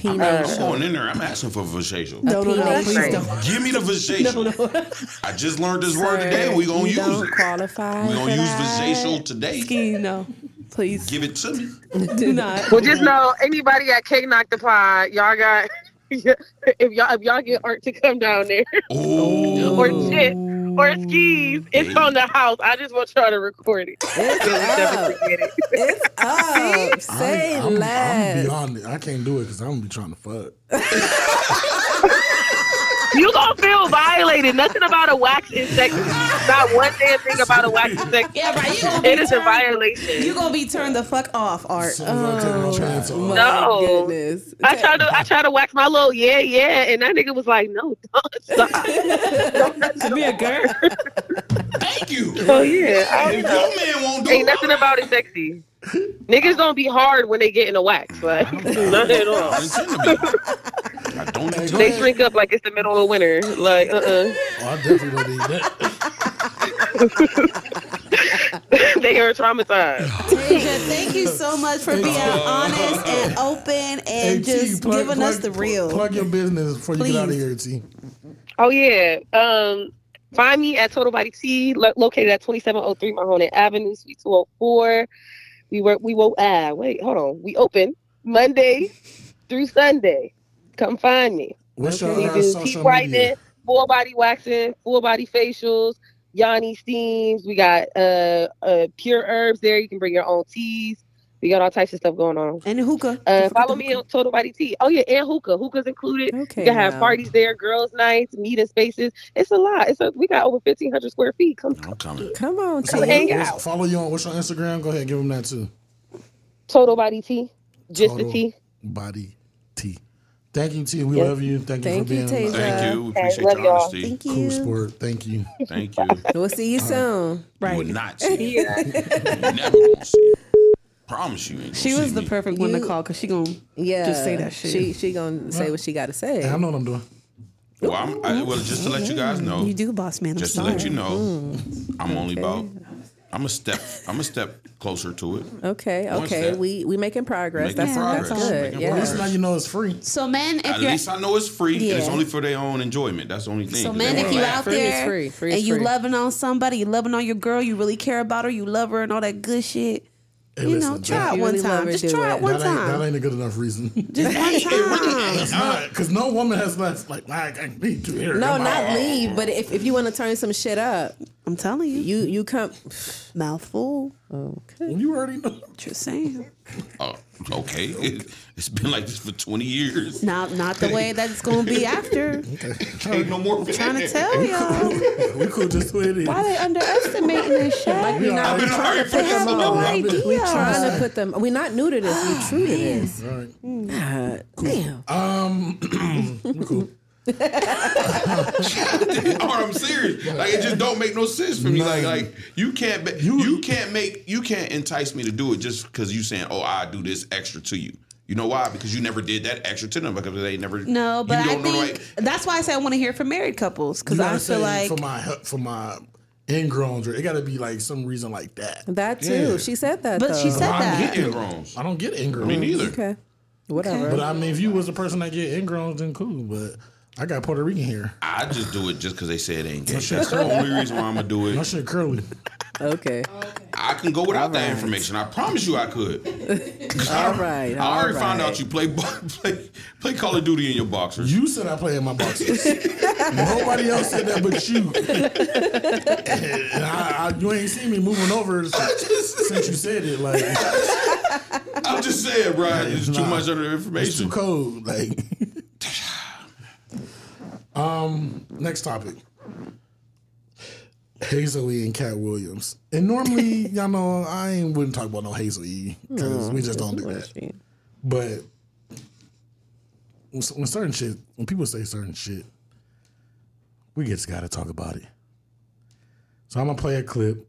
S5: I'm, I'm
S6: Penal.
S5: going in there. I'm asking for Vishacial.
S6: No, no, no.
S2: Penal
S6: Please
S2: shame.
S6: don't.
S5: Give me the Vishacial. I just learned this word today. We gonna
S2: you
S5: use
S2: don't
S5: it.
S2: qualify.
S5: We gonna
S2: for
S5: use
S2: that.
S5: Vishacial today.
S6: Ski. No. Please
S5: Give it to me.
S6: do not.
S12: Well, just know anybody at K Knock the Pod, y'all got if y'all if y'all get art to come down there
S5: Oh,
S12: or shit or skis, it's on the house. I just want y'all to record it.
S2: It's
S12: Never
S2: up.
S12: forget it.
S2: It's up.
S4: I,
S2: Say
S4: I'm, I'm
S2: less.
S4: beyond it. I can't do it because I'm gonna be trying to fuck.
S12: Uh, You gonna feel violated. Nothing about a wax insect. Not one damn thing about a wax insect.
S6: Yeah, right. You gonna be
S12: It is a
S6: turned-
S12: violation.
S6: You gonna be turned the fuck off, Art.
S4: As soon as I take
S6: oh.
S4: Oh, my pants off,
S2: My
S12: No.
S2: goodness.
S12: I tried to I tried to wax my little yeah yeah, and that nigga was like, no, don't stop.
S6: To be a girl.
S5: thank you.
S12: So yeah, I
S5: If your
S12: don't know.
S5: man won't do
S12: Ain't
S5: it,
S12: nothing about it sexy. Niggas don't be hard when they get in the wax. Like, nothing at all.
S5: I don't intend to be. I don't intend to
S12: They shrink up like it's the middle of winter. Like, uh
S4: oh,
S12: uh
S4: I definitely don't need that.
S12: they are traumatized.
S6: Tasia, thank you so much for being honest and open
S4: Hey,
S6: and
S4: T,
S6: just
S4: plug-
S6: giving us the
S4: plug-
S6: real.
S4: Plug your business before you
S6: Please.
S4: get out of here, T.
S12: Oh, yeah. Um, Find me at Total Body T, lo- located at 2703 Mahoning Avenue, Suite 204. We work, we will, ah, wait, hold on. We open Monday through Sunday. Come find me.
S4: What's
S12: We
S4: your uh,
S12: do
S4: social
S12: peak
S4: media?
S12: brightening, full body waxing, full body facials, Yanni steams. We got uh, uh pure herbs there. You can bring your own teas. We got all types of stuff going on.
S6: and hookah.
S12: Uh, follow me on Total Body Tea. Oh yeah, and hookah. Hookah's included.
S2: Okay.
S12: You can have
S2: now.
S12: parties there, girls' nights, meeting spaces. It's a lot. It's a we got over fifteen hundred square feet. Come
S5: I'm coming.
S2: Come on,
S4: So
S2: T.
S12: hang
S4: what's-
S12: out.
S4: Follow you on what's your Instagram? Go ahead, give them that too.
S12: Total Body Tea, just the
S4: Total
S12: tea.
S4: Body T. Thank you, T. We
S12: Yeah.
S4: love you. Thank,
S2: Thank
S4: you
S2: you,
S4: for being
S2: Tasia.
S5: Thank you. We
S12: Hey,
S5: appreciate
S12: love
S5: your
S12: y'all.
S5: honesty.
S6: Thank
S4: cool
S6: you.
S4: sport. Thank you.
S5: Thank you.
S2: We'll see you soon.
S5: You will
S6: Right.
S5: not see me.
S12: Yeah.
S5: You never gonna see me. Promise you. Ain't
S6: She
S5: gonna
S6: was
S5: see
S6: the
S5: me.
S6: perfect one to
S2: You-
S6: call because she gonna.
S2: Yeah.
S6: Just say that shit.
S2: She she gonna say what she gotta say.
S4: Yeah, I know what I'm doing.
S5: Well, I'm, I, well, just to let you guys know,
S6: You Mm. do, boss man. I'm
S5: just to
S6: sorry.
S5: let you know, I'm only about. I'm a step. I'm a step closer to it.
S2: Okay,
S5: Once
S2: okay.
S5: that-
S2: We we making progress.
S5: Making
S2: that's that's
S5: progress.
S2: good.
S5: Making
S2: yeah.
S4: At least now
S5: progress.
S4: you know it's free.
S6: So, man, if
S5: At
S6: you're
S5: least I know it's free, and it's
S6: Yeah.
S5: only for their own enjoyment. That's the only thing.
S6: so
S5: They
S6: man,
S5: wanna
S6: if you
S5: laugh
S6: out
S5: at it.
S6: there
S2: free. Free is
S6: and you
S2: free.
S6: loving on somebody, you loving on your girl, you really care about her, you love her, and all that good shit.
S4: Hey,
S6: you know,
S4: listen,
S6: try
S2: If
S6: it
S2: you
S6: one
S2: really love
S6: time.
S2: her,
S6: Just
S2: do
S6: try
S2: it.
S6: it
S4: that,
S6: one
S4: ain't, that
S6: time.
S4: ain't a good enough reason.
S6: Just one time.
S4: Because no woman has left. Like, nah, I can't be too here.
S2: No,
S4: I'm out.
S2: not leave. But if, if you want to turn some shit up,
S6: I'm telling you,
S2: you you come.
S6: mouthful.
S2: Okay.
S4: You already know.
S6: Just saying.
S5: Oh, okay. it's been like this for 20 years.
S6: Not not the way that it's gonna be after.
S5: Ain't no more.
S6: trying to tell y'all.
S4: We could just wait it.
S6: Why they underestimating this shit?
S2: We're
S4: I've
S2: not
S4: been
S5: hurry for
S6: They have
S5: so
S6: no
S5: long.
S4: We
S6: idea.
S2: trying to put them. We're not new to this. We're true to this.
S4: All right.
S6: Hmm.
S4: Um,
S2: God damn.
S5: Oh, I'm serious. Like it just don't make no sense for me. Like like you can't be, you, can't make you can't entice me to do it just because you saying oh I do this extra to you. You know why? Because you never did that extra to them because they never.
S6: No, but
S5: you
S6: I
S5: don't know the
S6: think that's why I say I want to hear from married couples because
S4: You
S6: I
S4: gotta
S6: feel
S4: say
S6: like
S4: for my he- for my ingrowns, or it got to be like some reason like that.
S2: That too.
S5: Yeah.
S2: She said that.
S6: But she
S2: though.
S6: said
S5: right.
S6: that.
S5: I'm getting groans.
S4: I don't get ingrowns.
S5: Me neither.
S2: Okay. Whatever.
S4: But I mean, if you was the person that get ingrowns, then cool. But I got Puerto Rican hair.
S5: I just do it just because they say it ain't gay. That's the only reason why I'm gonna do
S4: My
S5: it.
S4: shit curly.
S2: Okay.
S5: I I can go without that information. I promise you, I could.
S2: All right.
S5: I
S2: all
S5: already found
S2: right.
S5: out you play bo- play play Call of Duty in your boxers.
S4: You said I play in my boxers. Nobody else said that but you. And I, I, you ain't seen me moving over since, since you said it. Like
S5: I'm just saying, Brian. It's too
S4: not.
S5: much other information.
S4: it's too cold. Like. um. Next topic. Hazel E and Cat Williams. And normally, y'all know, I ain't wouldn't talk about no Hazel E because we just don't do that. But when s- when certain shit, when people say certain shit, we just got to talk about it. So I'm gonna play a clip.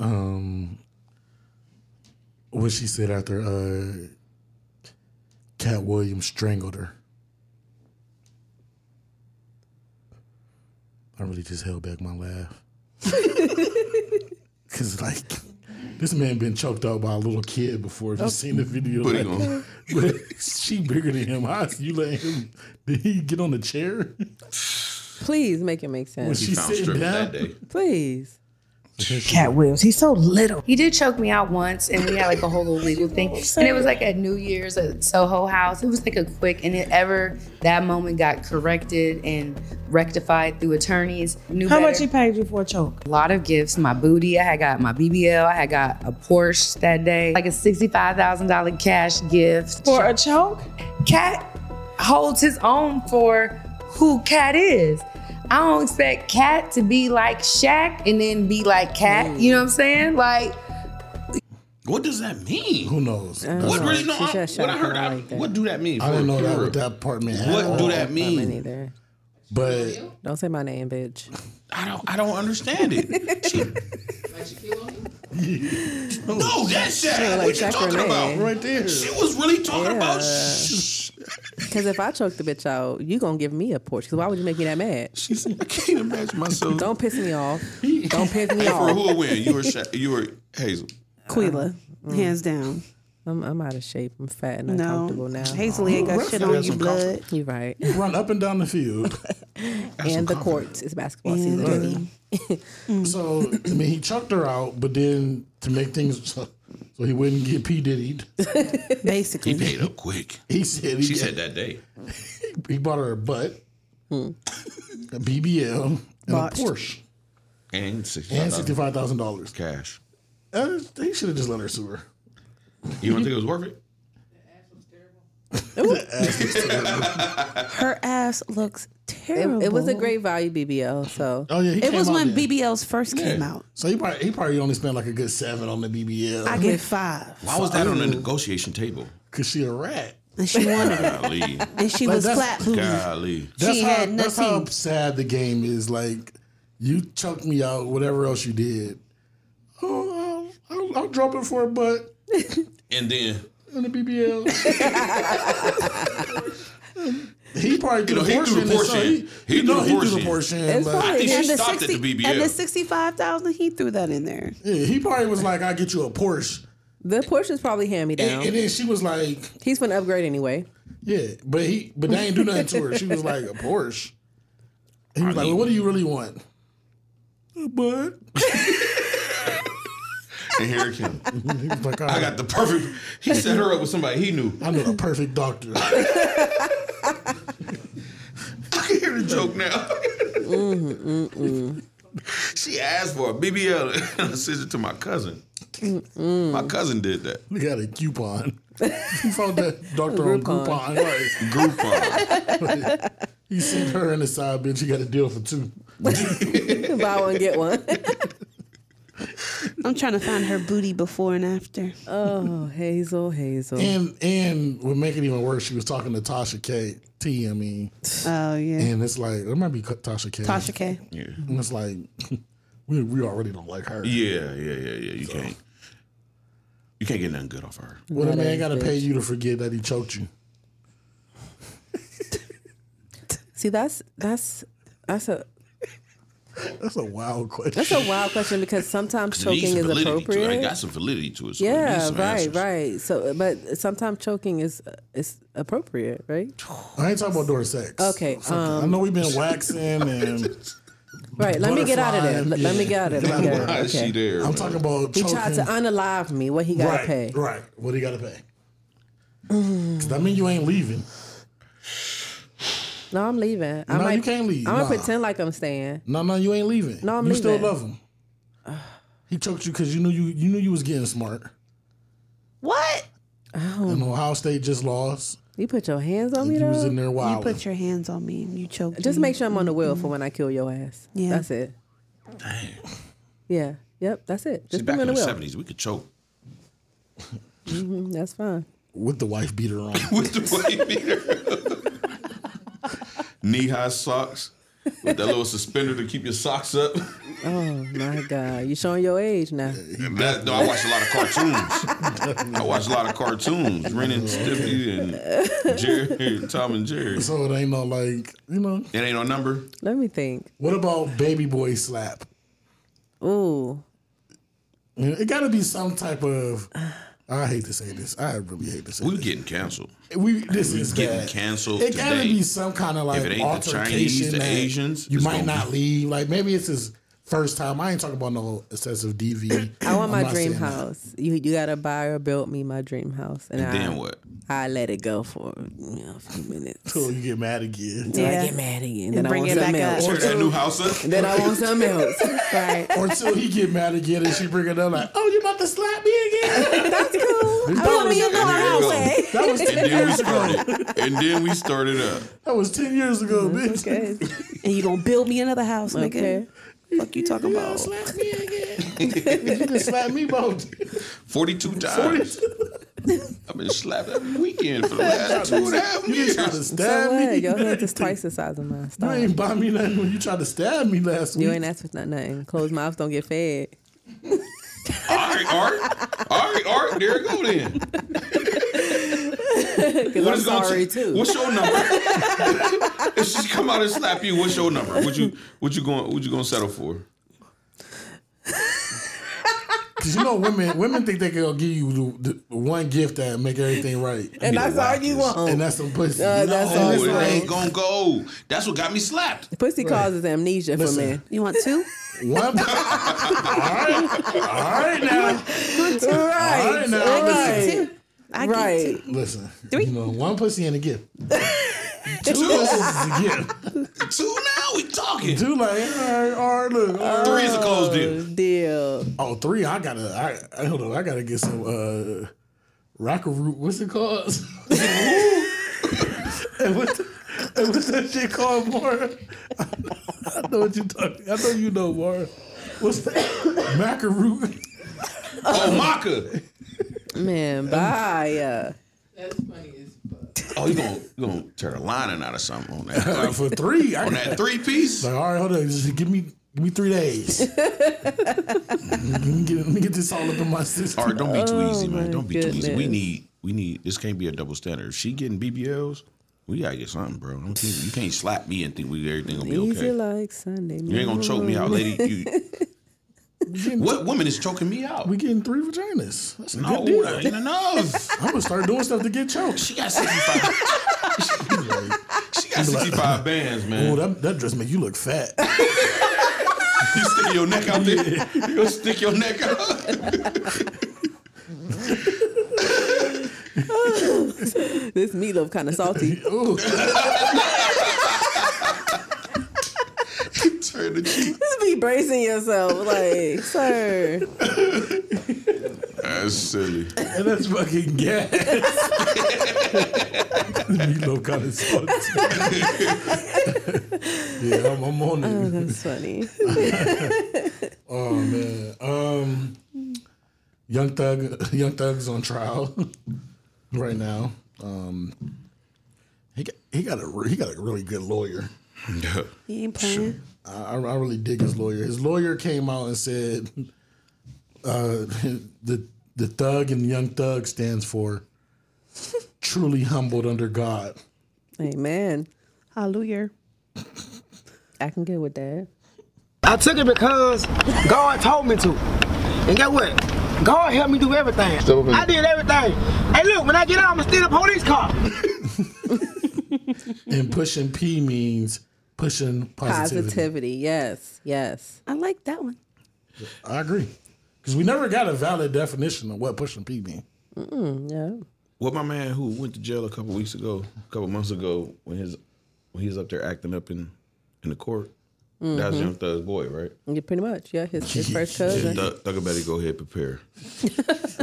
S4: Um, what she said after uh, Cat Williams strangled her. I really just held back my laugh. Cause like this man been choked out by a little kid before. If you seen the video,
S5: Put it
S4: like,
S5: on.
S4: but she bigger than him. How you let him? Did he get on the chair?
S2: Please make it make
S4: When
S2: sense.
S4: she sitting down,
S2: Please.
S13: Cat Williams. He's so little.
S14: He did choke me out once, and we had like a whole little legal thing. And it was like at New Year's at Soho House. It was like a quick, and it ever that moment got corrected and rectified through attorneys. Knew
S13: How
S14: better.
S13: much he paid you for a choke?
S14: A lot of gifts. My booty. I had got my BBL. I had got a Porsche that day. Like a sixty-five thousand dollar cash gift for a choke. Cat holds his own for who Cat is. I don't expect Cat to be like Shaq and then be like Cat. You know what I'm saying? Like.
S5: What does that mean?
S4: Who knows?
S6: Uh,
S5: What really? No, I, what I heard. I, what do that mean?
S4: I don't
S5: for
S4: know that
S5: Kira?
S4: what that part meant.
S5: What do that
S2: Apartment
S5: mean?
S2: either.
S4: But
S2: Don't say my name, bitch.
S5: I don't. I don't understand it. no, that's
S2: She
S5: that.
S2: was
S5: what you
S2: like
S5: talking
S2: Shaq
S5: about?
S2: Renee. Right
S4: there.
S5: She was really talking about.
S2: Because if I choke the bitch out, you gonna give me a porch. Because why would you make me that mad?
S5: She said, I can't imagine myself.
S2: Don't piss me off. Don't piss me
S5: Hey, for who
S2: off.
S5: will win? You or Sha- you or Hazel?
S2: Quila.
S6: Hands down.
S2: I'm, I'm out of shape. I'm fat and
S6: No.
S2: uncomfortable now.
S6: Hazel ain't got Ref shit on has you, some blood.
S2: You right.
S4: You run up and down the field.
S2: and the courts is basketball season.
S4: Right.
S6: Mm.
S4: so I mean, he chucked her out, but then to make things so, so he wouldn't get p diddied.
S6: Basically,
S5: he paid up quick.
S4: He said he,
S5: She said that day.
S4: he bought her a butt,
S6: Hmm.
S4: a BBL, and
S5: Botched.
S4: a Porsche,
S5: And sixty
S4: and sixty five thousand dollars. Uh,
S5: cash.
S4: He should have just let her sue her.
S5: You don't think it was worth it?
S6: Her ass looks terrible.
S2: It, it was a great value BBL. So
S4: Oh yeah, he
S6: It
S4: came
S6: was
S4: out
S6: when
S4: then.
S6: BBLs first came
S4: Yeah.
S6: out.
S4: So he probably he probably only spent like a good seven on the BBL.
S6: I get five.
S5: Why was that on the negotiation table?
S4: Cause she a rat.
S6: And she wanted it.
S5: Golly.
S6: And she
S4: Like,
S6: was
S4: that's-
S6: flat booty.
S5: Golly.
S4: That's
S6: She
S4: how,
S6: had
S4: That's how
S6: nothing.
S4: sad the game is. Like, you choked me out, whatever else you did. Oh, I'll, I'll, I'll drop it for a butt
S5: And then
S4: in the BBL. he probably
S5: You
S4: threw
S5: know,
S4: the
S5: he
S4: Porsche
S5: threw
S4: in.
S5: the
S4: his
S5: Porsche
S4: son.
S5: in.
S4: He, he, no, he threw the
S5: in.
S4: Porsche in.
S6: It's
S4: Like,
S6: fine.
S5: I think she
S6: and the
S5: stopped at the
S6: 60
S5: BBL.
S6: And the sixty-five thousand, he threw that in there.
S4: yeah, he probably was like, I'll get you a Porsche.
S2: the Porsche is probably hand me
S4: And,
S2: down.
S4: and then she was like,
S2: He's gonna upgrade anyway.
S4: yeah, but he, but they ain't do nothing to her. She was like, a Porsche. He was like, well, what do you really want? A butt.
S5: And here it came.
S4: He was like, all
S5: I
S4: right.
S5: got the perfect. He set her up with somebody he knew.
S4: I know the perfect doctor.
S5: I can hear the joke now.
S2: Mm-hmm,
S5: she asked for a BBL and I sent it to my cousin. My cousin did that.
S4: We got a coupon. He found that doctor on
S2: Groupon.
S4: Groupon. Right.
S5: Groupon.
S4: He sent her and the side bitch. You got a deal for two.
S2: Buy one get one.
S6: I'm trying to find her booty before and after.
S2: Oh, Hazel, Hazel.
S4: And and would make it even worse. She was talking to Tasha K. T. I mean,
S6: Oh yeah,
S4: and it's like it might be Tasha K.
S6: Tasha K.
S5: Yeah.
S4: And it's like we we already don't like her.
S5: Yeah, yeah, yeah, yeah. You can't. You can't get nothing good off her.
S4: What a
S2: That
S4: man
S2: ass
S4: got to
S2: bitch.
S4: pay you to forget that he choked you.
S2: See, that's that's that's a
S4: That's a wild question.
S2: that's a wild question because sometimes
S5: It needs
S2: choking is
S5: some validity to it.
S2: appropriate.
S5: It got some validity to it. So it needs
S2: yeah,
S5: some
S2: right,
S5: answers.
S2: right. So, but sometimes choking is is appropriate, right?
S4: I ain't talking about door sex.
S2: Okay, um,
S4: Fuck it. I know we've been waxing and
S2: Right. Let me get out of there. Let,
S4: Butterfly,
S2: let me
S4: yeah.
S2: get out of there. Let me get out of there.
S5: Why is
S2: Okay.
S5: she there?
S4: I'm talking about
S2: He tried to
S4: choking-
S2: unalive me. What he got to
S4: right,
S2: pay? Mm.
S4: Right. What do you got to pay? 'Cause that mean you ain't leaving.
S2: No, I'm leaving. I
S4: No, you can't leave.
S2: I'm
S4: Nah.
S2: gonna pretend like I'm staying.
S4: No, no, you ain't leaving.
S2: No, I'm
S4: you
S2: leaving.
S4: still love him. He choked you because you knew you you knew you was getting smart. Oh.
S6: What?
S4: And Ohio State just lost.
S2: You put your hands on me
S4: You
S2: though.
S4: was in there
S6: You
S4: wilding.
S6: put your hands on me and you choked
S2: Just
S6: me.
S2: make sure I'm on the wheel for
S4: Mm-hmm.
S2: when I kill your ass.
S6: Yeah.
S2: That's it. Yeah. Yep. That's it.
S5: See,
S2: Just put
S5: back
S2: me on
S5: in the
S2: the wheel.
S5: seventies, we could choke.
S2: Mhm, that's fine.
S4: with the wife beater on.
S5: with the white Knee high socks with that little suspender to keep your socks up.
S2: Oh my God! You showing your age now?
S5: That, no, I watch a lot of cartoons. I watch a lot of cartoons. Ren and Stimpy and Jerry, Tom and Jerry.
S4: So it ain't no like you know.
S5: It ain't no number.
S2: Let me think.
S4: What about baby boy slap?
S2: Ooh.
S4: It got to be some type of. I hate to say this. I really hate to say
S5: We're getting canceled.
S4: this. We this
S5: we
S4: is
S5: getting
S4: bad.
S5: canceled
S4: It got to
S5: today.
S4: be some kind of like
S5: If it ain't the Chinese,
S4: altercation.
S5: the
S4: that
S5: Asians,
S4: you
S5: it's
S4: might
S5: gonna
S4: not
S5: be-
S4: leave. Like maybe it's his first time. I ain't talking about no excessive DV.
S2: I want
S4: I'm
S2: my
S4: not
S2: dream
S4: saying that.
S2: house. You you gotta buy or build me my dream house, and,
S5: And
S2: I,
S5: then what?
S2: I let it go for you know, a few minutes.
S4: Till you get mad again.
S2: Until I get mad again, then I
S6: bring
S2: want
S6: it
S2: something
S6: back
S2: else.
S5: Tear that new house up.
S2: Then I want something else. right.
S4: Or till he get mad again and she bring it up like, oh, you about to slap me again?
S2: Put me in the
S5: There we go.
S6: eh?
S2: hallway.
S4: that was
S5: And
S4: ten
S5: then we
S4: years ago.
S5: started. And then we started up.
S4: That was ten years ago, bitch.
S2: Okay.
S6: and you gonna build me another house,
S2: Okay.
S6: nigga. Fuck you talking
S4: Oh,
S6: about?
S4: slap me again. you can slap me both.
S5: 42 times. I've been slapped every weekend for the last two and a half
S4: You just tried to
S5: years.
S2: So
S4: stab me.
S2: what? Your head is twice the size of mine.
S4: You
S2: Stop.
S4: ain't buy me nothing when you tried to stab me last week.
S2: You ain't asked for not- nothing. Closed mouths don't get fed.
S5: All right, Art. All right, Art. There you go then.
S2: Because
S5: What
S2: I'm
S5: is gonna
S2: sorry
S5: ta-
S2: too.
S5: What's your number? if she come out and slap you, what's your number? What you what you going what you gonna settle for?
S4: Cause you know women, women think they can go give you the, the one gift that make everything right,
S2: And
S5: Be the
S2: that's all you
S5: wackest.
S2: want.
S4: and that's some pussy.
S2: Uh, that's all
S5: Oh,
S2: you
S5: it ain't
S2: want.
S5: gonna go. That's what got me slapped.
S2: Pussy causes amnesia
S4: Listen.
S2: for men.
S6: You want two?
S4: One, all right, all right now, all right
S2: Right.
S4: now. Listen,
S6: Two. I get
S2: Right.
S6: two.
S4: listen. You know, one pussy and a gift. Two pussies is a gift.
S5: Two now we talking.
S4: Two like, all right, all right, look. all right.
S5: Three is a closed deal.
S2: Deal.
S4: Oh, three. I gotta. I, I hold on. I gotta get some uh, rocker root. What's it called? and what? And what's that shit called, Mara? I know what you talking. I know you know, Mara. What's that? Macaroon.
S5: Oh Maka.
S2: Man, bye. Uh,
S5: Oh, you gonna you gonna tear a lining out of something on that. Like,
S4: For three, I
S5: on that three piece.
S4: Like, all right, hold on. Just give me, give me three days. let, me get, let me get this all up in my system.
S5: All right, don't be too easy, man.
S2: Oh, my
S5: Don't be too easy. We
S2: goodness.
S5: need, we need. This can't be a double standard. If she getting BBLs, we gotta get something, bro. Don't think- you can't slap me and think we everything gonna be
S2: easy
S5: okay.
S2: like Sunday.
S5: You ain't gonna choke me out, lady. You, what woman is choking me out?
S4: We getting three vaginas. That's a
S5: no,
S4: good deal.
S5: that ain't enough.
S4: I'm gonna start doing stuff to get choked.
S5: She got sixty five. she got sixty five bands,
S4: Oh,
S5: man.
S4: that, that dress make you look fat.
S5: You stick your neck out there. You gonna stick your neck out?
S2: This meatloaf kind of salty.
S4: Ooh.
S5: Turn the cheek.
S2: Just be bracing yourself, like sir.
S5: That's silly.
S4: And that's fucking gas. Meatloaf got his thoughts. yeah, I'm, I'm on
S2: Oh,
S4: it.
S2: that's funny.
S4: Oh man, um, Young Thug, Young Thug's on trial right now. Um, he got, he got a re- he got a really good lawyer.
S6: He ain't playing.
S4: I, I I really dig his lawyer. His lawyer came out and said, uh, "the the thug and young thug stands for truly humbled under God."
S2: Amen.
S6: Hallelujah.
S2: I can get with that.
S15: I took it because God told me to. And guess what? God helped me do everything. I did everything. Hey, look, when I get out, I'm gonna steal a police car.
S4: And pushing P means pushing positivity.
S2: Positivity. Yes. Yes.
S6: I like that one.
S4: I agree. Because we never got a valid definition of what pushing P mean.
S2: Mm-mm, yeah.
S5: What my man who went to jail a couple weeks ago, a couple months ago, when his when he was up there acting up in in the court, that was
S2: Mhm.
S5: Young Thug's boy, right?
S2: Yeah, pretty much. Yeah, his, his first
S5: Yeah,
S2: cousin.
S5: Thug, Thug better go ahead and prepare.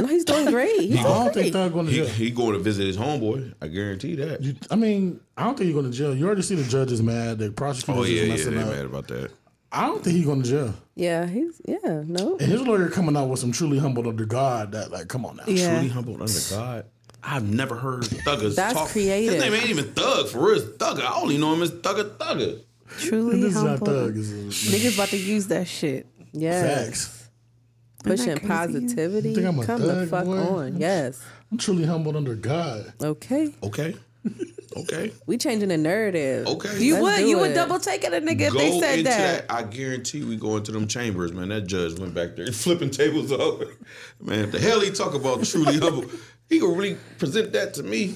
S2: no, he's doing great. He's doing great.
S5: he, he going to visit his homeboy. I guarantee that.
S4: You, I mean, I don't think you're going to jail. You already see the judge is mad. The prosecutor
S5: oh yeah,
S4: is
S5: yeah,
S4: messing
S5: they
S4: up.
S5: mad about that.
S4: I don't think he's going to jail.
S2: Yeah, he's yeah, no.
S4: And his lawyer coming out with some truly humbled under God. That like, come on now.
S2: Yeah. Truly
S5: humbled under God. I've never heard Thuggers
S4: That's
S5: talk.
S4: creative.
S5: His name ain't even Thug for real. It's Thugger. I only know him as Thugger Thugger.
S6: Truly
S4: This is not
S6: humble.
S4: thug, this
S6: Niggas about to use that shit.
S2: Yes.
S6: Isn't
S2: Pushing
S6: that crazy?
S2: positivity.
S4: You think I'm a
S2: Come the
S4: thug,
S2: fuck
S4: boy?
S2: on. Yes.
S4: I'm truly humbled under God.
S2: Okay.
S5: Okay. Okay.
S2: We changing the narrative.
S5: Okay.
S6: You
S2: Let's
S6: would
S2: do
S6: you would
S2: it.
S6: double take it a nigga if they said
S5: into
S6: that.
S5: I guarantee we go into them chambers, man. That judge went back there flipping tables over. Man, if the hell he talk about truly humble, he gonna really present that to me.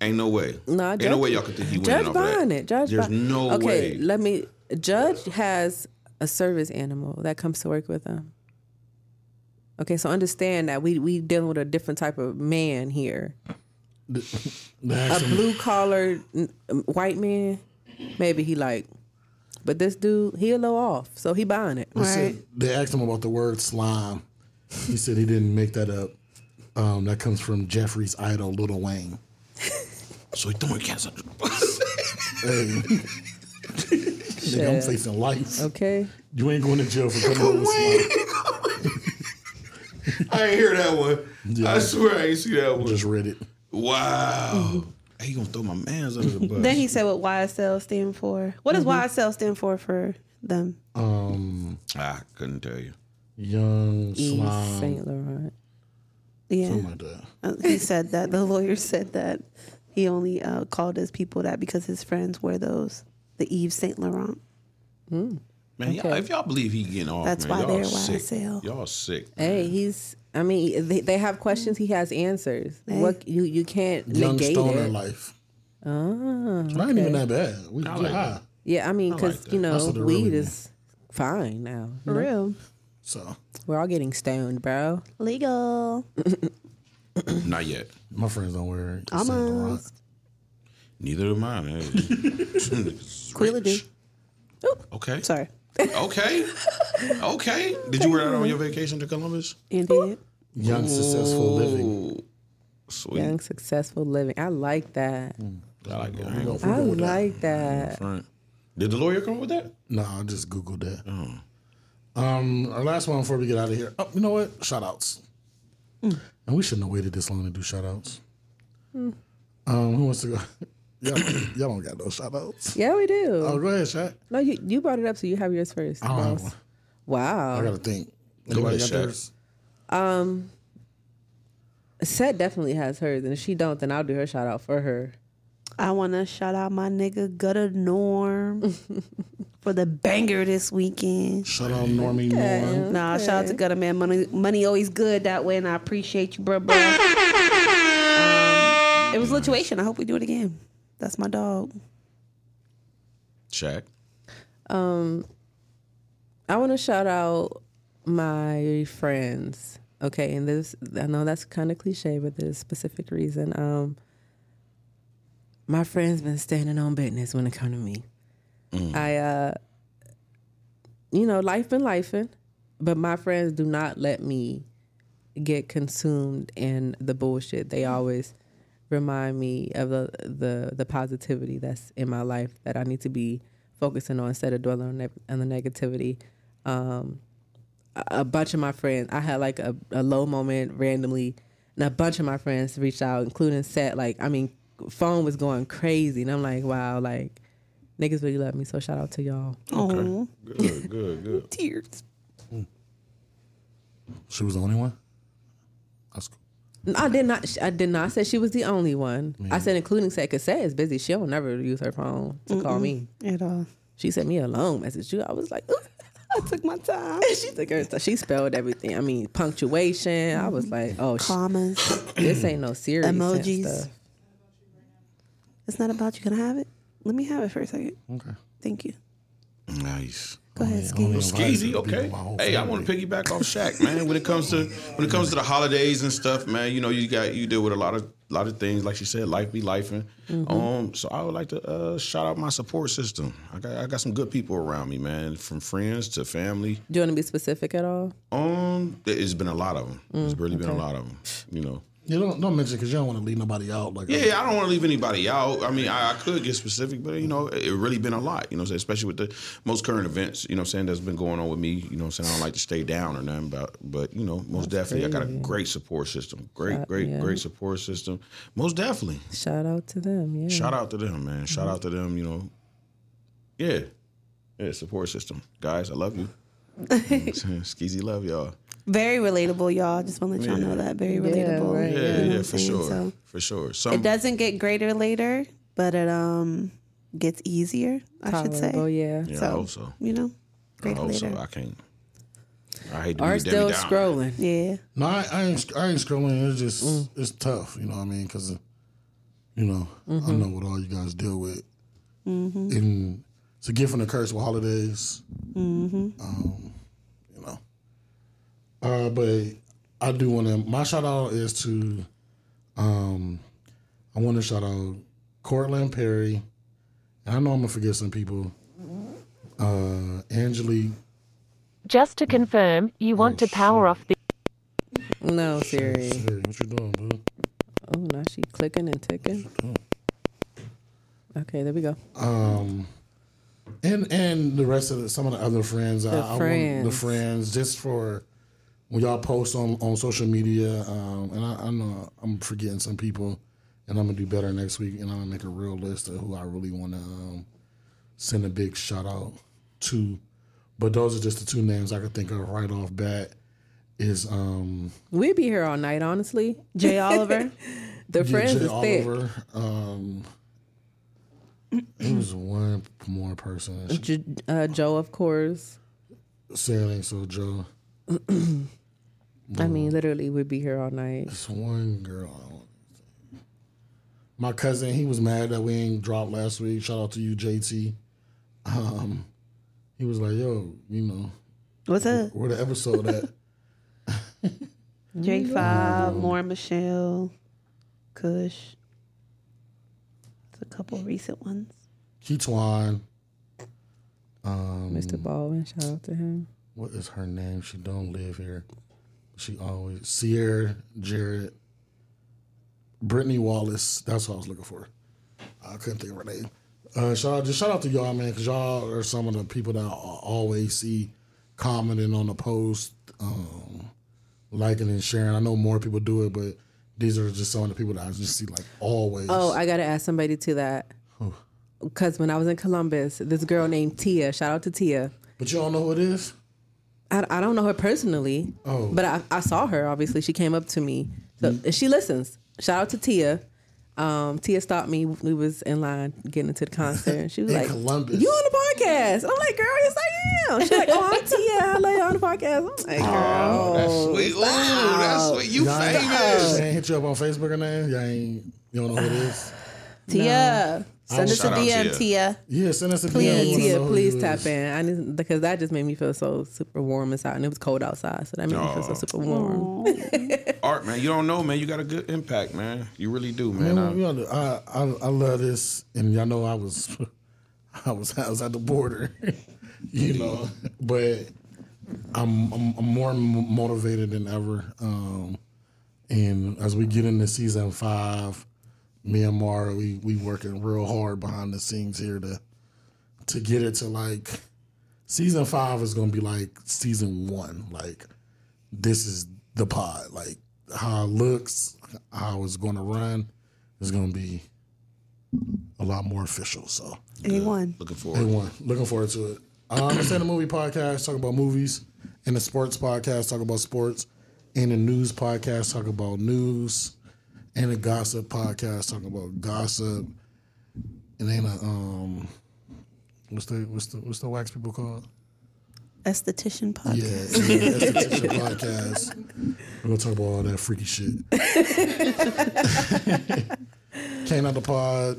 S5: Ain't no way.
S2: Nah,
S5: Ain't
S2: Judge-
S5: no way y'all could think he winning
S2: Judge
S5: off of
S2: Bond
S5: that.
S2: it. Judge
S5: There's
S2: Bond-
S5: no
S2: okay,
S5: way.
S2: let me. Judge has a service animal that comes to work with him. Okay, so understand that we we dealing with a different type of man here. a blue collar white man, maybe he like, but this dude he a little off, so he buying it.
S4: They said- They asked him about the word slime. He said he didn't make that up. Um, that comes from Jeffrey's idol, Little Wayne.
S5: so he throwing cats under the bus.
S4: hey. Nigga, I'm
S2: Shit. Uh,
S4: facing life.
S2: Okay.
S4: You ain't going to jail for coming up with slime.
S5: I ain't hear that one. I
S4: Yeah.
S5: swear I ain't see that one.
S4: Just read it.
S5: Wow.
S2: Mm-hmm.
S5: Hey, He gonna throw my man's under the bus.
S6: Then he said what YSL stand for. What does YSL stand for for them?
S4: Um,
S5: I couldn't tell you.
S4: Young
S6: Yves
S4: slime.
S6: Saint
S2: Laurent.
S6: Yeah.
S4: Something like that.
S6: Uh, He said that the lawyer said that he only uh, called his people that because his friends wear those the Eve Saint Laurent.
S5: Man, y'all,
S2: Okay.
S5: if y'all believe he getting off,
S2: That's
S5: man,
S2: why
S5: y'all
S2: they're
S5: sick.
S2: YSL.
S5: Y'all sick.
S2: Hey, he's. I mean, they, they have questions. He has answers. What you you can't
S4: Young
S2: negate
S4: stoner
S2: it.
S4: life.
S2: Oh,
S4: It's not even that bad. We
S2: I
S4: get
S2: like
S4: high.
S2: Yeah, I mean,
S4: I
S2: because
S4: like that.
S2: you
S4: That's
S2: know,
S4: what the
S2: weed
S4: really
S2: is fine now.
S6: For
S2: you know?
S6: real.
S4: So
S2: We're all getting stoned, bro.
S6: Legal.
S5: Not yet.
S4: My friends don't wear it.
S6: Almost.
S5: Neither do mine. Hey.
S6: Quila do.
S5: okay.
S6: Sorry.
S5: Okay. Okay. Did you wear that on your vacation to Columbus?
S6: Indeed.
S4: Young successful living.
S5: Sweet.
S2: Young, successful living. I like that.
S4: Mm-hmm.
S5: I like it. I ain't gonna
S2: I
S5: with that.
S2: like that.
S5: Front. Did the lawyer come with that?
S4: No, I just Googled that. Um, our last one before we get out of here. Oh, you know what? Shout outs. And we shouldn't have waited this long to do shout outs.
S2: Mm.
S4: Um, who wants to go? y'all, y'all don't got no shout outs.
S2: Yeah, we do.
S4: Oh, go ahead, Shaq.
S2: No, you, you brought it up, so you have yours first.
S4: I don't have
S2: boss.
S4: one.
S2: Wow.
S4: I gotta think.
S5: Go
S4: Anybody
S5: ahead,
S4: got
S5: Shaq.
S4: theirs?
S2: Um, Set definitely has hers, and if she don't, then I'll do her shout out for her.
S6: I want to shout out my nigga Gutter Norm for the banger this weekend.
S4: Shout out Normie Norm.
S6: Nah, shout out to Gutter Man. Money, money always good that way, and I appreciate you, bro, bro. Um, it was lituation. I hope we do it again. That's my dog.
S5: Shaq.
S2: Um, I want to shout out my friends. Okay, and this I know that's kind of cliche, but there's a specific reason. Um, my friends been standing on business when it come to me. I, uh, you know, life been lifing, but my friends do not let me get consumed in the bullshit. They always remind me of the the, the positivity that's in my life that I need to be focusing on instead of dwelling on, ne- on the negativity. Um, a a bunch of my friends, I had like a, a low moment randomly, and a bunch of my friends reached out, including Set. Like, I mean, phone was going crazy, and I'm like, wow, like niggas really love me. So shout out to y'all.
S6: Oh,
S5: Good, good, good.
S6: tears.
S4: She was the only one? That's cool.
S2: I did not. I did not say she was the only one. I said including Set because Set is busy. She don't never use her phone to call
S6: Mm-mm.
S2: me.
S6: At all.
S2: She sent me a long message. too. I was like, "Ooh."
S6: I took my time.
S2: she took her. She spelled everything. I mean, punctuation. I was like, oh, sh-
S6: Commas.
S2: this ain't no serious
S6: Emojis.
S2: Stuff.
S6: It's not about you. Can I have it? Let me have it for a second.
S4: Okay.
S6: Thank you.
S5: Nice.
S6: Go ahead, Skeezy.
S5: Skeezy, okay. Hey, I want to piggyback off Shaq, man. When it comes to when it comes to the holidays and stuff, man, you know you got you deal with a lot of lot of things. Like she said, life be life.
S16: Mhm.
S5: Um, so I would like to uh, shout out my support system. I got I got some good people around me, man, from friends to family.
S2: Do you want to be specific at all?
S5: Um, there- it's been a lot of them. It's
S2: Mm,
S5: really been a
S2: okay.
S5: lot of them. You know.
S4: You don't don't mention because you don't want to leave nobody out. Like
S5: Yeah, I don't want to leave anybody out. I mean, I, I could get specific, but you know, it really been a lot. You know, what I'm saying? especially with the most current events. You know, what I'm saying that's been going on with me. You know, what I'm saying I don't like to stay down or nothing, but but you know, most
S2: That's
S5: definitely, I got a
S2: crazy.
S5: great support system. Great,
S2: Shout-
S5: great,
S2: yeah. Hmm.
S5: great support system. Most definitely.
S2: Shout out to them. Yeah.
S5: Shout out to them, man.
S2: Mm-hmm.
S5: Shout out to them. You know, yeah, yeah. Support system, guys. I love you. Skeezy love y'all.
S6: Very relatable, y'all. Just want to let y'all
S5: Yeah.
S6: know that. Very
S5: Yeah,
S6: relatable.
S5: right,
S6: You
S5: yeah.
S6: know
S5: Yeah,
S6: what I'm
S5: for
S6: saying?
S5: sure,
S6: So,
S5: for sure. Some-
S6: it doesn't get greater later, but it um gets easier. I should say.
S2: Tolerable, Oh, yeah.
S5: Yeah, I
S6: so,
S5: hope so.
S6: You know,
S5: I
S6: greater
S5: hope
S6: later.
S5: so. I can't. I hate to
S4: Or
S5: be
S4: still
S5: Debbie Downer.
S2: scrolling.
S6: Yeah.
S4: No, I, I ain't. sc- I ain't scrolling. It's just it's tough. You know what I mean? Because you know I
S6: Mhm.
S4: know what all you guys deal with.
S6: Mhm.
S4: And it's a gift and a curse with holidays.
S6: Mm-hmm.
S4: Um, you know. Uh, but I do want to. My shout out is to. Um, I want to shout out Cortland Perry, and I know I'm gonna forget some people. Uh, Angelique.
S17: Just to confirm, you want to power off the.
S2: No, Siri.
S4: what you doing, boo?
S2: Oh, now she clicking and ticking.
S4: Mm-hmm.
S2: Okay, there we go.
S4: um, and and the rest of the, some of the other friends.
S2: The
S4: I, I want the
S2: friends.
S4: friends just for when y'all post on on social media. Um, and I, I know I'm forgetting some people, and I'm gonna do better next week. And I'm gonna make a real list of who I really want to um, send a big shout out to. But those are just the two names I could think of right off bat. Is um
S2: We'd be here all night, honestly.
S6: Jay Oliver.
S2: the
S4: yeah,
S2: friends
S4: Jay
S2: is thick.
S4: Oliver. Um, there was one more person.
S2: J- uh, Joe, of course.
S4: Sailing, so Joe.
S2: I
S4: Mm-hmm.
S2: mean, literally, we'd be here all night.
S4: This one girl. I don't- My cousin, he was mad that we ain't dropped last week. Shout out to you, JT. Um, he was like, "Yo, you know,
S6: What's up?
S4: where the episode at?"
S6: Jake Five, Lauren Michelle, Kush. It's a couple recent ones.
S4: Key Twine. Um,
S2: Mr. Baldwin, shout out to him.
S4: What is her name? She don't live here. She always Sierra Jarrett, Brittany Wallace. That's what I was looking for. I couldn't think of her name. Uh, shout out, just shout out to y'all, man, because y'all are some of the people that I always see commenting on the post, um, liking and sharing. I know more people do it, but these are just some of the people that I just see like always.
S2: Oh, I gotta add somebody to that. Because when I was in Columbus, this girl named Tia, shout out to Tia.
S4: But you don't know who it is?
S2: I, I don't know her personally.
S4: Oh. Mm.
S2: But I, I saw her, obviously. She came up to me. So and she listens. Shout out to Tia. Um, Tia stopped me. We was in line getting into the concert. And she was
S4: In
S2: like,
S4: Columbus.
S2: You on the podcast. I'm like, girl, yes I am. She's like, Oh, I'm Tia. I love you on the podcast. I'm like, girl.
S5: Sweet. Ooh, that's sweet. You
S4: Y'all ain't-
S5: famous.
S4: They ain't hit you up on Facebook or nothing. Y'all ain't. You don't know who it is.
S6: Tia.
S4: No.
S6: Send
S4: Oh,
S6: us a
S4: shout out
S6: DM,
S4: Tia.
S6: Tia.
S4: Yeah, send us a DM.
S2: Please,
S4: We wanna
S2: Tia,
S4: know who
S2: please
S4: you
S2: tap
S4: is.
S2: in. I need because that just made me feel so super warm inside, and it was cold outside, so that made me feel
S5: Aw.
S2: so super warm.
S5: Art, man, you don't know, man. You got a good impact, man. You really do, man.
S4: Man,
S5: I-
S6: Mm-hmm.
S4: we on the- I, I I love this, and y'all know I was, I was I was at the border, you know, but I'm I'm, I'm more m- motivated than ever. Um, and as we get into season five, me and Mara, we we working real hard behind the scenes here to to get it to like season five is gonna be like season one, like this is the pod. Like how it looks, how it's going to run, is going to be a lot more official. So
S6: A one.
S5: Looking forward.
S4: A one, looking forward to it. Um, it's in the movie podcast, talk about movies, and the sports podcast, talk about sports, and the news podcast, talk about news, and the gossip podcast, talk about gossip, and then a um, what's the what's the what's the wax people called?
S6: Esthetician
S4: Yeah,
S6: podcast.
S4: yeah, that's the Tissue podcast. We're gonna talk about all that freaky shit. Came out the pod.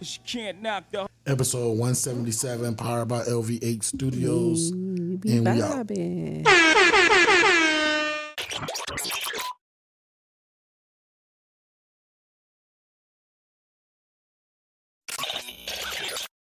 S1: She can't knock the
S4: Episode 177, powered by LV8 Studios.
S18: Baby
S4: and we out.
S18: Bobby.